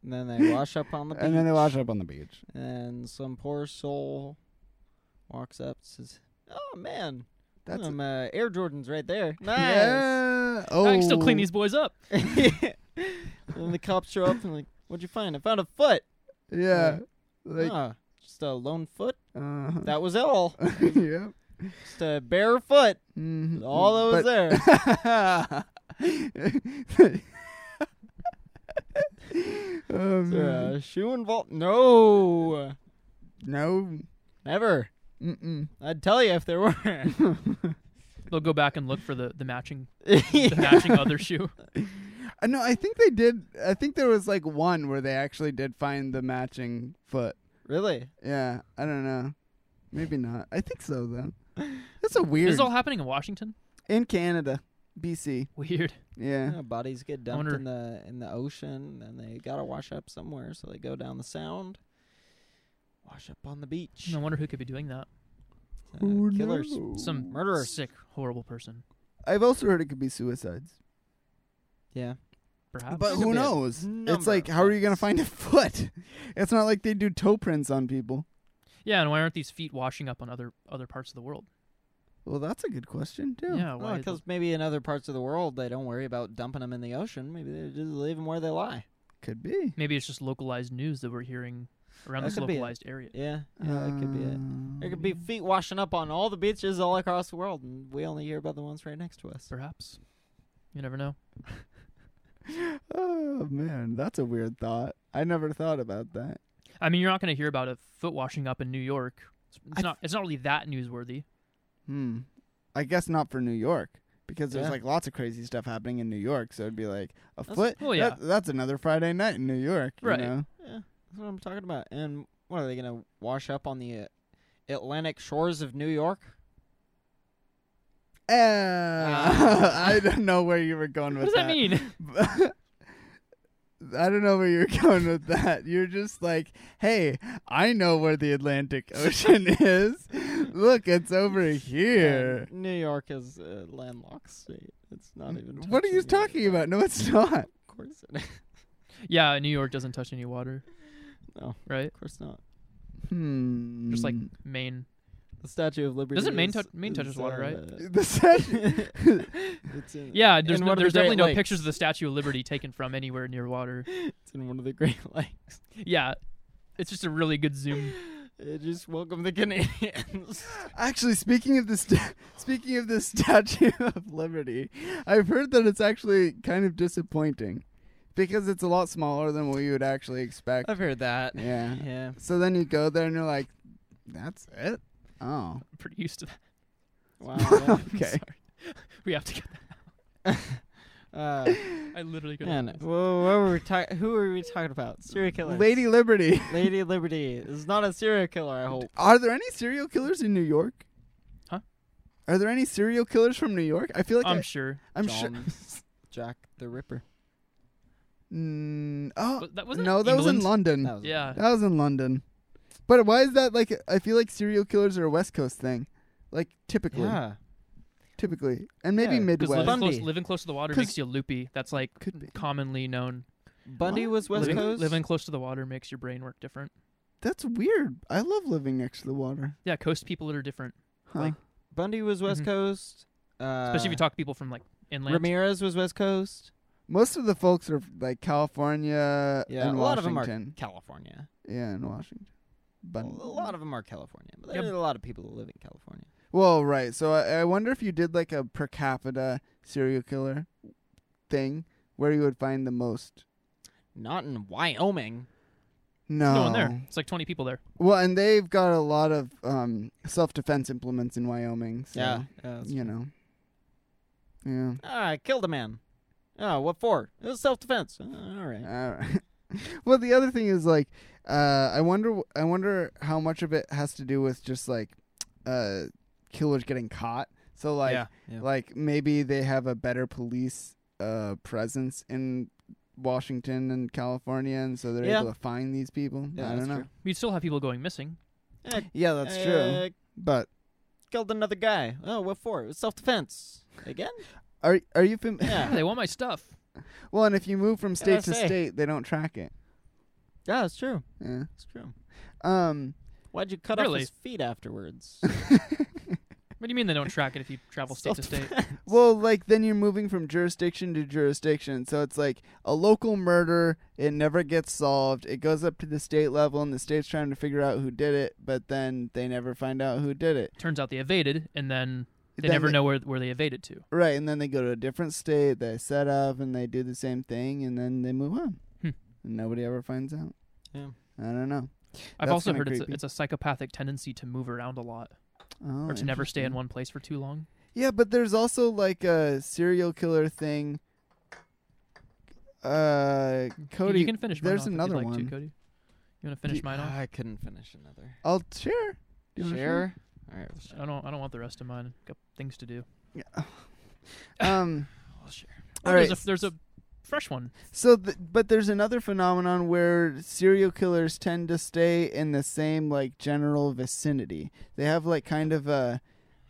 C: and then they wash up on the beach
D: and then they wash up on the beach.
C: And some poor soul walks up says, Oh man, that's
D: That's
C: some uh, Air Jordans right there. Nice.
D: yeah. Oh,
A: I can still clean these boys up.
C: and the cops show up and like, What'd you find? I found a foot.
D: Yeah. Like,
C: Like,
A: Oh.
C: just a lone foot.
D: uh,
C: That was all.
D: yeah.
C: Just a bare foot.
D: Mhm.
C: All that was there.
D: But- Oh,
C: Is
D: man.
C: there a shoe involved? No,
D: no.
C: never.
D: Mm-mm.
C: I'd tell you if there were.
A: They'll go back and look for the, the matching the matching other shoe.
D: Uh, No, I think they did. I think there was like one where they actually did find the matching foot.
C: really?
D: Yeah, I don't know. Maybe not. I think so though. That's a weird.
A: This is all happening in Washington.
D: in Canada, BC.
A: Weird.
D: Yeah.
C: Yeah, bodies get
A: I
C: dumped
A: wonder-
C: in the in the ocean, and they gotta wash up somewhere, so they go down the sound. Wash up on the beach.
A: No wonder who could be doing that.
B: Uh,
D: Oh,
C: killers.
D: no.
A: Some
C: Murderer.
A: sick, horrible person,
D: I've also heard it could be suicides.
C: Yeah.
A: perhaps.
D: But
C: It could
D: who
C: be a
D: knows?
C: number
D: It's like,
C: of
D: how are you going to
C: things.
D: find a foot? It's not like they do toe prints on people.
A: yeah, and why aren't these feet washing up on other other parts of the world?
D: Well, that's a good question, too.
A: Yeah, why?
C: Oh, Because maybe in other parts of the world they don't worry about dumping them in the ocean. Maybe they just leave them where they lie.
D: Could be.
A: maybe it's just localized news that we're hearing around
C: That
A: this
C: could be it.
A: localized area.
C: Yeah, yeah, that could be it. There could be
D: Um,
C: feet washing up on all the beaches all across the world, and we only hear about the ones right next to us.
A: Perhaps. You never know.
D: Oh, man. That's a weird thought. I never thought about that.
A: I mean, you're not going to hear about a foot washing up in New York. It's, it's
D: I
A: not. It's not really that newsworthy.
D: Hmm. I guess not for New York because there's
C: Yeah.
D: like lots of crazy stuff happening in New York. So it'd be like a foot.
A: Well, yeah.
D: that- that's another Friday night in New York. you
A: Right.
D: know?
C: Yeah, that's what I'm talking about. And what are they gonna wash up on the uh, Atlantic shores of New York?
D: Uh, I don't know where you were going
A: What
D: with
A: does that mean?
D: I don't know where you're going with that. You're just like, hey, I know where the Atlantic Ocean is. Look, it's over here.
C: And New York is a landlocked state. It's not even.
D: What are you
C: touching any-
D: talking about? No, it's not.
C: Of course, it,
A: yeah, New York doesn't touch any water.
C: No.
A: Right?
C: of course not.
D: Hmm.
A: Just like Maine.
C: The Statue of Liberty
A: Doesn't Maine
C: is-
A: touch- Maine
C: is,
A: touches water, right?
C: uh,
D: the statue.
C: it's in,
A: Yeah, there's,
C: in
A: no,
C: one of the
A: there's definitely
C: Great
A: no
C: Lakes.
A: pictures of the Statue of Liberty taken from anywhere near water.
C: It's in one of the Great Lakes.
A: Yeah, it's just a really good zoom.
C: Uh, just welcome the Canadians.
D: Actually, speaking of the sta- speaking of the Statue of Liberty, I've heard that it's actually kind of disappointing because it's a lot smaller than what you would actually expect.
C: I've heard that.
D: Yeah.
C: Yeah.
D: So then you go there and you're like, "That's it?
A: I'm
D: Oh,
A: pretty used to that.
C: Wow. yeah.
D: okay."
A: We have to get
C: Uh,
A: I literally could
C: man, whoa, what were we ta- who were we talking about? Serial killers.
D: Lady Liberty.
C: Lady Liberty is not a serial killer, I hope.
D: Are there any serial killers in New York?
A: Huh? Um,
D: Are there any serial killers from New York? I feel like
A: I'm
D: I,
A: sure.
D: I'm sure.
C: John Jack the Ripper.
D: Mm, oh
A: But that wasn't
D: no, that was in
A: England?
D: London.
C: That was
A: Yeah.
D: That was in London. But why is that like? I feel like serial killers are a West Coast thing, like typically,
C: Yeah.
D: typically, and maybe
C: Yeah,
A: Because
C: 'cause
D: Midwest.
A: living close,
C: Bundy.
A: living close to the water
D: 'Cause-
A: makes you loopy. That's like
D: Could be.
A: commonly known.
C: Bundy
D: What?
C: was West
A: living,
C: Coast.
A: living close to the water makes your brain work different.
D: That's weird. I love living next to the water.
A: Yeah, coast people are different,
D: Huh.
A: Like-
C: Bundy was West
A: Mhm.
C: Coast. Uh,
A: especially if you talk to people from like inland.
C: Ramirez was West Coast.
D: Most of the folks are like California
C: Yeah,
D: and
C: a
D: Washington.
C: lot of 'em are- California.
D: Yeah, in Washington. But
C: a lot of them are California, but
A: Yep.
C: there are a lot of people that live in California.
D: Well, right. So I, I wonder if you did like a per capita serial killer thing, where you would find the most.
C: Not in Wyoming.
D: No.
A: No one there. It's like 20 people there.
D: Well, and they've got a lot of um, self defense implements in Wyoming. So,
C: Yeah. yeah that's
D: You
C: true.
D: know. Yeah.
C: Ah, I killed a man. Oh, what for? It was self defense. all right.
D: All right. well, the other thing is like, uh, I wonder, I wonder how much of it has to do with just like, uh, killers getting caught. So like,
C: yeah. yeah.
D: like maybe they have a better police uh presence in Washington and California, and so they're
C: Yeah.
D: able to find these people.
C: Yeah,
D: I don't
C: that's
D: know.
C: true.
A: We still have people going missing.
D: Yeah, that's true.
C: Uh,
D: But
C: Killed another guy. Oh, what for? It was self defense. Again?
D: are are you fam-
A: Yeah,
C: Yeah.
A: they want my stuff.
D: well? And if you move from state to
C: say?
D: state, they don't track it.
C: yeah, it's true.
D: Yeah.
C: It's true.
D: Um.
C: Why'd you cut
A: Really?
C: off his feet afterwards?
A: What do you mean they don't track it if you travel state to state?
D: Well, like then you're moving from jurisdiction to jurisdiction. So it's like a local murder, it never gets solved. It goes up to the state level and the state's trying to figure out who did it, but then they never find out who did it.
A: Turns out they evaded, and then they
D: Then
A: never
D: they-
A: know where where they evaded to.
D: Right, and then they go to a different state, they set up and they do the same thing and then they move on.
A: Hmm.
D: And nobody ever finds out.
C: Yeah.
D: I don't know.
A: I've
D: That's
A: also
D: kinda
A: heard it's a,
D: creepy.
A: it's a psychopathic tendency to move around a lot
D: Oh,
A: or to never stay in
D: interesting.
A: one place for too long.
D: Yeah, but there's also like a serial killer thing. Uh,
A: You-
D: Cody,
A: you can finish. mine
D: there's
A: off if you'd
D: another
A: like
D: one.
A: To, Cody, you want to finish
D: you-
A: mine off?
C: I couldn't finish another.
D: I'll share. Do you wanna
C: Share? All right, we'll share.
A: I don't. I don't want the rest of mine. Got things to do.
D: Um.
C: We'll share.
A: Oh,
D: All right.
A: There's a, there's a fresh one.
D: So, th- but there's another phenomenon where serial killers tend to stay in the same like general vicinity. They have like kind of a,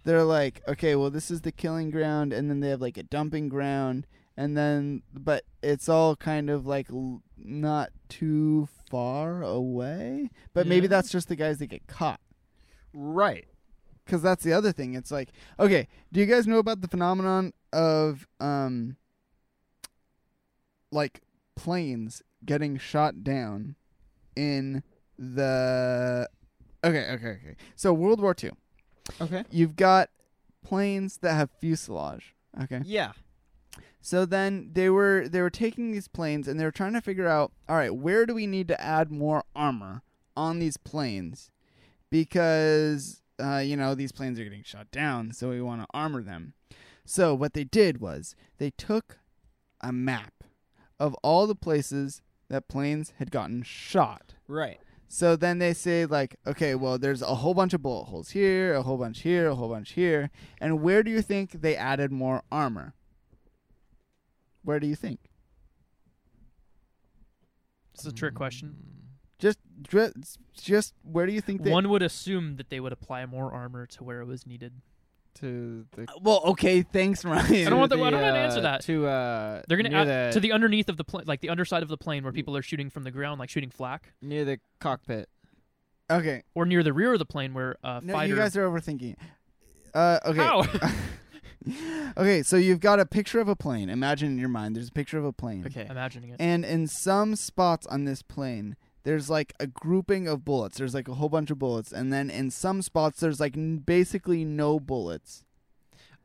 D: they're like, okay, well, this is the killing ground, and then they have like a dumping ground, and then but it's all kind of like l- not too far away. But maybe
A: Yeah.
D: that's just the guys that get caught.
C: Right.
D: Because that's the other thing. It's like, okay, do you guys know about the phenomenon of um, like planes getting shot down in the? Okay, okay, okay. So World War Two,
B: Okay.
D: you've got planes that have fuselage. Okay.
C: Yeah.
D: So then they were they were taking these planes and they were trying to figure out, all right, where do we need to add more armor on these planes? Because uh, you know these planes are getting shot down, so we want to armor them. So what they did was they took a map of all the places that planes had gotten shot.
C: Right.
D: So then they say like, okay, well, there's a whole bunch of bullet holes here, a whole bunch here, a whole bunch here, and where do you think they added more armor? Where do you think?
A: It's a trick question.
C: Mm.
D: Just, dri- just where do you think they?
A: One would assume that they would apply more armor to where it was needed.
B: To the
D: Uh, Well, okay, thanks, Ryan.
A: I don't want
C: To
A: the- I don't wanna
C: uh,
A: answer that.
C: To uh,
A: They're gonna
C: near
A: add
C: the, Mm.
A: to the underneath of the plane, like the underside of the plane, where people are shooting from the ground, like shooting flak,
C: near the cockpit.
D: Okay,
A: or near the rear of the plane where uh,
D: no,
A: fighter.
D: you guys are overthinking. it. Uh, okay.
A: Ow!
D: okay, so you've got a picture of a plane. Imagine in your mind, there's a picture of a plane.
C: Okay.
A: Imagining it.
D: And in some spots on this plane, there's like a grouping of bullets. There's like a whole bunch of bullets, and then in some spots, there's like n- basically no bullets.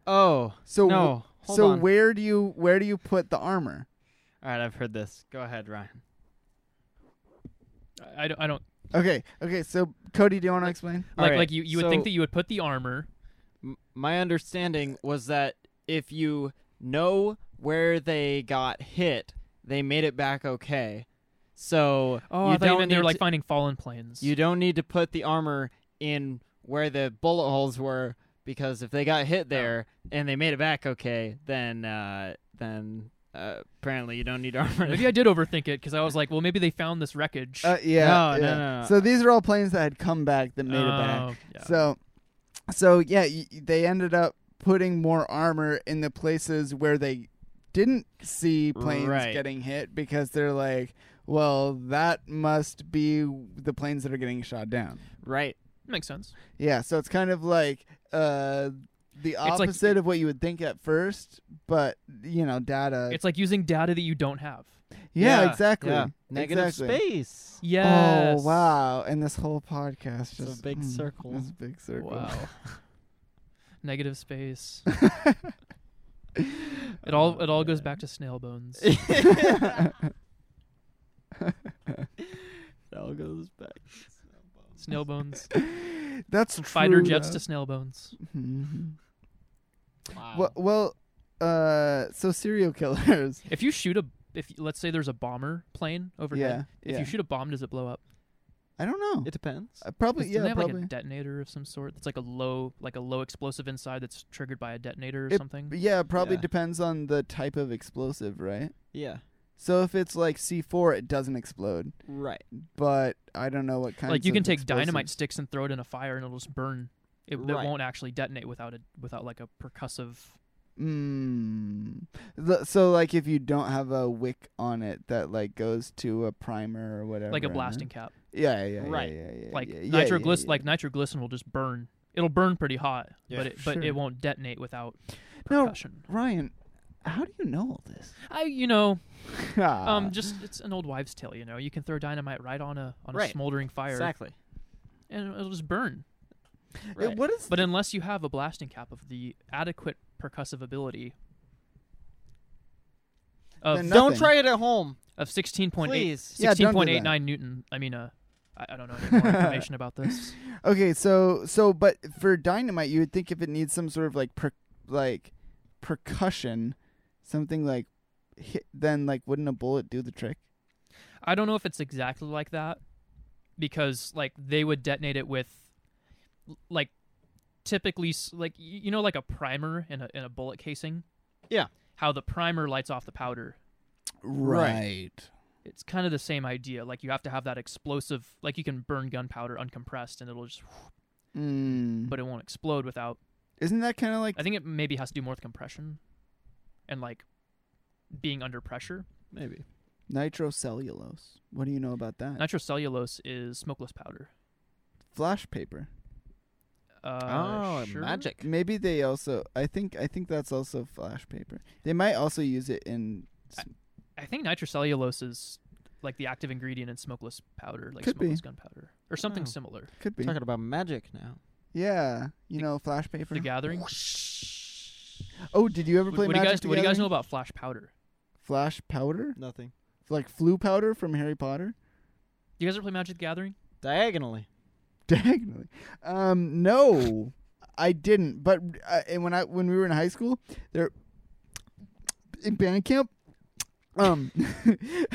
C: Oh
D: So
C: no.
D: w-
C: Hold
D: so
C: on.
D: where do you where do you put the armor?
C: All right, I've heard this. Go ahead, Ryan.
A: I, I don't. I don't
D: Okay, okay. So Cody, do you want to explain?
C: All
A: like
C: right,
A: like you. You would think
C: so-
A: that you would put the armor.
C: M- my understanding was that if you know where they got hit, they made it back okay. So
A: Oh,
C: you
A: I thought you
C: don't
A: meant they
C: need
A: were like
C: to-
A: finding fallen planes.
C: You don't need to put the armor in where the bullet holes were because if they got hit there and they made it back okay, then uh, then uh, apparently you don't need armor.
A: Maybe I did overthink it because I was like, well, maybe they found this wreckage.
D: Uh, yeah.
C: No, no,
D: yeah.
C: no, no.
D: So these are all planes that had come back that made it back.
A: Oh, yeah.
D: So, so yeah, y- they ended up putting more armor in the places where they didn't see planes
C: Right.
D: getting hit because they're like, well, that must be the planes that are getting shot down.
C: right.
A: makes sense.
D: Yeah, so it's kind of like uh, the
A: like-
D: opposite of what you would think at first, but you know, data.
A: It's like using data that you don't have.
D: yeah,
C: yeah,
D: exactly.
C: yeah. Negative
D: Exactly.
C: space.
A: Yes.
D: Oh wow! And this whole podcast
C: It's a
D: just
C: big circle.
D: It's a big circle.
A: Wow. Negative space. It all it all goes back to snail bones.
C: It all goes back.
A: snail bones.
D: That's true.
A: Fighter jets
D: though.
A: to snail bones.
D: Mhm.
A: Um,
C: Wow.
D: Well, well, uh, so serial killers.
A: If you shoot a if let's say there's a bomber plane overhead,
D: yeah,
A: if
D: yeah.
A: you shoot a bomb, does it blow up?
D: I don't know.
C: It depends.
D: Uh, probably,
A: Does- doesn't it
D: yeah,
A: have
D: probably.
A: like a detonator of some sort? That's like a low like a low explosive inside that's triggered by a detonator or
D: It-
A: something.
D: But yeah, it probably
C: Yeah.
D: depends on the type of explosive, right?
C: Yeah.
D: So if it's like C4, it doesn't explode.
C: Right.
D: But I don't know what kind.
A: Like you can take dynamite sticks and throw it in a fire and it'll just burn. It, it
C: Right.
A: won't actually detonate without a without like a percussive.
D: Mm. The- So like if you don't have a wick on it that like goes to a primer or whatever,
A: Like a
D: huh?
A: blasting cap.
D: Yeah, yeah, yeah,
C: Right.
D: Yeah, yeah,
A: like
D: yeah, yeah, yeah,
A: nitroglycerin,
D: yeah.
A: like nitroglycerin will just burn. It'll burn pretty hot,
C: Yeah,
A: but it, but
D: sure.
A: it won't detonate without
D: No.
A: percussion.
D: Ryan, how do you know all this?
A: I you know
D: Ah.
C: Uh,
A: um just it's an old wives' tale. You know you can throw dynamite right on a on a
C: Right.
A: smoldering fire
C: Exactly.
A: and it'll just burn.
D: Wait,
C: Right.
D: what is
A: But unless you have a blasting cap of the adequate percussive ability
D: Then
A: of
D: no-
C: Don't
D: Nothing.
C: try it at home,
A: of sixteen point eight
C: please.
D: Yeah,
A: sixteen
D: don't do
A: point
D: that.
A: eight nine newton. I mean uh. I I don't know any more information about this.
D: okay? So so, but for dynamite, you would think if it needs some sort of like per, like percussion, something like hit, then like wouldn't a bullet do the trick?
A: I don't know if it's exactly like that because like they would detonate it with l- like typically s- like y- you know like a primer in a in a bullet casing.
C: Yeah.
A: How the primer lights off the powder.
C: Right.
A: It's kind of the same idea. Like you have to have that explosive. Like you can burn gunpowder uncompressed, and it'll just.
D: Mm.
A: But it won't explode without.
D: isn't that kind of like
A: I think it maybe has to do more with compression, and like being under pressure.
C: Maybe.
D: nitrocellulose? What do you know about that?
A: Nitrocellulose is smokeless powder.
D: Flash paper.
C: Oh,
A: Uh, sure?
C: magic.
D: Maybe they also. I think. I think that's also flash paper. They might also use it in.
A: I think nitrocellulose is like the active ingredient in smokeless powder, like
D: Could be.
A: smokeless gunpowder, or something
C: Oh.
A: similar.
D: Could be.
C: Talking about magic now.
D: Yeah. You know, flash paper.
A: The Gathering.
D: Oh, did you ever
A: What,
D: play
A: what do you
D: Magic?
A: guys?
D: the
A: What do you guys know
D: Gathering?
A: about flash powder?
D: Flash powder,
C: Nothing.
D: like flu powder from Harry Potter.
A: Do you guys ever play Magic the Gathering?
C: Diagonally.
D: Diagonally. Um, no, I didn't. But uh, and when I when we were in high school, there in band camp, um,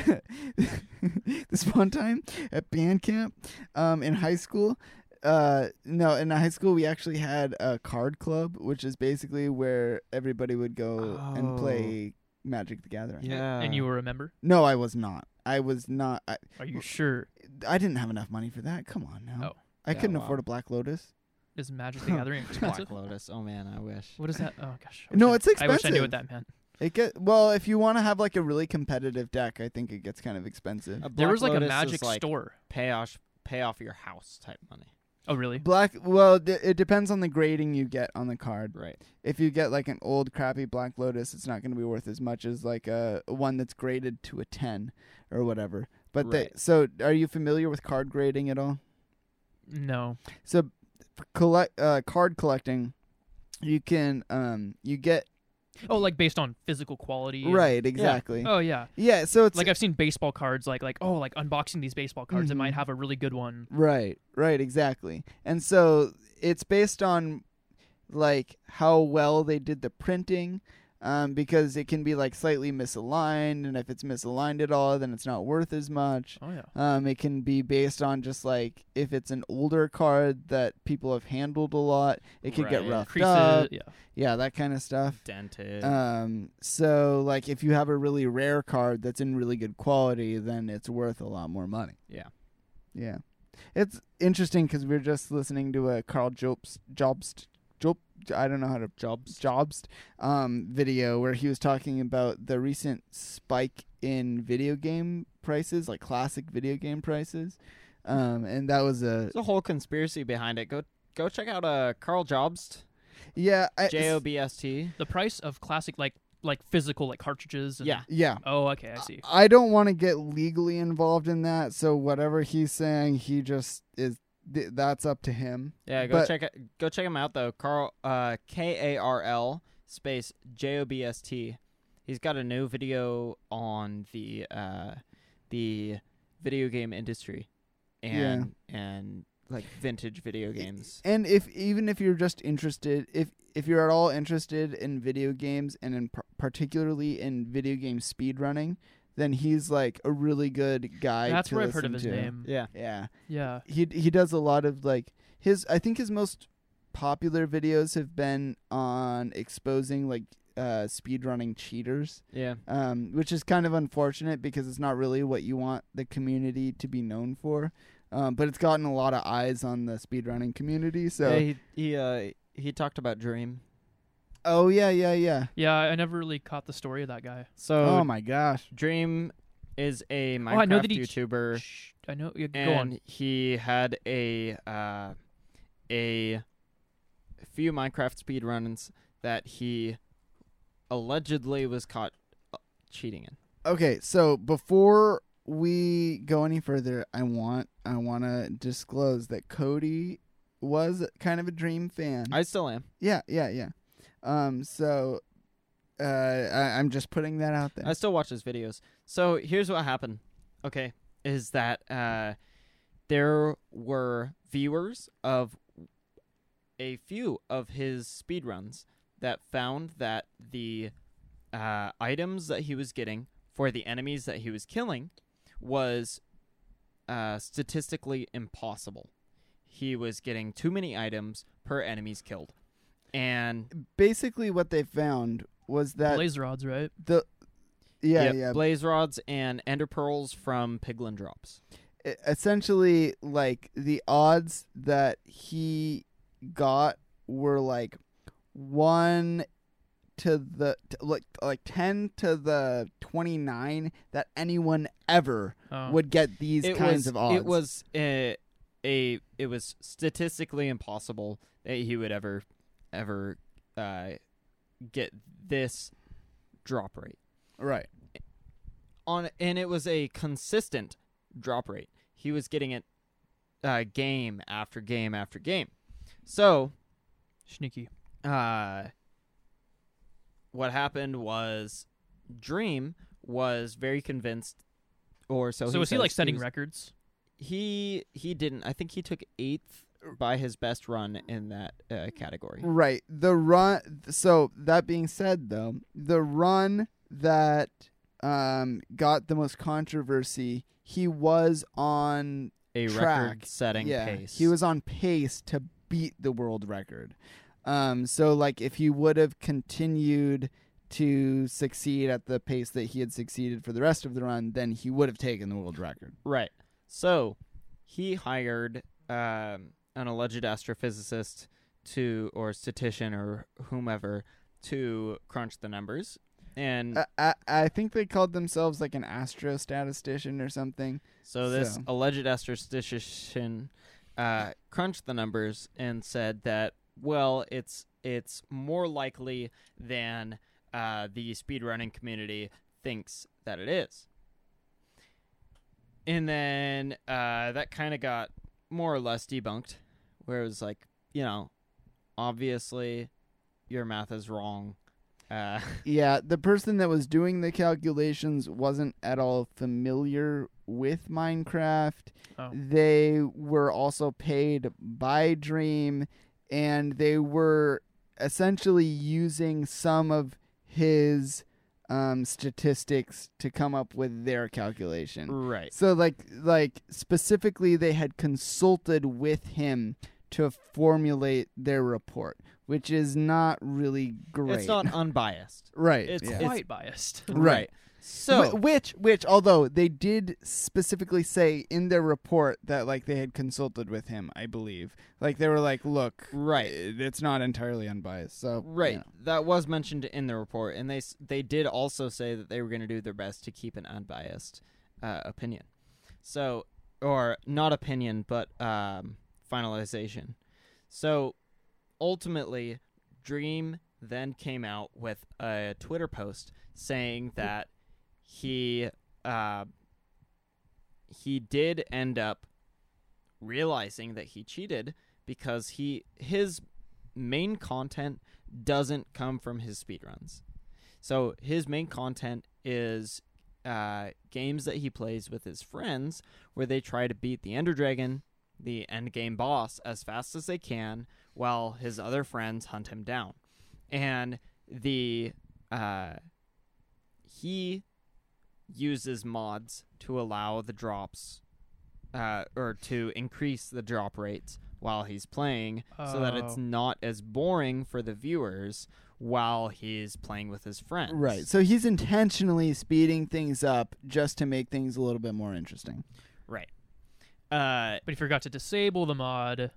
D: this one time at band camp, um, in high school. Uh no, in high school we actually had a card club, which is basically where everybody would go and
C: Oh.
D: play Magic the Gathering.
C: Yeah.
A: And you
D: Uh,
A: were a member?
D: No, I was not. I was not. I,
A: Are you sure?
D: I didn't have enough money for that. Come on now.
A: Oh.
D: I
C: Yeah,
D: couldn't
C: wow.
D: afford a Black Lotus.
A: Is Magic the Gathering expensive?
C: Black Lotus. Oh man, I wish.
A: what is that? Oh gosh. I
D: No,
A: wish I-
D: it's
A: I wish I knew
D: expensive.
A: what that meant.
D: It get well if you want to have like a really competitive deck. I think it gets kind of expensive.
C: A
A: there
C: Black
A: was like a
C: Lotus is
A: Magic
C: like
A: store.
C: Pay off, pay off your house type money.
A: Oh really?
D: Black. Well, d- it depends on the grading you get on the card.
C: Right.
D: If you get like an old crappy Black Lotus, it's not going to be worth as much as like a one that's graded to a ten or whatever. But they,
C: Right.
D: so are you familiar with card grading at all?
A: No.
D: So, for collect uh, card collecting, you can um you get
A: Oh, like based on physical quality. and-
D: right exactly.
A: Oh yeah.
D: Yeah, so it's
A: Like I've seen baseball cards, like like oh, like unboxing these baseball cards. It
D: Mhm.
A: might have a really good one.
D: right, right, exactly. And so it's based on like how well they did the printing, um, because it can be like slightly misaligned, and if it's misaligned at all, then it's not worth as much.
A: Oh yeah.
D: Um, it can be based on just like if it's an older card that people have handled a lot, it could get
C: Right.
D: roughed
A: Creases.
D: up,
A: Yeah.
D: yeah, that kind of stuff.
C: Dented.
D: Um, so like if you have a really rare card that's in really good quality, then it's worth a lot more money.
C: Yeah.
D: Yeah. It's interesting because we were just listening to a Carl Jobst, Jobst, Job, I don't know how to Jobst, Jobst, um, video where he was talking about the recent spike in video game prices, like classic video game prices. Um, and that was a,
C: There's a whole conspiracy behind it. Go, go check out uh Carl Jobst.
D: yeah,
A: Uh,
D: I,
C: J O B S T.
A: The price of classic like like physical like cartridges. And,
C: Yeah. Uh,
D: yeah.
A: Oh okay, I see.
D: I don't want to get legally involved in that, so whatever he's saying, he just is. Th- that's up to him.
C: Yeah, go
D: But-
C: check it, go check him out though. Carl uh, K A R L space J O B S T. He's got a new video on the uh, the video game industry and and like vintage video games.
D: And if even if you're just interested, if if you're at all interested in video games and in par- particularly in video game speed running, then he's like a really good guy.
A: That's
D: to
A: where I've heard of his
D: listen to.
A: name.
C: Yeah,
D: Yeah,
A: Yeah.
D: he he does a lot of like his. I think his most popular videos have been on exposing like uh, speed running cheaters.
C: yeah.
D: um, which is kind of unfortunate because it's not really what you want the community to be known for. Um, but it's gotten a lot of eyes on the speedrunning community. So,
C: yeah he he uh, he talked about Dream.
D: oh yeah, yeah, yeah.
A: Yeah, I never really caught the story of that guy.
C: So
D: Oh my gosh.
C: Dream is a Minecraft
A: Um, Oh, I know that he-
C: YouTuber.
A: Shh, I know. Yeah, go
C: and
A: on.
C: he had a uh, a few Minecraft speedruns that he allegedly was caught uh, cheating in.
D: Okay, so before we go any further, I want I want to disclose that Cody was kind of a dream fan.
C: I still am.
D: yeah, yeah, yeah. Um, so uh, I, I'm just putting that out there.
C: I still watch his videos. So here's what happened. Okay, is that uh, there were viewers of a few of his speedruns that found that the uh, items that he was getting for the enemies that he was killing was uh, statistically impossible. He was getting too many items per enemies killed, and
D: Basically, what they found was that
A: Laser odds, right?
D: the yeah,
C: Yep,
D: yeah.
C: Blaze rods and ender pearls from Piglin drops.
D: e- essentially like the odds that he got were like one to the t- like like 10 to the 29 that anyone ever
A: Oh.
D: would get these
C: Uh, it
D: kinds
C: was,
D: of odds
C: It was a, a it was statistically impossible that he would ever ever uh, get this drop rate
D: right
C: on, and it was a consistent drop rate. He was getting it uh, game after game after game. So
A: sneaky.
C: uh, what happened was Dream was very convinced, or so.
A: So,
C: he
A: was he like
C: says,
A: setting
C: was-
A: records?
C: he he didn't. I think he took eighth by his best run in that uh, category.
D: right the run so that being said though the run that um got the most controversy he was on
C: A
D: Track,
C: record-setting
D: yeah,
C: pace.
D: He was on pace to beat the world record. Um, so like if he would have continued to succeed at the pace that he had succeeded for the rest of the run, then he would have taken the world record.
C: right. So he hired um, an alleged astrophysicist to or statistician or whomever to crunch the numbers, and
D: I, I, I think they called themselves like an astrostatistician or something.
C: So this
D: So-
C: alleged astrostatistician uh, crunched the numbers and said that well, it's it's more likely than uh, the speedrunning community thinks that it is. And then uh, that kind of got more or less debunked, where it was like, you know, obviously your math is wrong. Uh,
D: Yeah, the person that was doing the calculations wasn't at all familiar with Minecraft.
A: Oh.
D: They were also paid by Dream and they were essentially using some of his um, statistics to come up with their calculation.
C: right.
D: So like like specifically they had consulted with him to formulate their report, which is not really great.
C: It's not unbiased.
D: right.
C: it's-
D: yeah.
C: it's-
A: Quite biased.
D: Right.
C: So
D: Wh- which which although they did specifically say in their report that like they had consulted with him, I believe. Like they were like, look,
C: Right.
D: it- it's not entirely unbiased. So you
C: Right,
D: know.
C: that was mentioned in the report, and they s- they did also say that they were going to do their best to keep an unbiased uh, opinion. So, or not opinion, but um, finalization. So, ultimately, Dream then came out with a Twitter post saying that he uh, he did end up realizing that he cheated because he his main content doesn't come from his speedruns. So his main content is uh, games that he plays with his friends where they try to beat the Ender Dragon, the end game boss, as fast as they can while his other friends hunt him down. And the uh, he uses mods to allow the drops uh, or to increase the drop rates while he's playing so that it's
A: Oh.
C: not as boring for the viewers while he's playing with his friends.
D: Right. So he's intentionally speeding things up just to make things a little bit more interesting.
C: Right. Uh,
A: But he forgot to disable the mod.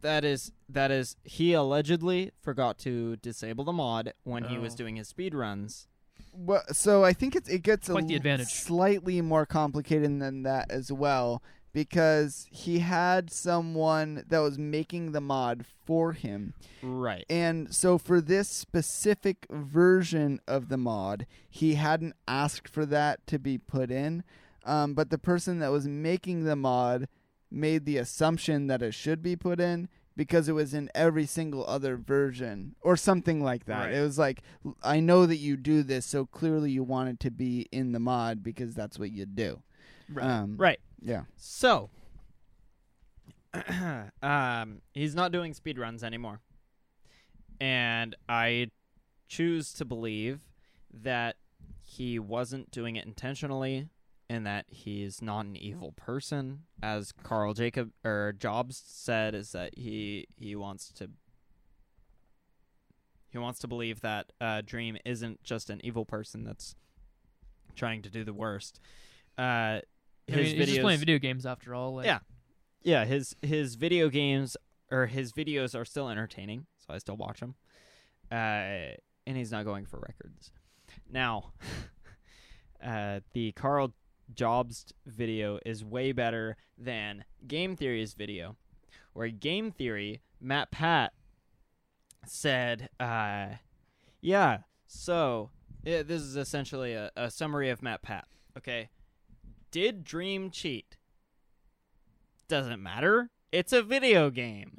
C: that is that is he allegedly forgot to disable the mod when he was
A: Oh.
C: doing his speed runs.
D: Well, so I think it's, it gets a
A: Quite the
D: l-
A: advantage.
D: slightly more complicated than that as well because he had someone that was making the mod for him.
C: Right.
D: And so for this specific version of the mod, he hadn't asked for that to be put in. Um, but the person that was making the mod made the assumption that it should be put in because it was in every single other version or something like that.
A: Right.
D: It was like, "L- I know that you do this, so clearly you want it to be in the mod because that's what you do.
A: Right.
D: Um,
C: Right.
D: Yeah.
C: So um he's not doing speed runs anymore. And I choose to believe that he wasn't doing it intentionally and that he's not an evil person as Carl Jacob or Jobs said is that he he wants to he wants to believe that uh, Dream isn't just an evil person that's trying to do the worst. Uh, his
A: I mean, he's
C: videos,
A: just playing video games after all. Like,
C: Yeah. yeah, his his video games or his videos are still entertaining, so I still watch them. Uh, and he's not going for records. Now, uh, the Carl Jobs video is way better than Game Theory's video, where Game Theory Matt Pat said, uh, "Yeah, so yeah, this is essentially a, a summary of Matt Pat. Okay, did Dream cheat? Doesn't matter. It's a video game.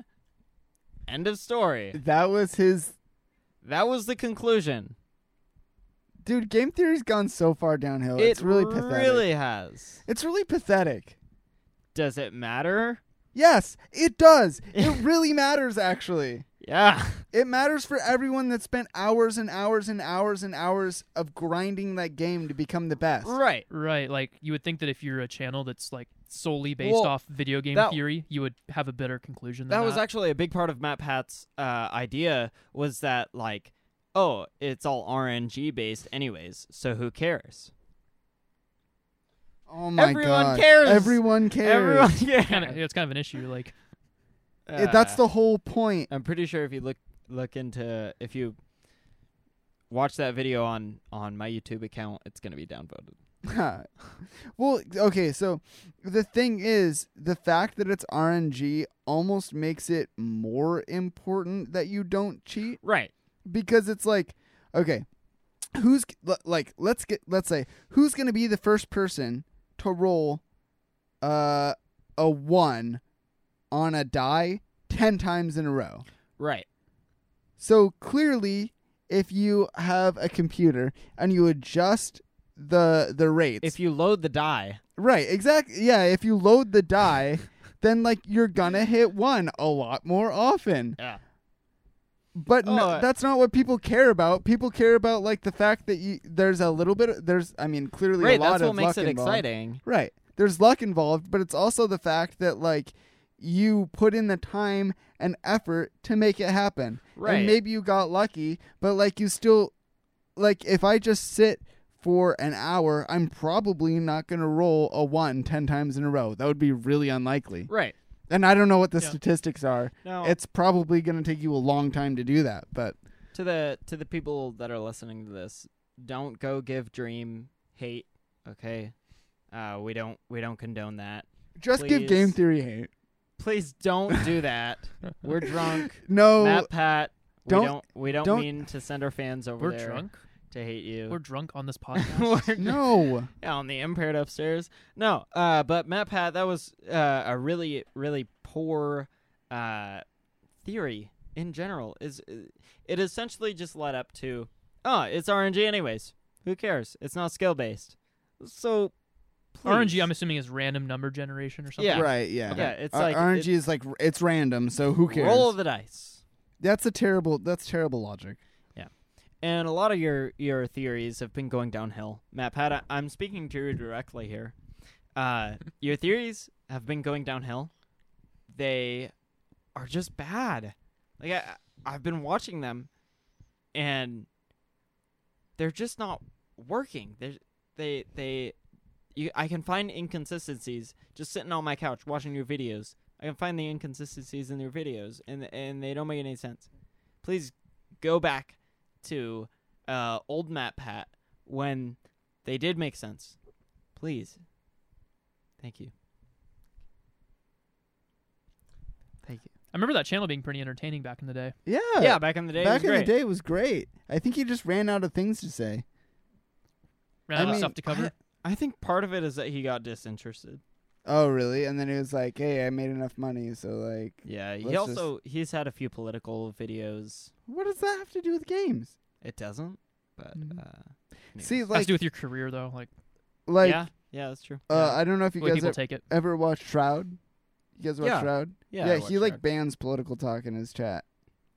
C: End of story.
D: That was his
C: That was the conclusion.
D: dude. Game theory's gone so far downhill. it's
C: it
D: really pathetic.
C: really has.
D: It's really pathetic.
C: Does it matter?
D: Yes, it does. It really matters, actually.
C: Yeah.
D: It matters for everyone that spent hours and hours and hours and hours of grinding that game to become the best.
C: Right.
A: Right. Like you would think that if you're a channel that's like solely based
C: Well,
A: off video game
C: that-
A: theory, you would have a better conclusion than
C: That
A: that.
C: was actually a big part of Matt Pat's uh, idea was that like, oh, it's all RNG based anyways, so who cares?
D: Oh my
C: Everyone
D: god.
C: cares.
D: Everyone cares.
C: Everyone cares.
A: kind of it's kind of an issue. Like
D: It- that's the whole point.
C: Uh, I'm pretty sure if you look look into if you watch that video on on my YouTube account, it's gonna be downvoted.
D: well, okay, so the thing is, the fact that it's RNG almost makes it more important that you don't cheat
C: Right.
D: because it's like, okay, who's l- like, let's get, let's say, who's going to be the first person to roll uh, a one on a die 10 times in a row?
C: Right.
D: So clearly, if you have a computer and you adjust the the rates,
C: If you load the die,
D: right, exactly, yeah. If you load the die, then like you're gonna hit one a lot more often.
C: yeah.
D: But no,
C: Oh, I-
D: that's not what people care about. People care about like the fact that you there's a little bit there's I mean clearly
C: Right,
D: a lot
C: that's
D: of
C: what makes
D: luck
C: it
D: involved.
C: exciting.
D: Right. There's luck involved, but it's also the fact that like you put in the time and effort to make it happen.
C: Right.
D: And maybe you got lucky, but like you still like if I just sit for an hour, I'm probably not going to roll a one ten times in a row. That would be really unlikely.
C: Right. Oh.
D: And I don't know what the
A: Yeah.
D: statistics are.
C: Now
D: It's probably going to take you a long time to do that, but
C: to the to the people that are listening to this, don't go give Dream hate. Okay. Uh, we don't we don't condone that.
D: just give
C: Please.
D: game theory hate.
C: Please don't do that. We're drunk.
D: No.
C: Matt Pat. We
D: Don't-
C: don't, we don't,
D: don't-
C: mean to send our fans over
A: we're
C: there
A: drunk.
C: to hate you.
A: We're drunk on this podcast.
C: We're
D: no.
C: Yeah, on the impaired upstairs. No, uh, but Matt Pat, that was uh, a really, really poor uh, theory in general. Is it essentially just led up to, oh, it's RNG anyways. Who cares? It's not skill based. So, please.
A: RNG, I'm assuming, is random number generation or something.
C: Yeah.
D: Right, yeah.
C: yeah, it's
D: Uh,
C: like
D: RNG
C: it-
D: is like r- it's random, so who cares?
C: roll of the dice.
D: that's a terrible. That's terrible logic.
C: and a lot of your your theories have been going downhill. Matt Pat, I, I'm speaking to you directly here. Uh, your theories have been going downhill. They are just bad. Like I, I've been watching them, and they're just not working. They they they, you, I can find inconsistencies just sitting on my couch watching your videos. I can find the inconsistencies in your videos, and and they don't make any sense. Please go back to uh, old Matt Pat when they did make sense. Please. Thank you. Thank you.
A: I remember that channel being pretty entertaining back in the day.
D: Yeah.
C: yeah, back in the day.
D: Back in the day it was great. I think he just ran out of things to say.
A: Ran
D: I
A: out of
D: mean,
A: stuff to cover.
C: I think part of it is that he got disinterested.
D: Oh, really? And then he was like, "Hey, I made enough money, so like,
C: Yeah, he
D: Let's
C: also he's had a few political videos.
D: what does that have to do with games?"
C: It doesn't, but
A: Mhm.
C: uh, anyways.
D: See,
A: Has
D: like,
A: to do with your career though. Like
D: like,
C: yeah, yeah, that's true.
D: uh, I don't know if
A: the
D: you
A: way
D: guys
A: people
D: ever,
A: take it.
D: ever watched Shroud. You guys watch
C: Yeah.
D: Shroud?
C: yeah,
D: yeah
C: I
D: he
C: watched
D: like
C: that.
D: bans political talk in his chat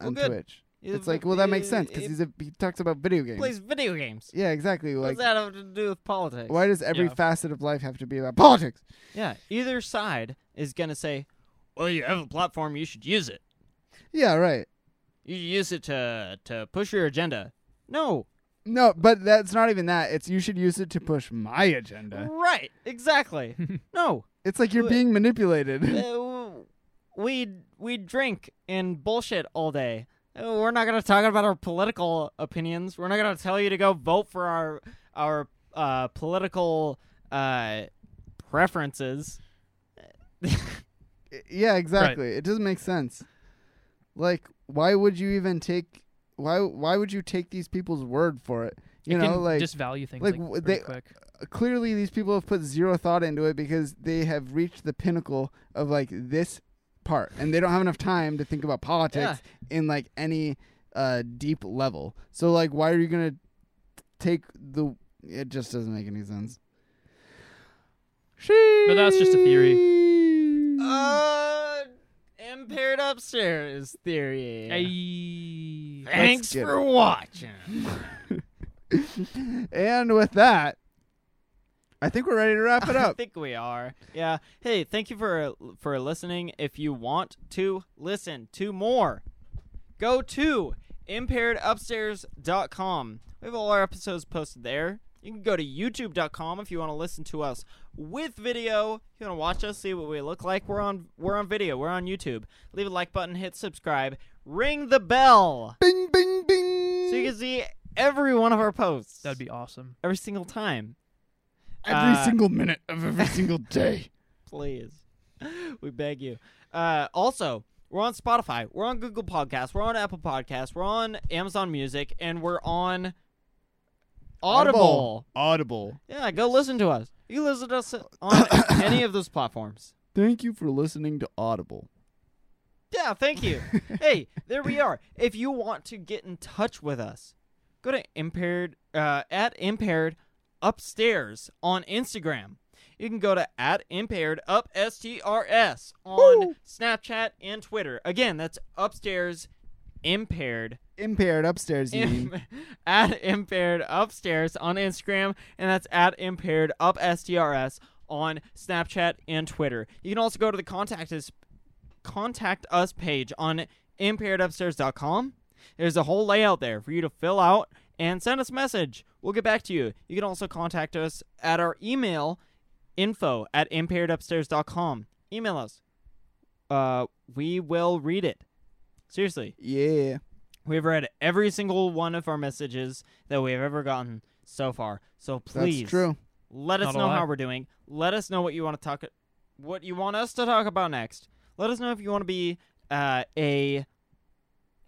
C: Well,
D: on
C: good.
D: Twitch.
C: He's
D: it's
C: a-
D: like, well, that makes
C: he-
D: sense because
C: he
D: he's a, he talks about video games.
C: plays video games.
D: Yeah, exactly.
C: what
D: Like,
C: does that have to do with politics?
D: why does every
A: Yeah.
D: facet of life have to be about politics?
C: Yeah, either side is gonna say, "Well, you have a platform, you should use it.
D: Yeah, right.
C: You should use it to to push your agenda." No,
D: No, but that's not even that. It's you should use it to push my agenda.
B: Right, exactly. no,
D: It's like you're
B: Wh-
D: being manipulated.
B: Uh, we we drink and bullshit all day. Uh, We're not gonna talk about our political opinions. We're not gonna tell you to go vote for our our uh, political uh, preferences.
D: E, yeah, exactly. It doesn't make sense. Like, why would you even take why why would you take these people's word for it? You
A: it
D: know,
A: can
D: like
A: disvalue things
D: like,
A: like,
D: w-
A: pretty
D: they-
A: quick.
D: clearly these people have put zero thought into it because they have reached the pinnacle of like this part and they don't have enough time to think about politics in like any uh deep level so like why are you gonna take the it just doesn't make any sense
A: But that's just a theory.
B: Uh, impaired upstairs theory.
A: Ayy.
B: Thanks
D: get
B: for watching.
D: and with that i think we're ready to wrap it
B: I
D: up
B: think we are. Yeah. Hey, thank you for for listening. If you want to listen to more, go to impairedupstairs.com. We have all our episodes posted there. You can go to youtube.com if you want to listen to us with video. If you want to watch us, see what we look like. We're on we're on video. We're on YouTube. Leave a like button, hit subscribe, ring the bell
D: bing bing bing
B: so you can see every one of our posts.
A: That'd be awesome.
B: every single time.
D: every
B: uh,
D: single minute of every single day
B: please. We beg you. Uh, also, we're on Spotify, we're on Google Podcasts, we're on Apple Podcasts, we're on Amazon Music, and we're on Audible.
D: audible
B: Yeah, go listen to us. You can listen to us on any of those platforms.
D: thank you for listening to audible
B: Yeah, thank you. hey, there we are. If you want to get in touch with us, go to impaired uh, at impaired upstairs on Instagram. You can go to at impaired up strs on Snapchat and Twitter. Again, that's upstairs impaired
D: impaired upstairs you mean
B: im- at impaired upstairs on Instagram, and that's at impaired up strs on Snapchat and Twitter. You can also go to the contact us contact us page on impairedupstairs.com. There's a whole layout there for you to fill out and send us a message. We'll get back to you. You can also contact us at our email info at impairedupstairs.com. Email us. Uh, we will read it. Seriously.
D: Yeah.
B: We've read every single one of our messages that we have ever gotten so far. So please,
D: That's true.
B: let us
A: Not a
B: know
A: lie.
B: how we're doing. Let us know what you want to talk, what you want us to talk about next. Let us know if you want to be uh, a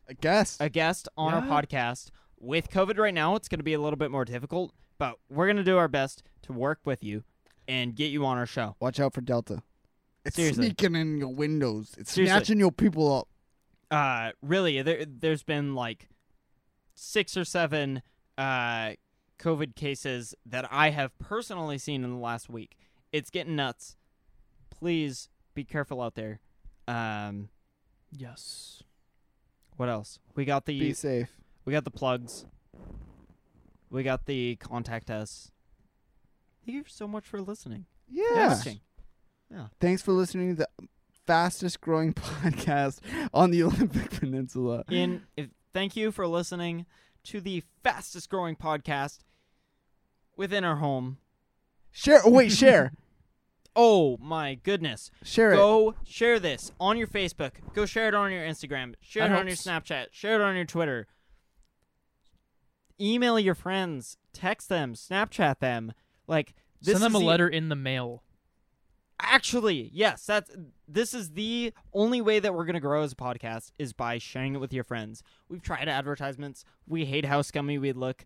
D: I guess.
B: a guest on
A: Yeah.
B: our podcast. With COVID right now, it's going to be a little bit more difficult, but we're going to do our best to work with you and get you on our show.
D: Watch out for Delta. It's
B: Seriously.
D: sneaking in your windows. It's
B: Seriously.
D: snatching your people up.
B: uh really there there's been like six or seven uh covid cases that i have personally seen in the last week it's getting nuts please be careful out there um
A: Yes.
B: what else we got the
D: Be safe.
B: we got the plugs we got the contact us thank you so much for listening
D: Yeah.
B: And watching.
D: Thanks for listening to the fastest growing podcast on the Olympic Peninsula.
B: in if, thank you for listening to the fastest growing podcast within our home
D: Share. Oh, wait, share.
B: Oh my goodness.
D: Share it.
B: Go share this on your Facebook. Go share it on your Instagram. Share
A: That
B: it on your
A: helps.
B: Snapchat. Share it on your Twitter. Email your friends. Text them. Snapchat them. Like this
A: Send them a
B: is the-
A: letter in the mail.
B: Actually, yes, that's this is the only way that we're gonna grow as a podcast is by sharing it with your friends. We've tried advertisements. We hate how scummy we look.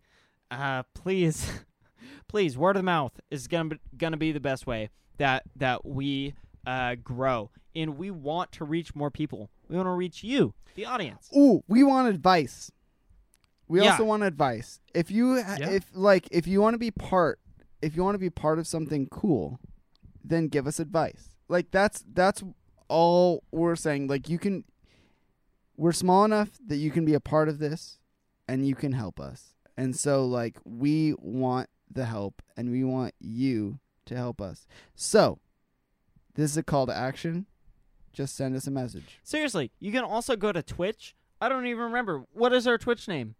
B: Uh, please, please, word of mouth is gonna be, gonna be the best way that that we uh, grow, and we want to reach more people. We want to reach you, the audience.
D: Ooh, we want advice. We
B: Yeah.
D: also want advice. If you ha-
A: Yeah.
D: if like if you want to be part if you want to be part of something cool, then give us advice. Like that's that's all we're saying. Like you can we're small enough that you can be a part of this and you can help us. And so like we want the help and we want you to help us. So, this is a call to action. Just send us a message.
B: Seriously, you can also go to Twitch. I don't even remember what is our Twitch name.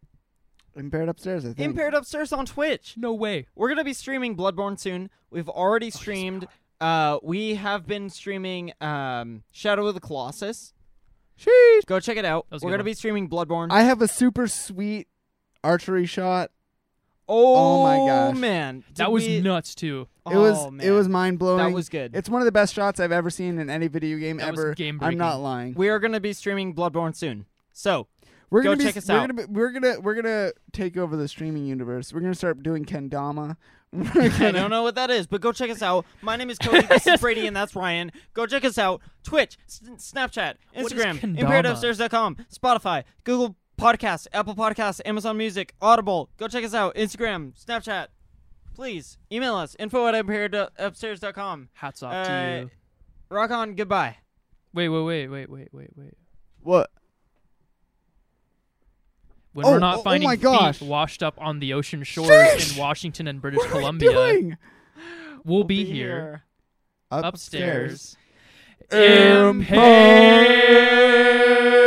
D: Impaired upstairs, I think.
B: Impaired Upstairs on Twitch.
A: No way.
B: We're gonna be streaming Bloodborne soon. We've already streamed. Uh, we have been streaming um, Shadow of the Colossus.
D: Sheesh.
B: Go check it out.
A: That was
B: oh,
A: a
B: We're
A: good
B: gonna
A: one.
B: be streaming Bloodborne.
D: I have a super sweet archery shot.
B: oh,
D: oh my gosh.
B: man, Did
A: that was
B: we-
A: nuts too.
D: It was
B: oh, man.
D: it was mind blowing.
B: that was good.
D: It's one of the best shots I've ever seen in any video game
A: That was
D: ever. I'm
A: game-breaking.
D: not lying.
B: we are gonna be streaming Bloodborne soon. So
D: We're
B: Go
D: gonna be,
B: check us
D: we're
B: out.
D: Gonna be, we're gonna we're gonna take over the streaming universe. We're gonna start doing kendama. We're
B: I
D: gonna-
B: don't know what that is, but go check us out. My name is Cody. This is Brady, and that's Ryan. Go check us out. Twitch, S- Snapchat,
A: What is
B: Instagram,
A: Kendama?
B: ImperativeStairs.com, Spotify, Google Podcasts, Apple Podcasts, Amazon Music, Audible. Go check us out. Instagram, Snapchat. Please email us info at ImperativeStairs.com.
A: Hats off
B: Uh,
A: to you.
B: Rock on. Goodbye.
A: Wait, wait, wait, wait, wait, wait, wait.
D: what?
A: When
D: Oh,
A: we're not
D: oh, oh
A: finding
D: my gosh.
A: feet washed up on the ocean shores
D: Sheesh.
A: in Washington and British
D: What are we
A: Columbia,
D: doing?
A: we'll be here.
D: Upstairs.
A: Impaired.